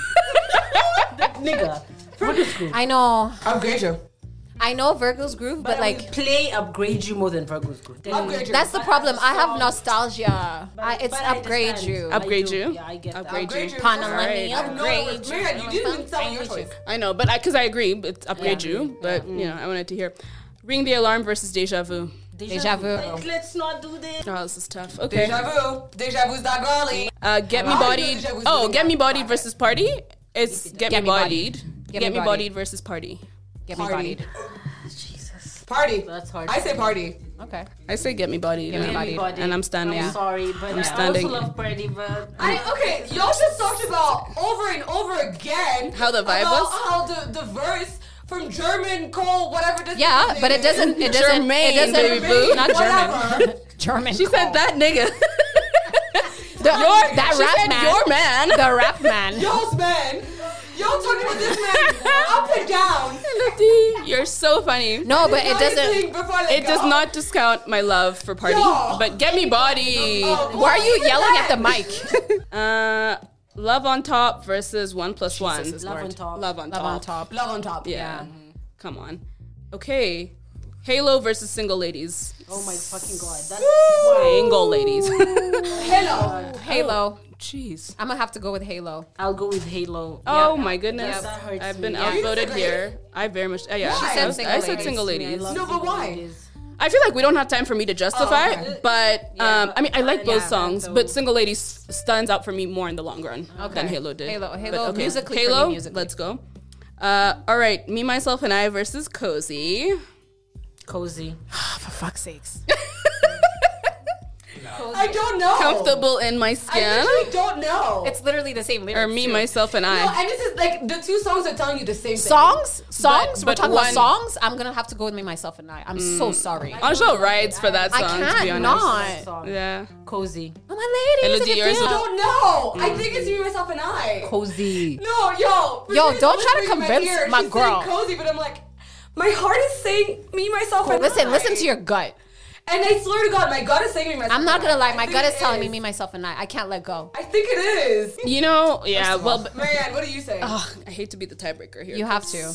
Speaker 4: that nigga. What is cool?
Speaker 1: I know.
Speaker 2: I'm going to.
Speaker 1: I know Virgo's groove, but, like
Speaker 4: play upgrade you more than Virgo's good.
Speaker 2: I'm going to.
Speaker 1: that's the
Speaker 4: But
Speaker 1: problem.
Speaker 4: as a
Speaker 1: I have
Speaker 4: song-
Speaker 1: nostalgia. I, it's
Speaker 4: But I
Speaker 1: upgrade
Speaker 4: understand.
Speaker 1: you.
Speaker 4: I
Speaker 3: Upgrade
Speaker 4: do.
Speaker 3: you.
Speaker 4: Yeah, I get that.
Speaker 3: upgrade
Speaker 2: Upgrade
Speaker 3: you.
Speaker 2: you.
Speaker 1: Pana
Speaker 3: All
Speaker 1: Lemmy,
Speaker 3: right.
Speaker 2: I know it
Speaker 1: upgrade
Speaker 2: was-
Speaker 1: you.
Speaker 2: Marianne, you didn't even tell me your
Speaker 1: Upgrade you.
Speaker 2: choice.
Speaker 3: I know, but I because I, agree, but it's upgrade
Speaker 4: Yeah.
Speaker 3: you. But you know, I wanted to hear. Ring the alarm versus deja vu.
Speaker 1: Deja vu.
Speaker 4: Like, let's not do this.
Speaker 3: Oh, this is tough. Okay.
Speaker 2: Deja vu. Deja vu's that girly.
Speaker 3: Uh, get me
Speaker 2: I know
Speaker 3: bodied.
Speaker 2: deja vu's
Speaker 3: Oh,
Speaker 2: doing
Speaker 3: get
Speaker 2: that.
Speaker 3: me bodied versus party. It's get me
Speaker 1: Get me bodied.
Speaker 3: bodied. Get me bodied versus party.
Speaker 1: Get me
Speaker 2: Party.
Speaker 1: bodied.
Speaker 4: Jesus.
Speaker 2: Party.
Speaker 4: That's hard.
Speaker 2: I say party.
Speaker 1: Okay.
Speaker 3: I say get me bodied.
Speaker 1: me
Speaker 3: and I'm-
Speaker 4: Everybody.
Speaker 3: And I'm standing.
Speaker 4: I'm sorry, but i
Speaker 3: standing.
Speaker 4: also love Birdie, but
Speaker 2: I, okay, y'all just talked about over and over again
Speaker 3: How the vibe
Speaker 2: about
Speaker 3: was?
Speaker 2: how the, the verse from German Cole whatever. this
Speaker 1: Yeah,
Speaker 2: nigga
Speaker 1: but it
Speaker 2: is.
Speaker 1: doesn't. It doesn't.
Speaker 3: Jermaine,
Speaker 1: it doesn't.
Speaker 3: baby boo.
Speaker 1: Not German.
Speaker 2: Whatever.
Speaker 1: German.
Speaker 3: She said that nigga.
Speaker 1: The, that
Speaker 3: she
Speaker 1: rap
Speaker 3: said
Speaker 1: man.
Speaker 3: your man.
Speaker 1: The rap man.
Speaker 2: Y'all's man. Y'all talking about this man up and down.
Speaker 3: You're so funny.
Speaker 1: No, but it
Speaker 2: Y'all
Speaker 1: doesn't.
Speaker 2: think before I let
Speaker 3: It does
Speaker 2: go?
Speaker 3: not discount my love for party,
Speaker 2: Yo.
Speaker 3: but get me body.
Speaker 2: Oh,
Speaker 1: Why are you
Speaker 2: even
Speaker 1: yelling at
Speaker 2: that?
Speaker 1: the mic?
Speaker 3: Uh, love on top versus one plus one.
Speaker 4: is Love on top.
Speaker 3: Love on
Speaker 1: Love
Speaker 3: top.
Speaker 1: on top.
Speaker 2: Love on top.
Speaker 3: Yeah. Come on. Okay. Halo versus single ladies.
Speaker 4: oh my fucking god, that's
Speaker 3: Single ladies.
Speaker 2: Hello.
Speaker 1: Halo.
Speaker 3: Jeez.
Speaker 1: I'm gonna have to go with Halo.
Speaker 4: I'll go with Halo.
Speaker 3: Oh my goodness.
Speaker 4: That hurts
Speaker 3: I've been
Speaker 4: me.
Speaker 2: you
Speaker 3: outvoted
Speaker 2: disagree?
Speaker 3: here. I very much. Uh, yeah.
Speaker 2: Why? She said
Speaker 3: I, was-
Speaker 1: single
Speaker 3: I said
Speaker 1: ladies.
Speaker 3: single
Speaker 4: I
Speaker 3: ladies.
Speaker 4: love
Speaker 2: No, but
Speaker 4: single
Speaker 2: why?
Speaker 4: ladies.
Speaker 3: I feel like we don't have time for me to justify,
Speaker 2: Oh, okay.
Speaker 3: but um,
Speaker 4: Yeah,
Speaker 3: I mean, I like
Speaker 4: but-
Speaker 3: both
Speaker 4: yeah,
Speaker 3: songs,
Speaker 4: so-
Speaker 3: but Single Ladies stands out for me more in the long run than Halo did.
Speaker 1: Halo-
Speaker 3: But
Speaker 1: Halo musically for
Speaker 3: Halo,
Speaker 1: me, musically.
Speaker 3: let's go. Uh, all right, me, myself, and I versus Cozy.
Speaker 4: Cozy.
Speaker 1: Oh, For fuck's sakes.
Speaker 2: I don't know.
Speaker 3: Comfortable in my
Speaker 2: I
Speaker 3: skin,
Speaker 2: literally don't know.
Speaker 1: It's literally the same lyrics.
Speaker 3: or me,
Speaker 1: too.
Speaker 3: myself, and I.
Speaker 2: no, and this is like the two songs are telling you the same thing.
Speaker 1: Songs, songs.
Speaker 3: but
Speaker 1: We're talking
Speaker 3: one-
Speaker 1: about songs. I'm gonna have to go with me, myself, and I. I'm so sorry. I,
Speaker 3: Anjo rides for that song. to be
Speaker 1: can't not.
Speaker 3: honest.
Speaker 4: Song.
Speaker 3: Yeah.
Speaker 4: Cozy.
Speaker 1: Oh my ladies,
Speaker 3: Elodie,
Speaker 1: if you
Speaker 3: yours
Speaker 1: feel-
Speaker 2: I don't know. I think it's me, myself, and I.
Speaker 4: Cozy.
Speaker 2: No, yo.
Speaker 1: Mm. Yo,
Speaker 2: Priscilla's
Speaker 1: don't try to
Speaker 2: whispering in
Speaker 1: convince
Speaker 2: ear.
Speaker 1: my
Speaker 2: She's
Speaker 1: girl.
Speaker 2: Saying cozy, but I'm like, my heart is saying me, myself, and
Speaker 1: Listen,
Speaker 2: I.
Speaker 1: listen to your gut.
Speaker 2: And I swear to God, my gut is saying me, myself.
Speaker 1: I'm not
Speaker 2: and
Speaker 1: gonna
Speaker 2: I.
Speaker 1: lie,
Speaker 2: I
Speaker 1: my
Speaker 2: think
Speaker 1: gut
Speaker 2: it
Speaker 1: is telling me,
Speaker 2: is.
Speaker 1: me, myself, and I. I can't let go.
Speaker 2: I think it is.
Speaker 3: You know, yeah, well, but,
Speaker 2: Marianne, what do you say?
Speaker 1: Oh.
Speaker 3: ugh, I hate to be the tiebreaker here.
Speaker 1: You have to.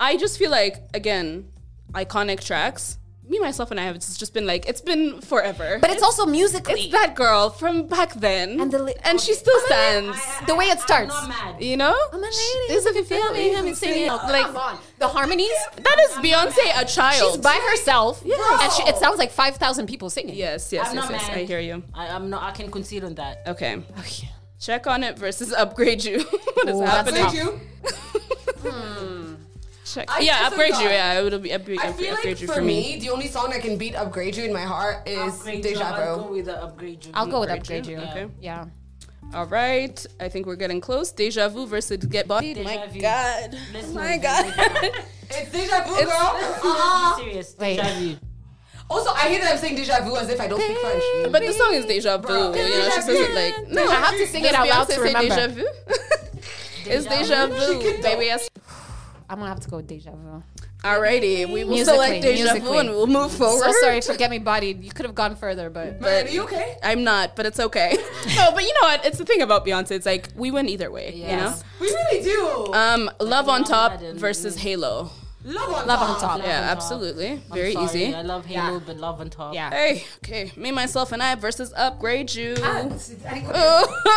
Speaker 3: I just feel like, again, iconic tracks. Me, myself, and I have it's just been like, it's been forever.
Speaker 1: But it's also musically.
Speaker 3: It's that girl from back then, and,
Speaker 1: And the li-
Speaker 3: she still stands.
Speaker 1: the way it starts.
Speaker 4: I'm not mad.
Speaker 3: you know,
Speaker 1: I'm a lady.
Speaker 3: Is if you feel me, I'm singing. Like
Speaker 1: Come on. The harmonies.
Speaker 3: that is Beyonce, a child.
Speaker 1: She's by herself. And she, it sounds like 5,000 people singing.
Speaker 3: yes, yes,
Speaker 4: I'm
Speaker 3: yes,
Speaker 4: not
Speaker 3: yes.
Speaker 4: mad.
Speaker 3: I hear you.
Speaker 4: I, I'm not. I can concede on that.
Speaker 3: Okay, check on it versus upgrade you. what is
Speaker 1: Ooh, that's
Speaker 3: happening?
Speaker 2: Did you?
Speaker 3: Check.
Speaker 2: I
Speaker 3: yeah,
Speaker 2: just
Speaker 3: upgrade you.
Speaker 2: forgot.
Speaker 3: Yeah, it would be upgrade,
Speaker 2: I feel
Speaker 3: upgrade,
Speaker 2: like
Speaker 3: you
Speaker 2: for me, the only song that can beat Upgrade You in my heart is
Speaker 4: Upgrade you.
Speaker 2: Deja
Speaker 4: I'll go
Speaker 2: Vu.
Speaker 4: with the upgrade you.
Speaker 1: I'll go with
Speaker 3: Upgrade
Speaker 1: Upgrade
Speaker 3: you,
Speaker 1: You.
Speaker 3: okay.
Speaker 1: Yeah.
Speaker 3: All right, I think we're getting close. Deja vu versus get bodied.
Speaker 4: Deja
Speaker 3: My
Speaker 4: vu.
Speaker 3: God, Oh
Speaker 4: Let's
Speaker 3: my
Speaker 4: not
Speaker 3: God.
Speaker 2: It's Deja Vu, girl. Uh-uh.
Speaker 4: Serious.
Speaker 1: Wait.
Speaker 4: Deja vu.
Speaker 2: Also, I hear that I'm saying deja vu as if I don't speak French.
Speaker 3: But the song is Deja Vu.
Speaker 2: Bro.
Speaker 3: You know, she says it like. No,
Speaker 6: I have to sing it out loud to remember.
Speaker 3: Deja vu? it's Deja Vu, baby. Yes.
Speaker 1: I'm gonna have to go with deja vu.
Speaker 3: Alrighty, we will
Speaker 1: Musically,
Speaker 3: select Deja Vu
Speaker 1: musically.
Speaker 3: and we'll move forward.
Speaker 1: So sorry for get me bodied. You could have gone further, but
Speaker 2: But are you okay?
Speaker 3: I'm not, but it's okay. no, but you know what? It's the thing about Beyonce. It's like we win either way.
Speaker 4: Yes.
Speaker 2: We really do.
Speaker 3: You know. Um, Love on
Speaker 4: Love
Speaker 3: Top
Speaker 4: Garden.
Speaker 3: versus Halo.
Speaker 2: love on
Speaker 1: love
Speaker 2: top.
Speaker 1: on top.
Speaker 4: Love
Speaker 3: Yeah,
Speaker 4: on top.
Speaker 3: absolutely.
Speaker 4: I'm
Speaker 3: Very
Speaker 4: sorry,
Speaker 3: easy.
Speaker 4: I love Halo, but love on top.
Speaker 1: Yeah.
Speaker 3: Hey, okay. Me, myself, and I versus Upgrade You.
Speaker 2: Ah, I-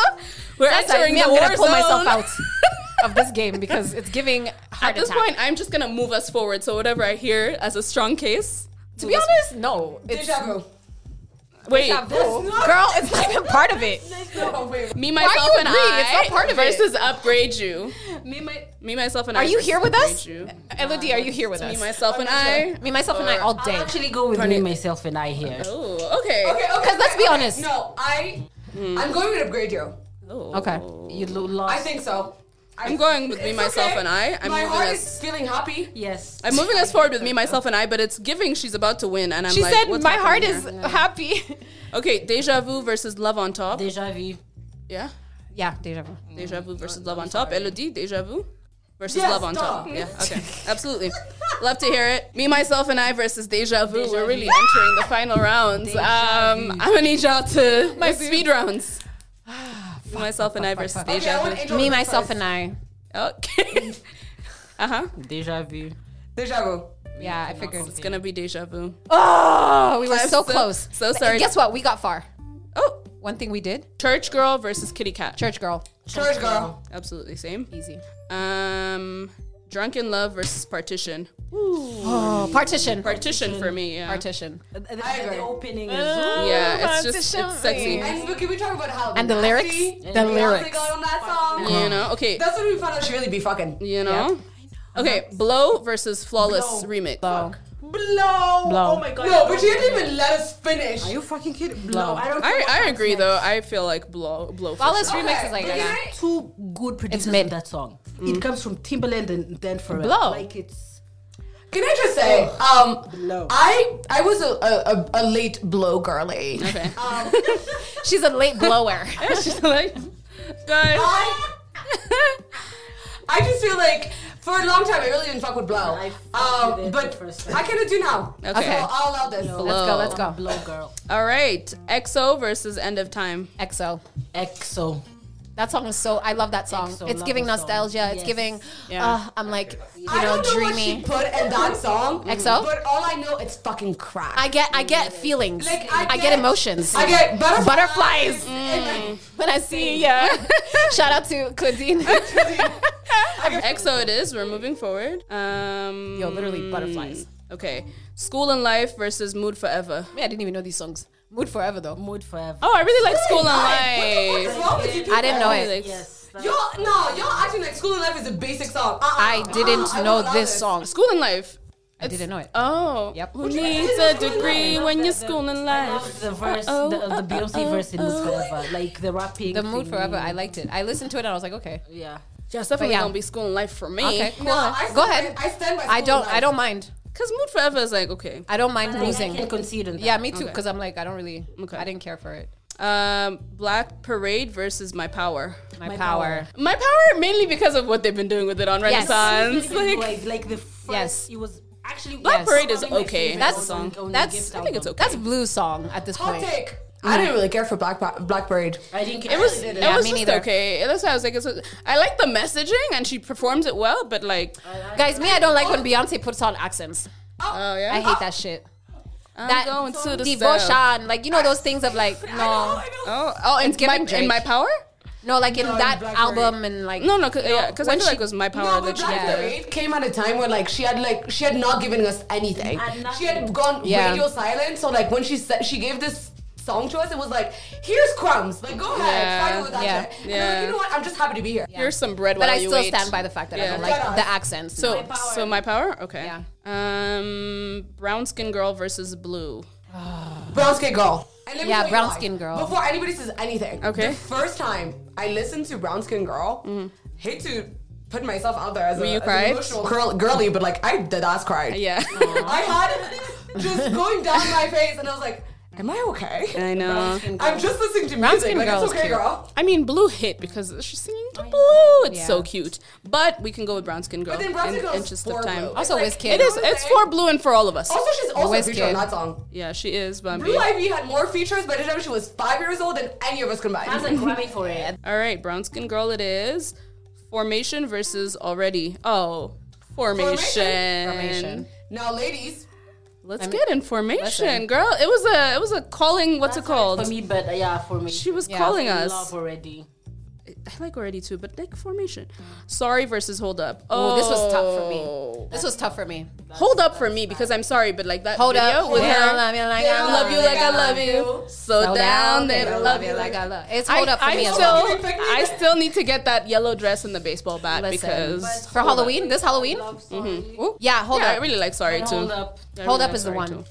Speaker 3: We're
Speaker 1: That's
Speaker 3: entering
Speaker 1: me.
Speaker 3: the
Speaker 1: I'm
Speaker 3: war
Speaker 1: gonna pull myself
Speaker 3: zone.
Speaker 1: out of this game because it's giving heart
Speaker 3: At this
Speaker 1: attack.
Speaker 3: point, I'm just gonna move us forward. So whatever I hear as a strong case.
Speaker 1: to be honest, no, it's
Speaker 2: Deja vu.
Speaker 3: Wait,
Speaker 1: not cool. girl, it's not even part of it.
Speaker 2: No, wait.
Speaker 3: me myself and
Speaker 1: agreeing?
Speaker 3: I
Speaker 1: It's not part of it.
Speaker 3: versus upgrade you.
Speaker 4: Me, my,
Speaker 3: Me myself and I.
Speaker 1: Are you
Speaker 3: versus
Speaker 1: here with
Speaker 3: upgrade
Speaker 1: us,
Speaker 3: You.
Speaker 1: Elodie? Are you here with
Speaker 3: Me
Speaker 1: us?
Speaker 3: myself and I.
Speaker 1: Me, myself, and I all day.
Speaker 4: actually go with me, myself, and I here.
Speaker 3: Oh, okay.
Speaker 2: Okay, okay.
Speaker 1: 'Cause let's
Speaker 2: okay,
Speaker 1: be
Speaker 2: okay.
Speaker 1: honest. Hmm.
Speaker 2: No, I. I'm going with upgrade you.
Speaker 3: Oh.
Speaker 1: Okay.
Speaker 4: You lo- lost.
Speaker 2: I think so. I,
Speaker 3: I'm going with me,
Speaker 2: It's
Speaker 3: myself,
Speaker 2: okay.
Speaker 3: and I. I'm
Speaker 2: My
Speaker 3: moving
Speaker 2: heart
Speaker 3: us-
Speaker 2: is feeling happy.
Speaker 4: yes.
Speaker 3: I'm moving us forward with me, myself, and I, but it's giving she's about to win, and I'm
Speaker 1: She
Speaker 3: like,
Speaker 1: said,
Speaker 3: what's
Speaker 1: "My heart
Speaker 3: happening
Speaker 1: is
Speaker 3: here?"
Speaker 1: happy."
Speaker 3: okay." Deja vu versus love on top.
Speaker 4: Deja vu.
Speaker 3: yeah,
Speaker 1: yeah, deja vu.
Speaker 3: deja vu versus love on top. Elodie, deja vu versus
Speaker 2: Yes,
Speaker 3: love on top.
Speaker 2: duh.
Speaker 3: Yeah, okay, absolutely. Love to hear it. Me, myself, and I versus deja vu.
Speaker 4: Deja
Speaker 3: We're
Speaker 4: vu.
Speaker 3: really entering the final rounds. Um, I'm gonna need y'all to my speed rounds.
Speaker 1: Ah,
Speaker 3: Me, myself, and I versus
Speaker 2: Okay, I
Speaker 3: deja
Speaker 2: want
Speaker 3: vu.
Speaker 2: Angel
Speaker 1: Me,
Speaker 2: to go
Speaker 1: myself,
Speaker 2: first.
Speaker 1: and I.
Speaker 3: Okay. uh huh.
Speaker 4: Deja vu.
Speaker 2: Deja vu.
Speaker 1: Yeah, I figured.
Speaker 3: It's gonna be deja vu.
Speaker 1: Oh, we were
Speaker 3: I'm
Speaker 1: so
Speaker 3: so-
Speaker 1: close.
Speaker 3: so
Speaker 1: But
Speaker 3: sorry.
Speaker 1: Guess what? We got far.
Speaker 3: Oh,
Speaker 1: One thing we did.
Speaker 3: church girl versus kitty cat.
Speaker 1: Church girl.
Speaker 2: Church girl.
Speaker 3: Absolutely same.
Speaker 1: Easy.
Speaker 3: Um, drunken love versus partition.
Speaker 1: Oh, partition.
Speaker 3: Partition for me. Yeah.
Speaker 1: Partition.
Speaker 4: The, the,
Speaker 2: I agree.
Speaker 4: the opening is.
Speaker 3: Yeah, it's
Speaker 1: Oh,
Speaker 3: just
Speaker 1: partition
Speaker 3: it's sexy.
Speaker 1: me.
Speaker 2: And look, can we talk about how
Speaker 1: And the lyrics?
Speaker 2: nasty
Speaker 1: The
Speaker 2: Beyonce
Speaker 1: lyrics.
Speaker 2: got on that song?
Speaker 3: You know. Okay.
Speaker 2: That's when we found out she really be fucking.
Speaker 3: You know. Okay. Blow versus flawless remix.
Speaker 1: Blow.
Speaker 2: Blow. Oh
Speaker 4: my
Speaker 2: No, but you didn't even let us finish.
Speaker 4: Are you fucking kidding?
Speaker 1: Blow.
Speaker 4: No, I don't.
Speaker 3: I, I agree though. I feel like blow blow. for
Speaker 1: Flawless
Speaker 3: sure.
Speaker 1: remix is like
Speaker 2: Okay.
Speaker 1: that.
Speaker 4: Two good producers
Speaker 1: mid.
Speaker 4: in that song. It comes from Timbaland and Dan Forever.
Speaker 1: Blow.
Speaker 4: Like it's.
Speaker 2: Can I just say, um,
Speaker 4: Blow.
Speaker 2: I I was a, a, a, a late blow girly. Um,
Speaker 3: Okay.
Speaker 1: She's a late blower.
Speaker 3: She's like, guys.
Speaker 2: I I just feel like for a long time I really didn't fuck with blow.
Speaker 4: I fucked with
Speaker 2: Um,
Speaker 4: it
Speaker 2: but
Speaker 4: the first
Speaker 2: I kind of do now.
Speaker 3: Okay.
Speaker 2: So I'll allow this.
Speaker 1: Let's go. Let's go.
Speaker 4: Blow girl.
Speaker 3: All right. EXO versus End of Time.
Speaker 1: EXO.
Speaker 4: EXO.
Speaker 1: That song is so. I love that song.
Speaker 4: EXO,
Speaker 1: it's
Speaker 4: love
Speaker 1: giving
Speaker 4: the song.
Speaker 1: nostalgia. It's
Speaker 4: Yes.
Speaker 1: giving.
Speaker 3: Yeah.
Speaker 1: Uh, I'm like, you
Speaker 2: I
Speaker 1: know,
Speaker 2: don't know
Speaker 1: dreamy.
Speaker 2: what she put in that song.
Speaker 1: EXO?
Speaker 2: But all I know it's fucking crack.
Speaker 1: I get. I get feelings.
Speaker 2: Like,
Speaker 1: I,
Speaker 2: I
Speaker 1: get,
Speaker 2: get-
Speaker 1: emotions.
Speaker 2: I get butterflies.
Speaker 1: Butterflies.
Speaker 2: and,
Speaker 1: when I see. Yeah. Shout out to Claudine.
Speaker 3: EXO it is. We're moving forward. Um.
Speaker 1: Yo, literally butterflies.
Speaker 3: Okay. School and life versus mood forever.
Speaker 1: Man, I didn't even know these songs. Mood forever though.
Speaker 4: Mood forever.
Speaker 3: Oh, I really like school and life.
Speaker 2: Like, what the fuck is wrong with you people?
Speaker 1: I didn't know
Speaker 3: Really
Speaker 1: it.
Speaker 3: like-
Speaker 4: Yes. that-
Speaker 2: Y'all, no, y'all acting like School of Life is a basic song. Uh-uh,
Speaker 1: I
Speaker 2: uh-uh,
Speaker 1: didn't
Speaker 2: I
Speaker 1: know
Speaker 2: won't allow
Speaker 1: this song.
Speaker 3: School and life.
Speaker 1: I didn't know it.
Speaker 3: Oh.
Speaker 1: Yep.
Speaker 3: Who needs a degree when you're school and life?
Speaker 4: The verse, the, the Beyonce verse in Mood Forever, like the rapping.
Speaker 1: The mood
Speaker 4: thingy.
Speaker 1: forever. I liked it. I listened to it and I was like, okay.
Speaker 4: Yeah.
Speaker 3: Just definitely
Speaker 1: yeah.
Speaker 3: gonna be school and life for me.
Speaker 1: Okay, cool.
Speaker 2: No, I
Speaker 1: Go
Speaker 2: stand
Speaker 1: ahead.
Speaker 2: by- I stand by
Speaker 1: I
Speaker 2: School
Speaker 1: don't.
Speaker 2: of
Speaker 1: I don't mind.
Speaker 3: Cause mood forever is like okay.
Speaker 1: I don't mind
Speaker 4: I
Speaker 1: losing.
Speaker 4: can concede on that.
Speaker 1: Yeah, me too.
Speaker 3: Okay.
Speaker 1: Because I'm like, I don't really.
Speaker 3: Okay.
Speaker 1: I didn't care for it.
Speaker 3: Um, Black Parade versus My Power.
Speaker 1: My,
Speaker 4: My
Speaker 1: power.
Speaker 4: power.
Speaker 3: My Power mainly because of what they've been doing with it on
Speaker 1: Yes.
Speaker 3: Renaissance.
Speaker 4: Like,
Speaker 3: Like,
Speaker 4: like the first,
Speaker 1: Yes.
Speaker 4: it was actually
Speaker 3: Black
Speaker 4: yes.
Speaker 3: Parade is
Speaker 4: Probably my
Speaker 3: okay.
Speaker 4: favorite
Speaker 1: That's-
Speaker 4: on- on the
Speaker 1: that's-
Speaker 4: Gift
Speaker 1: I
Speaker 3: I think it's
Speaker 4: album.
Speaker 3: okay.
Speaker 1: That's blue song at this
Speaker 2: Hot
Speaker 1: point.
Speaker 2: take. I didn't really care for Black Pa- Black Parade.
Speaker 4: I didn't care.
Speaker 3: it was
Speaker 4: I
Speaker 3: it
Speaker 1: Yeah,
Speaker 3: was
Speaker 1: me
Speaker 3: just
Speaker 1: neither.
Speaker 3: okay. That's why I was like, it's, I like the messaging and she performs it well, but like,
Speaker 1: Guys, me, I don't like when Beyonce puts on accents.
Speaker 3: oh yeah,
Speaker 1: I hate that shit.
Speaker 3: I'm
Speaker 1: That
Speaker 3: going to the
Speaker 1: devotion,
Speaker 3: step.
Speaker 1: like you know those things of like no,
Speaker 3: Oh, oh, and my,
Speaker 1: giving
Speaker 3: in
Speaker 1: Drake.
Speaker 3: my power?
Speaker 1: no, like in that
Speaker 2: Black
Speaker 1: album and like
Speaker 3: No, no, cause, yeah, because I
Speaker 1: when
Speaker 3: feel
Speaker 1: she-
Speaker 3: like it was my
Speaker 2: No,
Speaker 3: power.
Speaker 2: but
Speaker 3: Oh, that she
Speaker 2: Black
Speaker 1: yeah.
Speaker 2: Parade came at a time when like she had like she had not given us anything.
Speaker 4: Had nothing.
Speaker 2: She had gone
Speaker 1: Yeah.
Speaker 2: radio silent. So like when she said she gave this song to us, it was like, here's crumbs. Like go ahead,
Speaker 3: Yeah,
Speaker 2: fight with that
Speaker 1: yeah,
Speaker 2: shit. And I was
Speaker 3: yeah.
Speaker 2: like, you know what? I'm just happy to be here.
Speaker 3: Here's some bread
Speaker 1: But
Speaker 3: while
Speaker 1: I
Speaker 3: you
Speaker 1: still
Speaker 3: wait.
Speaker 1: stand by the fact that I
Speaker 3: Yeah.
Speaker 1: don't like
Speaker 2: Shut up.
Speaker 1: the accents.
Speaker 3: So,
Speaker 4: My power.
Speaker 3: so my power. Okay.
Speaker 1: Yeah.
Speaker 3: Um, brown skin girl versus blue.
Speaker 2: Brown skin girl. And let me
Speaker 1: Yeah,
Speaker 2: tell you
Speaker 1: brown
Speaker 2: why.
Speaker 1: skin girl.
Speaker 2: Before anybody says anything,
Speaker 3: Okay. Mm-hmm.
Speaker 2: The first time I listened to brown skin girl, hate to put myself out there as, a,
Speaker 3: you
Speaker 2: as an
Speaker 3: cried?
Speaker 2: emotional girl, girly, but like I dead ass cried.
Speaker 3: Yeah.
Speaker 2: I had just going down my face, and I was like, "Am I okay?
Speaker 3: I know.
Speaker 2: I'm just listening to
Speaker 6: Brown
Speaker 2: music.
Speaker 6: skin
Speaker 2: Like
Speaker 6: girl
Speaker 2: it's
Speaker 6: is
Speaker 2: okay,
Speaker 6: cute.
Speaker 2: girl."
Speaker 3: I mean, blue hit because she's singing to blue. It's so
Speaker 1: Yeah.
Speaker 3: cute. But we can go with brown skin girl.
Speaker 2: But then Brown
Speaker 3: in
Speaker 2: Skin
Speaker 3: the
Speaker 2: Girl is
Speaker 3: interest of
Speaker 2: for
Speaker 3: time.
Speaker 2: blue.
Speaker 1: Also,
Speaker 2: Like,
Speaker 1: Wizkid.
Speaker 3: It is.
Speaker 2: Okay.
Speaker 3: It's for blue and for all of us.
Speaker 2: Also, she's also a
Speaker 1: Wizkid.
Speaker 2: feature on that song.
Speaker 3: yeah, she is Bambi.
Speaker 2: Blue Ivy had more features by the time she was five years old than any of us combined.
Speaker 4: That's a Grammy for it.
Speaker 3: All right, brown skin girl. It is formation versus already. Oh, formation.
Speaker 2: Formation.
Speaker 1: Formation.
Speaker 2: now, ladies,
Speaker 3: Let's get information,
Speaker 1: listen.
Speaker 3: girl. It was a. It was a calling. What's it called?
Speaker 4: For me, but uh, yeah, for me.
Speaker 3: She was
Speaker 1: Yeah.
Speaker 3: calling
Speaker 4: I
Speaker 3: us.
Speaker 4: love already.
Speaker 3: I like already too, but like formation. Sorry versus hold up. Oh,
Speaker 1: Oh, this was tough for me. This was tough for me.
Speaker 3: Hold up for me because I'm sorry, but like that
Speaker 1: Hold
Speaker 3: video
Speaker 1: up
Speaker 3: with
Speaker 1: yeah.
Speaker 3: her.
Speaker 1: Love you like
Speaker 3: I
Speaker 1: I
Speaker 3: love you like I love you. So,
Speaker 1: So
Speaker 3: down
Speaker 1: down
Speaker 3: then I love you like I.
Speaker 1: I love. It's
Speaker 3: I,
Speaker 1: hold up for
Speaker 3: I
Speaker 1: me as
Speaker 3: still,
Speaker 1: well.
Speaker 3: I still need to get that yellow dress and the baseball bat
Speaker 1: Listen,
Speaker 3: because
Speaker 1: for Halloween, this Halloween, Ooh, yeah, hold
Speaker 3: yeah, I
Speaker 1: up.
Speaker 3: really like sorry Mm-hmm. too.
Speaker 4: Hold up.
Speaker 3: I
Speaker 1: Hold
Speaker 3: really
Speaker 1: Up
Speaker 3: like
Speaker 1: is the
Speaker 3: Sorry
Speaker 1: one.
Speaker 3: too.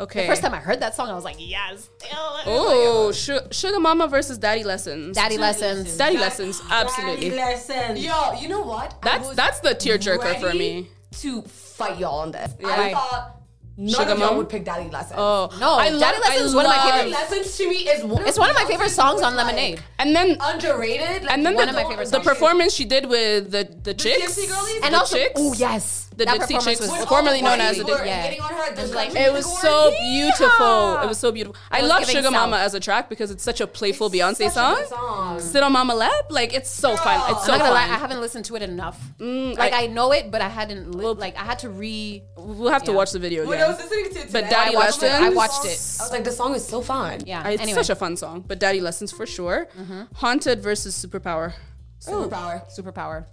Speaker 3: Okay.
Speaker 1: First time I heard that song, I was like, yes, still.
Speaker 3: Oh, Su- Sugar Mama versus Daddy Lessons.
Speaker 1: Daddy lessons.
Speaker 3: Daddy Lessons, absolutely.
Speaker 4: Listen.
Speaker 2: Yo, you know what? I
Speaker 3: That's
Speaker 2: was
Speaker 3: that's the tearjerker for
Speaker 2: ready
Speaker 3: me.
Speaker 2: To fight y'all on this,
Speaker 1: Right.
Speaker 2: I thought none
Speaker 3: Sugar
Speaker 2: of y'all
Speaker 3: Mom?
Speaker 2: would pick Daddy Lessons.
Speaker 3: Oh
Speaker 1: No,
Speaker 3: I
Speaker 1: Daddy
Speaker 3: love-
Speaker 1: Lessons
Speaker 3: I
Speaker 1: is one of my
Speaker 3: love-
Speaker 2: Daddy Lessons to me is one.
Speaker 1: It's one of my favorite songs on Lemonade.
Speaker 3: And then
Speaker 2: Underrated. Like,
Speaker 3: and then
Speaker 1: one
Speaker 3: the,
Speaker 1: of my favorite
Speaker 3: the
Speaker 1: songs.
Speaker 3: performance she did with the the chicks,
Speaker 2: Gypsy Girlies?
Speaker 1: And
Speaker 3: the
Speaker 1: also,
Speaker 3: chicks.
Speaker 1: oh yes,
Speaker 3: The Dipsy Chicks was
Speaker 2: when all
Speaker 3: formerly
Speaker 2: the
Speaker 3: known
Speaker 2: white
Speaker 3: as the
Speaker 2: people
Speaker 3: Dip-
Speaker 2: were
Speaker 1: yeah.
Speaker 2: Getting on her, the
Speaker 1: like-
Speaker 2: country
Speaker 3: It was
Speaker 2: chorus.
Speaker 3: so beautiful. It was so beautiful. I
Speaker 1: It was
Speaker 3: love
Speaker 1: giving
Speaker 3: Sugar Mama
Speaker 1: South.
Speaker 3: as a track because it's such a playful
Speaker 2: It's
Speaker 3: Beyonce
Speaker 2: such a
Speaker 3: song.
Speaker 2: good song.
Speaker 3: Sit on Mama lap, like it's so fun. It's
Speaker 1: I'm
Speaker 3: so
Speaker 1: not gonna
Speaker 3: fun.
Speaker 1: lie, I haven't listened to it enough. like
Speaker 3: Mm, I-
Speaker 1: I, know it, but I hadn't li- like I had to re.
Speaker 3: we'll have to
Speaker 1: Yeah.
Speaker 3: watch the video
Speaker 2: When
Speaker 3: again.
Speaker 2: Oh I was listening to it today,
Speaker 3: But Daddy
Speaker 2: I watched
Speaker 3: Lessons,
Speaker 2: it.
Speaker 1: I watched it.
Speaker 2: I was like, the song is so fun.
Speaker 1: Yeah,
Speaker 3: It's
Speaker 1: anyway, Mm-hmm.
Speaker 3: such a fun song, but Daddy Lessons for sure. Haunted versus Superpower.
Speaker 2: Superpower.
Speaker 1: superpower.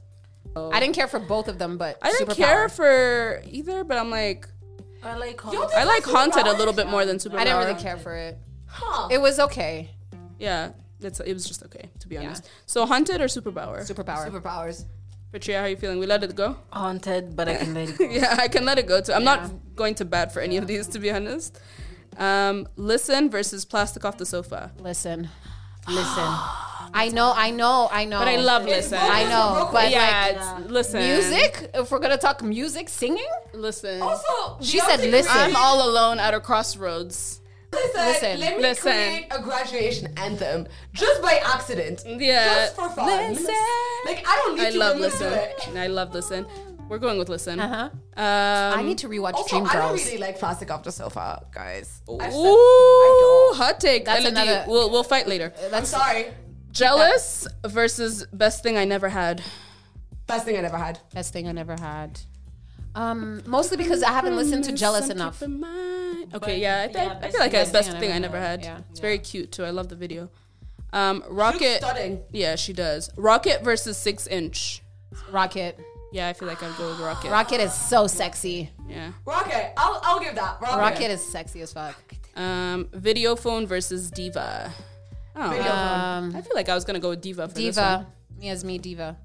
Speaker 1: I didn't care for both of them, but
Speaker 3: Oh. I didn't
Speaker 1: superpower.
Speaker 3: care for either, but I'm like,
Speaker 4: I like her.
Speaker 2: Y'all did
Speaker 3: I like Haunted a
Speaker 2: Superpower?
Speaker 3: little bit more than Superpower.
Speaker 1: I didn't really care for it.
Speaker 2: Huh.
Speaker 1: It was okay.
Speaker 3: Yeah, that's it was just okay to be honest. So Haunted or Superpower?
Speaker 1: Superpower.
Speaker 2: Superpowers.
Speaker 3: Patricia, how are you feeling? We let it go.
Speaker 4: Haunted, but I can let it go.
Speaker 3: yeah, I can let it go too. I'm not going to bat for any of these, to be honest. Um, listen versus plastic off the sofa.
Speaker 1: Listen, listen. I know, I know, I know.
Speaker 3: But I love listen.
Speaker 1: Oh. I know, but
Speaker 3: yeah,
Speaker 1: like
Speaker 3: it's, listen.
Speaker 1: music. If we're gonna talk music, singing,
Speaker 3: Listen.
Speaker 2: Also,
Speaker 1: She
Speaker 2: Beyonce
Speaker 1: said, "Listen."
Speaker 2: created-
Speaker 3: I'm all alone at a crossroads.
Speaker 2: Listen,
Speaker 1: Listen,
Speaker 2: let me
Speaker 3: listen.
Speaker 2: create a graduation anthem just by accident.
Speaker 3: Yeah.
Speaker 2: Just for fun.
Speaker 1: Listen.
Speaker 2: Like, I don't need
Speaker 3: I
Speaker 2: to
Speaker 3: love
Speaker 2: remember
Speaker 3: listen.
Speaker 2: it.
Speaker 3: I love listen. We're going with listen.
Speaker 1: Uh-huh.
Speaker 3: Um,
Speaker 1: I need to rewatch
Speaker 2: Also, I don't
Speaker 1: Dreamgirls.
Speaker 2: really like plastic off the sofa, guys. I've said-
Speaker 3: Ooh, hot take.
Speaker 1: That's
Speaker 3: Elodie,
Speaker 1: another-
Speaker 3: We'll we'll fight later.
Speaker 2: I'm sorry.
Speaker 3: Jealous versus best thing I never had.
Speaker 2: Best thing I never had.
Speaker 1: Best thing I never had. Um, mostly because I haven't listened to Jealous enough.
Speaker 3: Okay,
Speaker 4: But,
Speaker 3: yeah, I, think,
Speaker 4: yeah,
Speaker 3: I
Speaker 4: best
Speaker 3: feel like
Speaker 4: thing
Speaker 3: it's
Speaker 4: I-
Speaker 3: best
Speaker 1: I
Speaker 3: thing I
Speaker 1: never
Speaker 3: never
Speaker 1: had,
Speaker 3: had.
Speaker 1: yeah.
Speaker 3: It's very cute too. I love the video. Um,
Speaker 2: She looks
Speaker 3: Rocket.
Speaker 2: stunning.
Speaker 3: Yeah, she does. Rocket versus Six Inch.
Speaker 1: Rocket.
Speaker 3: Yeah, I feel like I'd go with Rocket.
Speaker 1: Rocket is so sexy.
Speaker 3: yeah.
Speaker 2: Rocket. I'll, I'll give that. Rocket.
Speaker 1: Rocket is sexy as fuck.
Speaker 3: Um, video phone versus Diva. Oh,
Speaker 1: Um,
Speaker 3: I feel like I was gonna go with Diva for this one.
Speaker 1: Diva. Mia's me, Diva.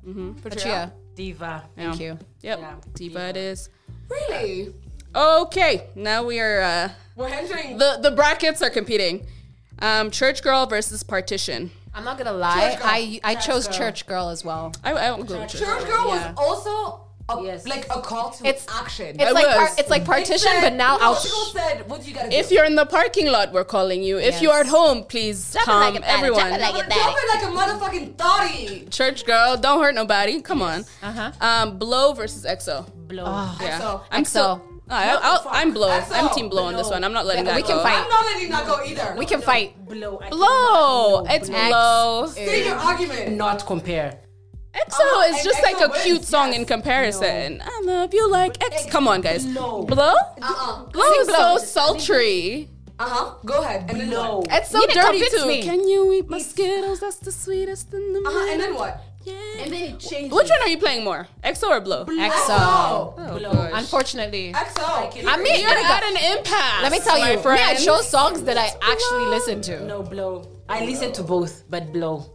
Speaker 1: Patria.
Speaker 4: Diva.
Speaker 1: Thank
Speaker 3: Yeah.
Speaker 1: you.
Speaker 3: Yep,
Speaker 4: Yeah,
Speaker 3: Diva it is.
Speaker 2: Really?
Speaker 3: Okay, now we are. Uh,
Speaker 2: We're entering
Speaker 3: the the brackets are competing. Um, church girl versus partition.
Speaker 1: I'm not gonna lie.
Speaker 2: Church girl.
Speaker 1: I I chose Church Girl as well.
Speaker 3: I, I won't go with church.
Speaker 2: Church Girl
Speaker 1: Yeah.
Speaker 2: was also a,
Speaker 4: Yes.
Speaker 2: like a call to
Speaker 1: It's-
Speaker 2: action.
Speaker 1: It's
Speaker 3: It
Speaker 1: like par-
Speaker 3: was.
Speaker 1: it's like partition, but now
Speaker 2: no,
Speaker 1: out.
Speaker 2: Girl said, "What you gotta
Speaker 3: If
Speaker 2: do?
Speaker 3: you're in the parking lot, we're calling you. If
Speaker 1: Yes.
Speaker 3: you are at home, please
Speaker 1: Drop it
Speaker 3: come.
Speaker 1: like a batty, drop
Speaker 3: everyone,
Speaker 1: it like a-
Speaker 2: Jump it like a motherfucking thotty."
Speaker 3: church girl, don't hurt nobody. Come on.
Speaker 1: Uh-huh.
Speaker 3: Um, blow versus EXO.
Speaker 4: Blow.
Speaker 3: Yeah,
Speaker 2: EXO.
Speaker 1: EXO.
Speaker 3: I'm still. I, I'll, I'm blow.
Speaker 2: EXO.
Speaker 3: I'm team blow on this
Speaker 2: No.
Speaker 3: one. I'm not letting
Speaker 1: Yeah,
Speaker 3: that
Speaker 1: we can
Speaker 3: go.
Speaker 1: fight.
Speaker 2: I'm not letting that go either.
Speaker 1: We can fight.
Speaker 4: Blow. I
Speaker 3: Blow.
Speaker 4: cannot-
Speaker 3: It's
Speaker 4: blow.
Speaker 3: blow.
Speaker 2: State your argument.
Speaker 4: Not compare.
Speaker 3: EXO
Speaker 1: Oh,
Speaker 2: Uh-huh,
Speaker 3: is
Speaker 2: and
Speaker 3: just
Speaker 2: EXO
Speaker 3: like a
Speaker 2: wins,
Speaker 3: cute song
Speaker 2: yes.
Speaker 3: in comparison. I love you like X. Come on, guys.
Speaker 4: Blow.
Speaker 1: Uh,
Speaker 3: Blow.
Speaker 2: Uh-uh.
Speaker 3: Blow is so sultry.
Speaker 2: Uh huh. Go ahead. And then
Speaker 4: Blow.
Speaker 2: what?
Speaker 3: It's so
Speaker 1: You didn't
Speaker 3: dirty
Speaker 1: convince
Speaker 3: too.
Speaker 1: me. Uh-huh,
Speaker 3: Can you eat my Skittles? That's the sweetest in the
Speaker 2: Uh huh.
Speaker 3: world.
Speaker 2: And then what?
Speaker 3: Yeah.
Speaker 4: And then it changes.
Speaker 3: Which one are you playing more, EXO or Blow?
Speaker 1: EXO.
Speaker 2: Oh.
Speaker 3: Oh,
Speaker 4: Blow.
Speaker 3: gosh.
Speaker 1: Unfortunately,
Speaker 2: XO.
Speaker 1: I mean,
Speaker 3: You're
Speaker 1: let me
Speaker 3: at
Speaker 1: go-
Speaker 3: an impasse.
Speaker 1: let me tell
Speaker 3: my
Speaker 1: you, me, I
Speaker 3: friend.
Speaker 1: chose songs that I actually listened to.
Speaker 4: No blow. I listen to both, but blow.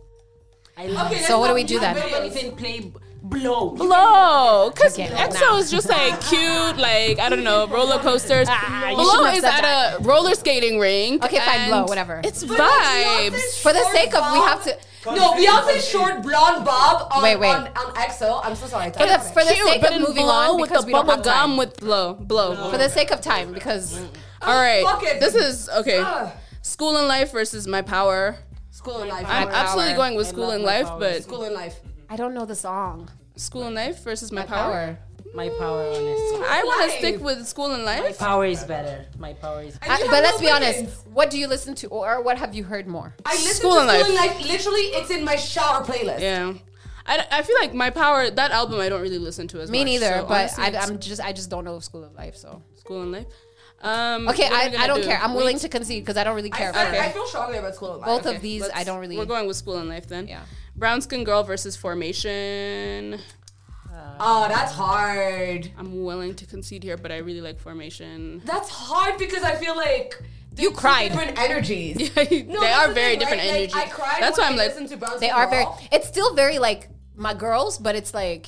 Speaker 4: I
Speaker 2: Okay,
Speaker 4: love. Okay.
Speaker 2: let's
Speaker 1: So what do
Speaker 2: not
Speaker 1: we do
Speaker 2: do
Speaker 1: then?
Speaker 4: I
Speaker 2: videos.
Speaker 4: don't even play b- blow.
Speaker 3: Blow, cause
Speaker 1: Okay.
Speaker 3: EXO is just like cute, like I don't know, roller coasters.
Speaker 1: Ah, you
Speaker 3: blow
Speaker 1: shouldn't have
Speaker 3: is
Speaker 1: said
Speaker 3: at a roller skating rink.
Speaker 1: Okay, fine,
Speaker 3: and
Speaker 1: Blow, whatever.
Speaker 3: It's
Speaker 2: Beyonce's
Speaker 3: vibes.
Speaker 1: For the
Speaker 2: short
Speaker 1: sake of, we
Speaker 2: bob-
Speaker 1: have to.
Speaker 2: No, Beyonce's short blonde bob on
Speaker 1: Wait, wait.
Speaker 2: on, on EXO. I'm so sorry.
Speaker 1: For the, for the
Speaker 3: Cute,
Speaker 1: sake
Speaker 3: but
Speaker 1: of
Speaker 3: in
Speaker 1: moving
Speaker 3: blow
Speaker 1: on,
Speaker 3: with
Speaker 1: because
Speaker 3: the
Speaker 1: we don't have
Speaker 3: bubble
Speaker 1: time.
Speaker 3: gum with blow, blow.
Speaker 1: For the sake of time, because
Speaker 3: All right.
Speaker 2: fuck it. Ah.
Speaker 3: This is okay.
Speaker 2: Ugh.
Speaker 3: School and life versus my power.
Speaker 2: School and life.
Speaker 3: I'm absolutely going with
Speaker 4: I
Speaker 3: school
Speaker 4: love
Speaker 3: and
Speaker 4: my
Speaker 3: life,
Speaker 4: power.
Speaker 3: but
Speaker 2: School and life.
Speaker 6: I don't know the song.
Speaker 3: school and life versus my,
Speaker 4: My
Speaker 3: power.
Speaker 4: power. My power, honestly.
Speaker 3: I want to
Speaker 2: Life.
Speaker 3: stick with school and
Speaker 4: My
Speaker 3: life.
Speaker 4: power is better. My power is
Speaker 2: And
Speaker 1: I-
Speaker 2: you have
Speaker 1: but
Speaker 2: no
Speaker 1: let's be honest.
Speaker 2: opinions.
Speaker 1: What do you listen to, or what have you heard more?
Speaker 2: I listen
Speaker 3: School
Speaker 2: to
Speaker 3: and
Speaker 2: School
Speaker 3: Life.
Speaker 2: and Life. Literally, it's in my shower playlist.
Speaker 3: Yeah. I, I feel like my power that album I don't really listen to as
Speaker 1: Me
Speaker 3: much.
Speaker 1: neither.
Speaker 3: so
Speaker 1: but
Speaker 3: honestly,
Speaker 1: I,
Speaker 3: it's
Speaker 1: I'm just I just don't know School of Life. So
Speaker 3: school and life. Um,
Speaker 1: okay,
Speaker 3: what are
Speaker 1: I,
Speaker 3: we gonna
Speaker 1: I don't
Speaker 3: do?
Speaker 1: care. I'm
Speaker 3: Wait,
Speaker 1: willing to concede because I don't really
Speaker 2: I
Speaker 1: care.
Speaker 2: feel,
Speaker 1: about
Speaker 3: Okay.
Speaker 2: I feel strongly about School and Life.
Speaker 1: Both
Speaker 3: okay,
Speaker 1: of these I
Speaker 3: let's-
Speaker 1: don't really.
Speaker 3: We're going with school and life then.
Speaker 1: Yeah.
Speaker 3: Brown skin girl versus formation.
Speaker 2: Oh, that's hard.
Speaker 3: I'm willing to concede here, but I really like formation.
Speaker 2: That's hard because I feel like they're
Speaker 1: You
Speaker 2: two
Speaker 1: cried.
Speaker 2: different energies. No,
Speaker 3: they
Speaker 2: that's
Speaker 3: are
Speaker 2: the
Speaker 3: very
Speaker 2: thing,
Speaker 3: different
Speaker 2: right?
Speaker 3: energies.
Speaker 2: Like, I cried
Speaker 3: That's
Speaker 2: when
Speaker 3: why I'm
Speaker 2: I
Speaker 3: like,
Speaker 2: listened to Bounce
Speaker 1: They
Speaker 2: and
Speaker 1: are very.
Speaker 2: Roll.
Speaker 1: It's still very like my girls, but it's like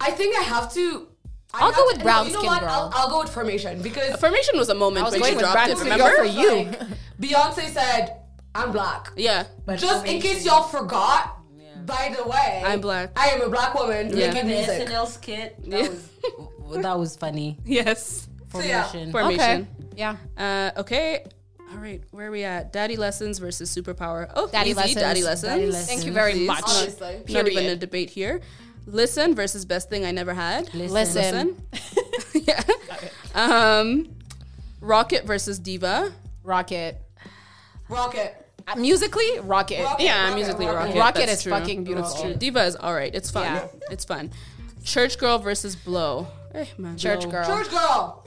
Speaker 2: I think I have to. I
Speaker 1: I'll
Speaker 2: have
Speaker 1: go
Speaker 2: to-
Speaker 1: with
Speaker 2: no,
Speaker 1: brown
Speaker 2: you know
Speaker 1: skin
Speaker 2: what?
Speaker 1: girl.
Speaker 2: I'll, I'll go with formation because
Speaker 3: formation was a moment
Speaker 1: was
Speaker 3: when
Speaker 1: going
Speaker 3: she
Speaker 1: with
Speaker 3: dropped
Speaker 1: Brown
Speaker 3: it.
Speaker 1: Skin
Speaker 3: Remember?
Speaker 1: Girl for
Speaker 2: It's
Speaker 1: you.
Speaker 2: like, Beyonce said, "I'm black."
Speaker 3: Yeah.
Speaker 2: Just in case y'all forgot. By the way,
Speaker 3: I'm black.
Speaker 2: I am a black woman
Speaker 3: Yeah.
Speaker 2: making
Speaker 4: the
Speaker 2: music.
Speaker 4: SNL skit. That,
Speaker 3: Yeah.
Speaker 4: was, w- that was funny.
Speaker 3: Yes.
Speaker 2: So, yeah.
Speaker 4: Formation.
Speaker 3: Formation.
Speaker 1: yeah.
Speaker 3: Uh, okay. All right. Where are we at? Daddy lessons versus superpower. Oh,
Speaker 1: Daddy
Speaker 3: easy.
Speaker 1: lessons.
Speaker 3: Daddy lessons.
Speaker 4: Daddy lessons.
Speaker 1: Thank you very
Speaker 3: Please.
Speaker 1: much.
Speaker 2: Honestly.
Speaker 3: Not even a debate here. Listen versus best thing I never had.
Speaker 1: Listen,
Speaker 3: yeah. Um, Rocket versus Diva.
Speaker 1: Rocket.
Speaker 2: Rocket.
Speaker 1: Uh, musically, Rocket.
Speaker 2: Rocket,
Speaker 3: Yeah,
Speaker 2: rocket,
Speaker 3: musically
Speaker 2: rocket.
Speaker 3: Rocket.
Speaker 1: Rocket
Speaker 3: That's
Speaker 1: is
Speaker 3: true.
Speaker 1: fucking beautiful.
Speaker 3: That's true. Diva is all right. It's fun.
Speaker 1: Yeah.
Speaker 3: It's fun. Church girl versus Blow. Eh, man.
Speaker 1: Church
Speaker 3: Blow.
Speaker 1: girl.
Speaker 2: Church girl.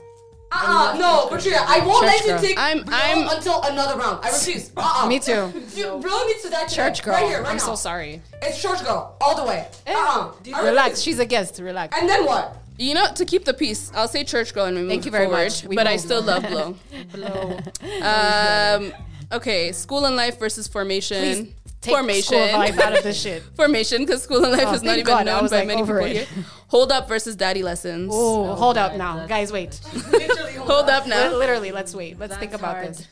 Speaker 2: Uh uh no, Patricia, I won't
Speaker 1: Church
Speaker 2: let you
Speaker 1: girl.
Speaker 2: take
Speaker 3: I'm-
Speaker 2: Bro
Speaker 3: I'm-
Speaker 2: until another round. I refuse. Uh uh
Speaker 1: Me too.
Speaker 2: You, bro needs to die today.
Speaker 1: Church girl.
Speaker 2: Right here, right
Speaker 1: I'm
Speaker 2: now.
Speaker 1: so sorry.
Speaker 2: It's church girl, all the way. Uh uh
Speaker 1: Relax. She's a guest. Relax.
Speaker 2: And then what?
Speaker 3: You know, to keep the peace, I'll say church girl and we move
Speaker 1: Thank you very
Speaker 3: forward,
Speaker 1: much. We
Speaker 3: but I
Speaker 1: move.
Speaker 3: still love Blow.
Speaker 4: Blow.
Speaker 3: Um, okay, school and life versus
Speaker 1: Please
Speaker 3: formation.
Speaker 1: take
Speaker 3: formation.
Speaker 1: school of life out of this shit.
Speaker 3: formation because school and life
Speaker 1: Oh,
Speaker 3: is not
Speaker 1: thank
Speaker 3: even
Speaker 1: God, I
Speaker 3: known
Speaker 1: was,
Speaker 3: by
Speaker 1: like,
Speaker 3: many
Speaker 1: over
Speaker 3: people here.
Speaker 1: it.
Speaker 3: Hold up versus daddy lessons.
Speaker 1: Oh, hold up now, guys. Wait.
Speaker 3: Hold up
Speaker 1: Li-
Speaker 3: now.
Speaker 1: Literally, let's wait. Let's think
Speaker 4: That's
Speaker 1: about
Speaker 4: hard.
Speaker 1: this.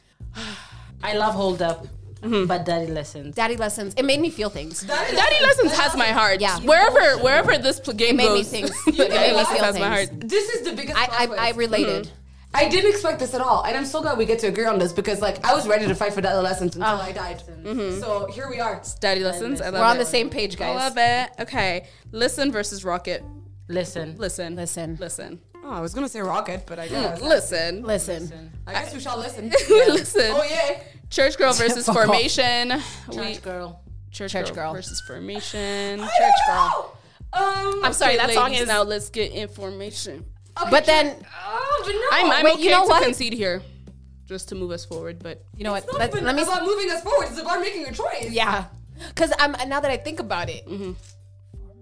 Speaker 4: I love Hold Up, but Daddy Lessons.
Speaker 1: Daddy lessons. It made me feel things.
Speaker 2: That is-
Speaker 3: Daddy lessons has my heart.
Speaker 1: Yeah.
Speaker 3: Wherever wherever this pl- game
Speaker 1: made me
Speaker 3: goes,
Speaker 1: think. You
Speaker 3: daddy
Speaker 1: made me
Speaker 3: lessons
Speaker 1: feel
Speaker 3: has my heart.
Speaker 1: things.
Speaker 2: This is the biggest.
Speaker 1: I
Speaker 2: plot
Speaker 1: I, I
Speaker 2: twist.
Speaker 1: related.
Speaker 2: I didn't expect this at all, and I'm so glad we get to agree on this because, like, I was ready to fight for that lessons until I died.
Speaker 1: Mm-hmm.
Speaker 2: So here we are.
Speaker 3: Daddy lessons. I love
Speaker 1: We're on
Speaker 3: it.
Speaker 1: the same page,
Speaker 3: I
Speaker 1: guys.
Speaker 3: love it. Okay, listen versus rocket.
Speaker 4: Listen.
Speaker 3: Listen.
Speaker 1: Listen.
Speaker 3: Listen.
Speaker 2: Oh, I was gonna say rocket, but I guess
Speaker 3: Listen.
Speaker 1: Listen.
Speaker 2: Hmm. I guess we shall listen.
Speaker 3: Listen.
Speaker 2: Oh yeah.
Speaker 3: Church girl versus
Speaker 1: Fuck off.
Speaker 3: formation. We-
Speaker 4: Church Girl.
Speaker 3: church,
Speaker 1: Church
Speaker 3: girl,
Speaker 1: girl.
Speaker 3: versus formation.
Speaker 1: Church girl.
Speaker 2: Um.
Speaker 1: I'm sorry.
Speaker 3: Okay,
Speaker 1: That song
Speaker 3: ladies,
Speaker 1: is.
Speaker 3: now. Let's get information.
Speaker 1: But then
Speaker 2: Oh, but no.
Speaker 3: I'm, I'm
Speaker 1: wait,
Speaker 3: okay
Speaker 1: you know
Speaker 3: to
Speaker 1: what?
Speaker 3: concede here, just to move us forward. But
Speaker 1: you know what?
Speaker 2: it's not
Speaker 1: Let,
Speaker 2: even
Speaker 1: let me.
Speaker 2: about moving us forward. It's about making a choice.
Speaker 1: Yeah. Because I'm now that I think about it.
Speaker 2: Mm-hmm.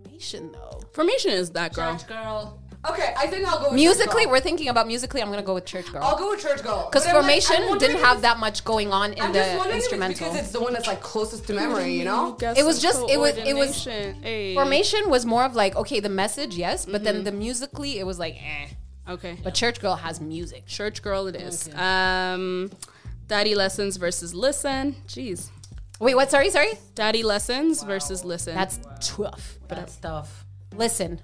Speaker 1: Formation though.
Speaker 3: formation is that girl.
Speaker 4: Church Girl.
Speaker 2: Okay, I think I'll go with
Speaker 1: Musically,
Speaker 2: Church girl.
Speaker 1: we're thinking about musically. I'm gonna go with Church Girl.
Speaker 2: I'll go with church girl.
Speaker 1: Because
Speaker 2: Oh, But I'm like-
Speaker 1: Formation
Speaker 2: I'm wondering
Speaker 1: didn't
Speaker 2: if
Speaker 1: have
Speaker 2: it's-
Speaker 1: that much going on in
Speaker 2: I'm just
Speaker 1: the
Speaker 2: wondering if it's
Speaker 1: instrumental.
Speaker 2: because it's the one that's like closest to memory. You know.
Speaker 1: It was just- it was- it was-
Speaker 3: Coordination. Hey.
Speaker 1: Formation was more of like okay, the message, yes, but
Speaker 2: Mm-hmm.
Speaker 1: then the musically, it was like eh.
Speaker 3: Okay,
Speaker 1: But Church Girl has music.
Speaker 3: church girl it is. Um, daddy lessons versus listen. Jeez,
Speaker 1: Wait, what? Sorry, sorry.
Speaker 3: daddy lessons versus listen.
Speaker 1: That's tough.
Speaker 4: That's tough.
Speaker 1: Listen,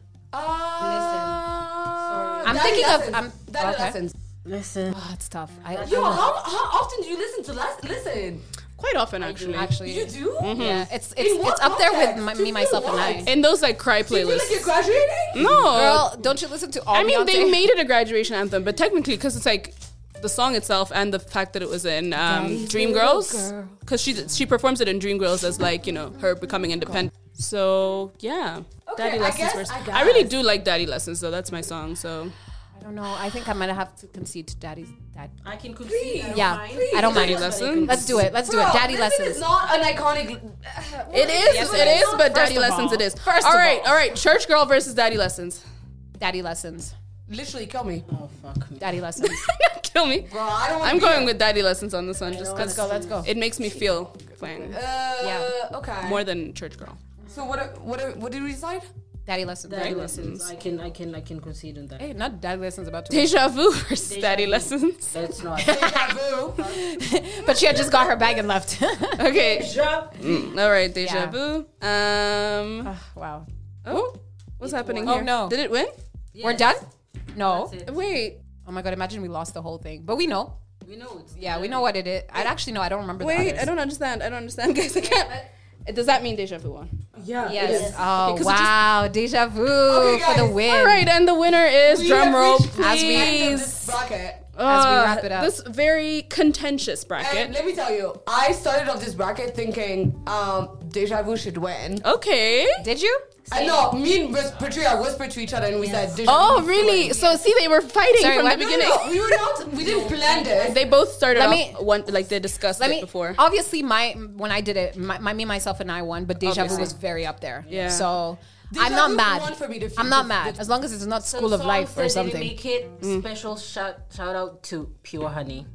Speaker 2: Uh,
Speaker 1: I'm
Speaker 2: Daddy
Speaker 1: thinking of-
Speaker 2: lessons.
Speaker 1: I'm-
Speaker 2: Daddy
Speaker 1: okay.
Speaker 2: lessons.
Speaker 4: Listen.
Speaker 1: oh, it's tough. I
Speaker 2: Yo, how, how often do you listen to less listen?
Speaker 3: quite often actually.
Speaker 1: actually,
Speaker 2: You do?
Speaker 3: Mm-hmm.
Speaker 1: yeah, it's it's,
Speaker 2: what
Speaker 1: it's up there with
Speaker 2: context?
Speaker 1: my,
Speaker 2: Do
Speaker 1: me,
Speaker 2: you
Speaker 1: myself, and
Speaker 2: like-
Speaker 1: I.
Speaker 3: in those like cry
Speaker 2: Do you feel like
Speaker 3: playlists.
Speaker 2: you're graduating?
Speaker 1: Mm-hmm.
Speaker 3: no,
Speaker 1: Girl, don't you listen to all?
Speaker 3: I mean they
Speaker 1: Beyonce?
Speaker 3: made it a graduation anthem, but technically because it's like the song itself and the fact that it was in um, Dream Girls, because she she performs it in Dream Girls as like you know her becoming independent. So yeah,
Speaker 2: I
Speaker 3: Daddy Lessons
Speaker 2: guess-
Speaker 3: versus-
Speaker 2: I guess.
Speaker 3: I really do like Daddy Lessons though. That's my song. So
Speaker 1: I don't know. I think I might have to concede to Daddy's dad.
Speaker 4: I can concede. I don't
Speaker 1: Yeah,
Speaker 4: mind.
Speaker 1: I don't
Speaker 3: Daddy
Speaker 1: mind.
Speaker 3: Lessons?
Speaker 1: Let's do it. Let's do it.
Speaker 2: Bro,
Speaker 1: Daddy
Speaker 2: listen
Speaker 1: lessons.
Speaker 2: is not an iconic.
Speaker 3: it is, it is, but Daddy
Speaker 1: of
Speaker 3: Lessons
Speaker 1: all.
Speaker 3: it is.
Speaker 1: First
Speaker 3: all
Speaker 1: of
Speaker 3: right,
Speaker 1: all.
Speaker 3: all right. Church Girl versus Daddy Lessons.
Speaker 1: Daddy lessons.
Speaker 2: Literally, kill me.
Speaker 4: Oh, fuck me.
Speaker 1: Daddy lessons.
Speaker 3: Kill me.
Speaker 2: Bro, I don't. wanna
Speaker 3: I'm
Speaker 2: be-
Speaker 3: going with Daddy Lessons on this one just
Speaker 1: Let's
Speaker 3: because
Speaker 1: go. Let's go.
Speaker 3: it makes me feel fine
Speaker 2: Uh,
Speaker 1: Yeah.
Speaker 2: Okay.
Speaker 3: more than Church Girl.
Speaker 2: So what? What? What did we decide?
Speaker 1: Daddy lessons.
Speaker 4: Daddy
Speaker 1: right?
Speaker 4: Lessons. I can, I can, I can concede on that.
Speaker 1: Hey, not daddy lessons about to.
Speaker 3: Deja Vu versus Daddy Lessons.
Speaker 4: Let's not.
Speaker 2: Deja vu.
Speaker 1: but she had just got her bag and left.
Speaker 3: Okay. Mm, all right, Deja
Speaker 1: Yeah.
Speaker 3: Vu. Um,
Speaker 1: wow.
Speaker 3: oh, what's happening
Speaker 1: won.
Speaker 3: here?
Speaker 1: Oh, no.
Speaker 3: Did it win?
Speaker 1: We're done? No.
Speaker 4: That's it.
Speaker 3: Wait.
Speaker 1: Oh my god! Imagine we lost the whole thing, but we know.
Speaker 4: We know it's
Speaker 1: Yeah, we know what it is. I actually know. I don't remember. the
Speaker 3: Wait,
Speaker 1: others.
Speaker 3: I don't understand. I don't understand, guys. I can't. Does that mean deja vu won?
Speaker 2: Yeah.
Speaker 1: Yes. Oh
Speaker 3: 'cause it just-
Speaker 1: wow! Deja vu for the
Speaker 2: guys.
Speaker 1: win.
Speaker 3: All right, and the winner is drum roll,
Speaker 1: As we-
Speaker 2: This bracket.
Speaker 1: as we
Speaker 3: Uh,
Speaker 1: wrap it up.
Speaker 3: This very contentious bracket.
Speaker 2: And let me tell you, I started off this bracket thinking um, Deja Vu should win.
Speaker 3: okay.
Speaker 1: Did you?
Speaker 2: I know, me and Wis- Patria whispered to each other and we said, Deja
Speaker 3: Oh,
Speaker 2: Vu should
Speaker 3: really?
Speaker 2: win.
Speaker 3: So see, they were fighting
Speaker 1: Sorry,
Speaker 3: from
Speaker 1: what?
Speaker 3: the
Speaker 1: No, no,
Speaker 3: beginning.
Speaker 2: No, we were not, we didn't plan this.
Speaker 3: They both started
Speaker 1: Let
Speaker 3: off
Speaker 1: me-
Speaker 3: one like they discussed
Speaker 1: Let
Speaker 3: it
Speaker 1: me.
Speaker 3: before.
Speaker 1: Obviously, my when I did it, my, my me myself and I won, but Deja
Speaker 3: Obviously.
Speaker 1: Vu was very up there.
Speaker 3: Yeah.
Speaker 1: So
Speaker 2: Deja
Speaker 1: I'm not
Speaker 2: Vu
Speaker 1: mad.
Speaker 2: won for me to feel
Speaker 1: I'm not
Speaker 2: the-
Speaker 1: mad
Speaker 2: the-
Speaker 1: as long as it's not
Speaker 4: So
Speaker 1: School of
Speaker 4: someone
Speaker 1: Life
Speaker 4: said
Speaker 1: or
Speaker 4: they didn't
Speaker 1: something. Mm.
Speaker 4: Make it special shout shout out to Pure Honey.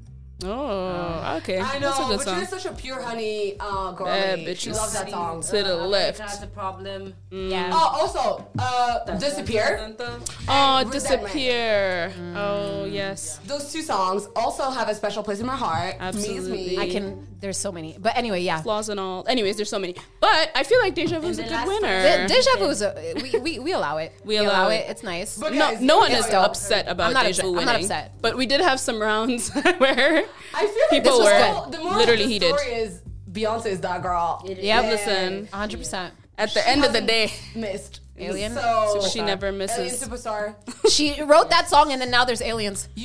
Speaker 3: oh, okay.
Speaker 2: I
Speaker 3: That's a
Speaker 2: know,
Speaker 3: good song.
Speaker 2: Patria's such a pure honey uh, girl.
Speaker 3: Bad
Speaker 2: she
Speaker 3: bitches.
Speaker 2: loves that song.
Speaker 3: To the
Speaker 4: That's
Speaker 3: left.
Speaker 4: the problem.
Speaker 1: Yeah.
Speaker 2: Oh, also, uh, Disappear.
Speaker 3: Oh,
Speaker 2: Resentment.
Speaker 3: disappear. Oh, yes.
Speaker 2: Those two songs also have a special place in my heart. Me is
Speaker 3: Absolutely.
Speaker 2: me.
Speaker 1: I can. There's so many, but anyway, yeah.
Speaker 3: Flaws and all. Anyways, there's so many. But I feel like Deja Vu's a
Speaker 4: the
Speaker 3: good
Speaker 4: last
Speaker 1: De-
Speaker 3: winner.
Speaker 1: deja vu is a we, we we allow it.
Speaker 3: We allow it.
Speaker 1: It's nice.
Speaker 2: But
Speaker 3: no,
Speaker 2: guys,
Speaker 3: no one is
Speaker 2: it's dope.
Speaker 3: upset about
Speaker 1: I'm not
Speaker 3: Deja
Speaker 1: upset.
Speaker 3: Vu
Speaker 1: I'm
Speaker 3: winning.
Speaker 1: not upset.
Speaker 3: But we did have some rounds where
Speaker 2: I feel like
Speaker 3: People
Speaker 2: the
Speaker 1: were
Speaker 2: moral- the moral
Speaker 3: literally
Speaker 2: of the
Speaker 3: heated.
Speaker 2: story is Beyonce is that girl.
Speaker 1: yep.
Speaker 3: listen,
Speaker 1: 100. percent
Speaker 3: at the end of the day,
Speaker 2: Missed.
Speaker 1: Alien?
Speaker 2: So,
Speaker 3: she never
Speaker 2: Alien
Speaker 3: misses.
Speaker 2: superstar.
Speaker 1: She wrote that song, and then now there's aliens.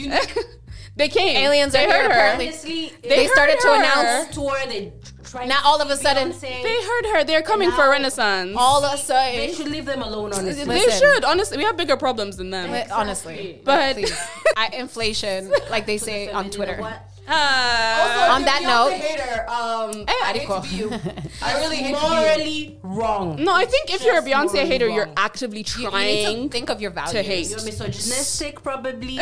Speaker 3: they came.
Speaker 1: Aliens
Speaker 3: they
Speaker 1: are here,
Speaker 3: heard her.
Speaker 1: apparently.
Speaker 4: Honestly,
Speaker 1: They
Speaker 4: it-
Speaker 1: started to
Speaker 3: her.
Speaker 1: announce
Speaker 4: tour. They tried.
Speaker 1: Now
Speaker 4: to
Speaker 1: all of a
Speaker 4: keep
Speaker 1: sudden,
Speaker 4: Beyonce.
Speaker 3: They heard her. They're coming for
Speaker 4: now-
Speaker 3: Renaissance.
Speaker 1: all of a
Speaker 4: They
Speaker 1: sudden.
Speaker 4: should leave them alone.
Speaker 3: they
Speaker 4: Honestly,
Speaker 1: Listen.
Speaker 3: should honestly. We have bigger problems than them.
Speaker 1: But honestly,
Speaker 3: But-
Speaker 1: please. I, inflation, like they say on Twitter.
Speaker 3: Ah.
Speaker 2: Also,
Speaker 1: on
Speaker 2: if
Speaker 1: that
Speaker 2: you're Beyonce
Speaker 1: note-
Speaker 2: hater, um, I hate
Speaker 1: Ariko.
Speaker 2: to be you. I really hate to be you.
Speaker 4: morally wrong.
Speaker 3: no, I think if you're a
Speaker 4: Just
Speaker 3: Beyonce hater,
Speaker 4: morally
Speaker 3: you're
Speaker 4: wrong.
Speaker 3: actively
Speaker 1: You, you need
Speaker 3: trying.
Speaker 1: to think of your values.
Speaker 3: hate.
Speaker 4: You're misogynistic, probably.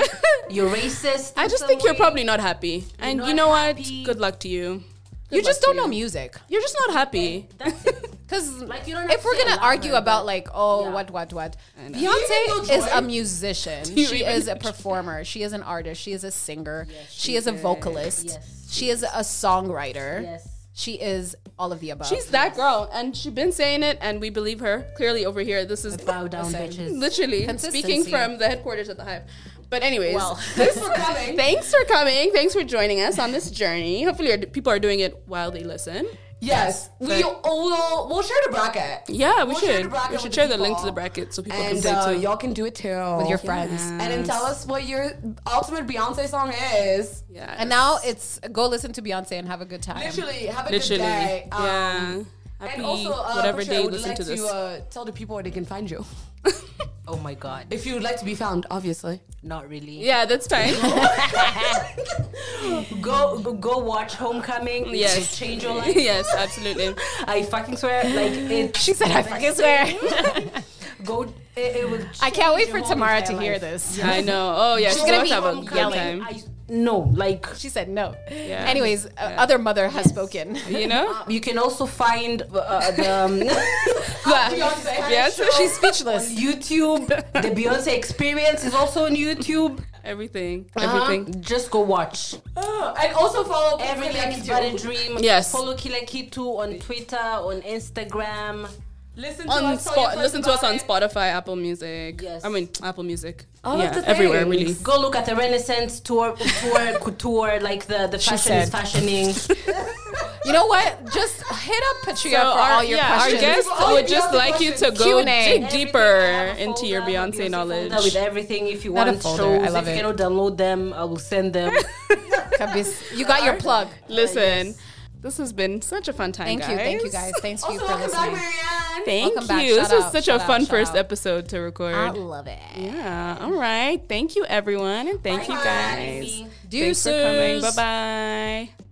Speaker 4: You're racist.
Speaker 3: I
Speaker 4: in
Speaker 3: just
Speaker 4: some
Speaker 3: think you're
Speaker 4: way.
Speaker 3: probably not happy, and
Speaker 4: not
Speaker 3: you know
Speaker 4: happy.
Speaker 3: what? Good luck to you.
Speaker 1: You just don't know music.
Speaker 3: You're just not happy.
Speaker 4: That's it.
Speaker 1: Because
Speaker 4: Like, you don't have
Speaker 1: if
Speaker 4: to
Speaker 1: we're
Speaker 4: say a
Speaker 1: gonna
Speaker 4: lot,
Speaker 1: argue
Speaker 4: right,
Speaker 1: about
Speaker 4: but-
Speaker 1: like oh
Speaker 4: Yeah.
Speaker 1: what what what,
Speaker 2: You even
Speaker 1: Beyonce
Speaker 2: know
Speaker 1: is a
Speaker 2: Joy?
Speaker 1: musician.
Speaker 3: you
Speaker 1: She
Speaker 3: even
Speaker 1: is a
Speaker 3: know Joy?
Speaker 1: performer. She is an artist. She is a singer. she,
Speaker 4: she
Speaker 1: is a vocalist.
Speaker 4: Yes,
Speaker 1: she is a songwriter.
Speaker 4: Yes.
Speaker 1: She is all of the above.
Speaker 3: She's that girl, and she's been saying it, and we believe her. Clearly, over here, this is
Speaker 4: Bow down, bitches.
Speaker 3: literally speaking
Speaker 1: Consistency.
Speaker 3: from the headquarters at the Hive. But anyways,
Speaker 1: Well.
Speaker 2: Thanks for coming.
Speaker 3: thanks for coming. Thanks for joining us on this journey. Hopefully, your people are doing it while they listen.
Speaker 2: Yes, we
Speaker 3: But-
Speaker 2: will. We'll share the bracket.
Speaker 3: Yeah, we
Speaker 2: We'll share the
Speaker 3: should.
Speaker 2: bracket
Speaker 3: we
Speaker 2: with
Speaker 3: should
Speaker 2: the
Speaker 3: share the link to
Speaker 2: people.
Speaker 3: the bracket so people can
Speaker 2: And
Speaker 3: say
Speaker 2: uh,
Speaker 3: too.
Speaker 2: y'all can do it too
Speaker 1: with your friends.
Speaker 2: And then tell us what your ultimate Beyonce song is.
Speaker 3: Yes.
Speaker 1: And now it's go listen to Beyonce and have a good time.
Speaker 2: Literally, have a
Speaker 3: literally,
Speaker 2: good day. Um,
Speaker 3: yeah. Happy
Speaker 2: and also, uh,
Speaker 3: whatever
Speaker 2: Patricia,
Speaker 3: day
Speaker 2: I
Speaker 3: you
Speaker 2: would
Speaker 3: listen
Speaker 2: like
Speaker 3: to this.
Speaker 2: uh, tell the people where they can find you.
Speaker 4: Oh my god.
Speaker 2: If you would like to be found, obviously.
Speaker 4: Not really.
Speaker 3: yeah, that's fine.
Speaker 4: Go go, go watch Homecoming. It
Speaker 3: Yes.
Speaker 4: will Change your life.
Speaker 3: yes, absolutely.
Speaker 4: I fucking swear. Like it.
Speaker 1: She said, "I fucking swear."
Speaker 4: Go. It, it will.
Speaker 1: I can't wait
Speaker 4: change
Speaker 1: for
Speaker 4: your whole
Speaker 1: tomorrow to
Speaker 4: entire
Speaker 1: hear
Speaker 4: life.
Speaker 1: this.
Speaker 3: I know. Oh yeah, she's
Speaker 1: gonna
Speaker 3: gonna
Speaker 1: be
Speaker 3: have a
Speaker 1: from
Speaker 3: good
Speaker 1: Cali.
Speaker 3: time.
Speaker 4: I, no, like
Speaker 1: She said no.
Speaker 3: Yeah.
Speaker 1: Anyways, uh, other mother has spoken.
Speaker 3: You know?
Speaker 4: you can also find uh, the
Speaker 2: uh,
Speaker 4: um,
Speaker 3: yes,
Speaker 1: She's
Speaker 3: she's
Speaker 1: speechless.
Speaker 4: YouTube. The Beyonce Experience is also on YouTube.
Speaker 3: everything.
Speaker 4: Uh-huh.
Speaker 3: Everything.
Speaker 4: Just go watch.
Speaker 2: Uh, and also follow
Speaker 4: Everything
Speaker 2: Everything
Speaker 4: is but a dream.
Speaker 3: Yes.
Speaker 4: Follow Killer Kitu on Twitter, on Instagram.
Speaker 2: Listen to
Speaker 3: On
Speaker 2: us. tell your
Speaker 3: spot,
Speaker 2: friends
Speaker 3: listen to us
Speaker 2: about
Speaker 3: on
Speaker 2: it.
Speaker 3: Spotify, Apple Music.
Speaker 4: Yes.
Speaker 3: I mean Apple Music.
Speaker 2: All of
Speaker 3: yeah,
Speaker 2: the
Speaker 3: everywhere
Speaker 2: things.
Speaker 3: really.
Speaker 4: Go look at the Renaissance tour, tour, couture, like the, the fashion is
Speaker 1: said.
Speaker 4: fashioning.
Speaker 1: You know what? Just hit up Patria
Speaker 3: So
Speaker 1: for
Speaker 3: our,
Speaker 1: all your
Speaker 3: yeah,
Speaker 1: questions.
Speaker 3: our guests
Speaker 2: Oh,
Speaker 3: would
Speaker 2: yeah,
Speaker 3: just
Speaker 2: the
Speaker 3: like you to
Speaker 2: questions.
Speaker 3: go
Speaker 1: Q&A.
Speaker 3: dig
Speaker 4: Everything. I
Speaker 3: deeper
Speaker 4: have a
Speaker 3: into your
Speaker 4: folder, a
Speaker 3: Beyonce knowledge.
Speaker 4: folder With everything, if you
Speaker 1: Not a
Speaker 4: want
Speaker 1: folder,
Speaker 4: shows,
Speaker 1: I love
Speaker 4: if
Speaker 1: it.
Speaker 4: you cannot download them, I will send them.
Speaker 1: Kabis. You got your plug.
Speaker 3: Listen, this has been such a fun time.
Speaker 1: Thank you, thank you guys. Thanks for you
Speaker 2: Also,
Speaker 1: for
Speaker 2: welcome back,
Speaker 1: listening.
Speaker 2: Marianne.
Speaker 3: Thank
Speaker 1: Welcome back.
Speaker 3: you.
Speaker 1: Shout
Speaker 3: This was
Speaker 1: out,
Speaker 3: such a
Speaker 1: shout out,
Speaker 3: fun
Speaker 1: shout
Speaker 3: first
Speaker 1: out.
Speaker 3: episode to record.
Speaker 1: I love it.
Speaker 3: yeah. All right. Thank you, everyone, and thank you guys.
Speaker 1: Deuces.
Speaker 3: Thanks for coming. Bye bye.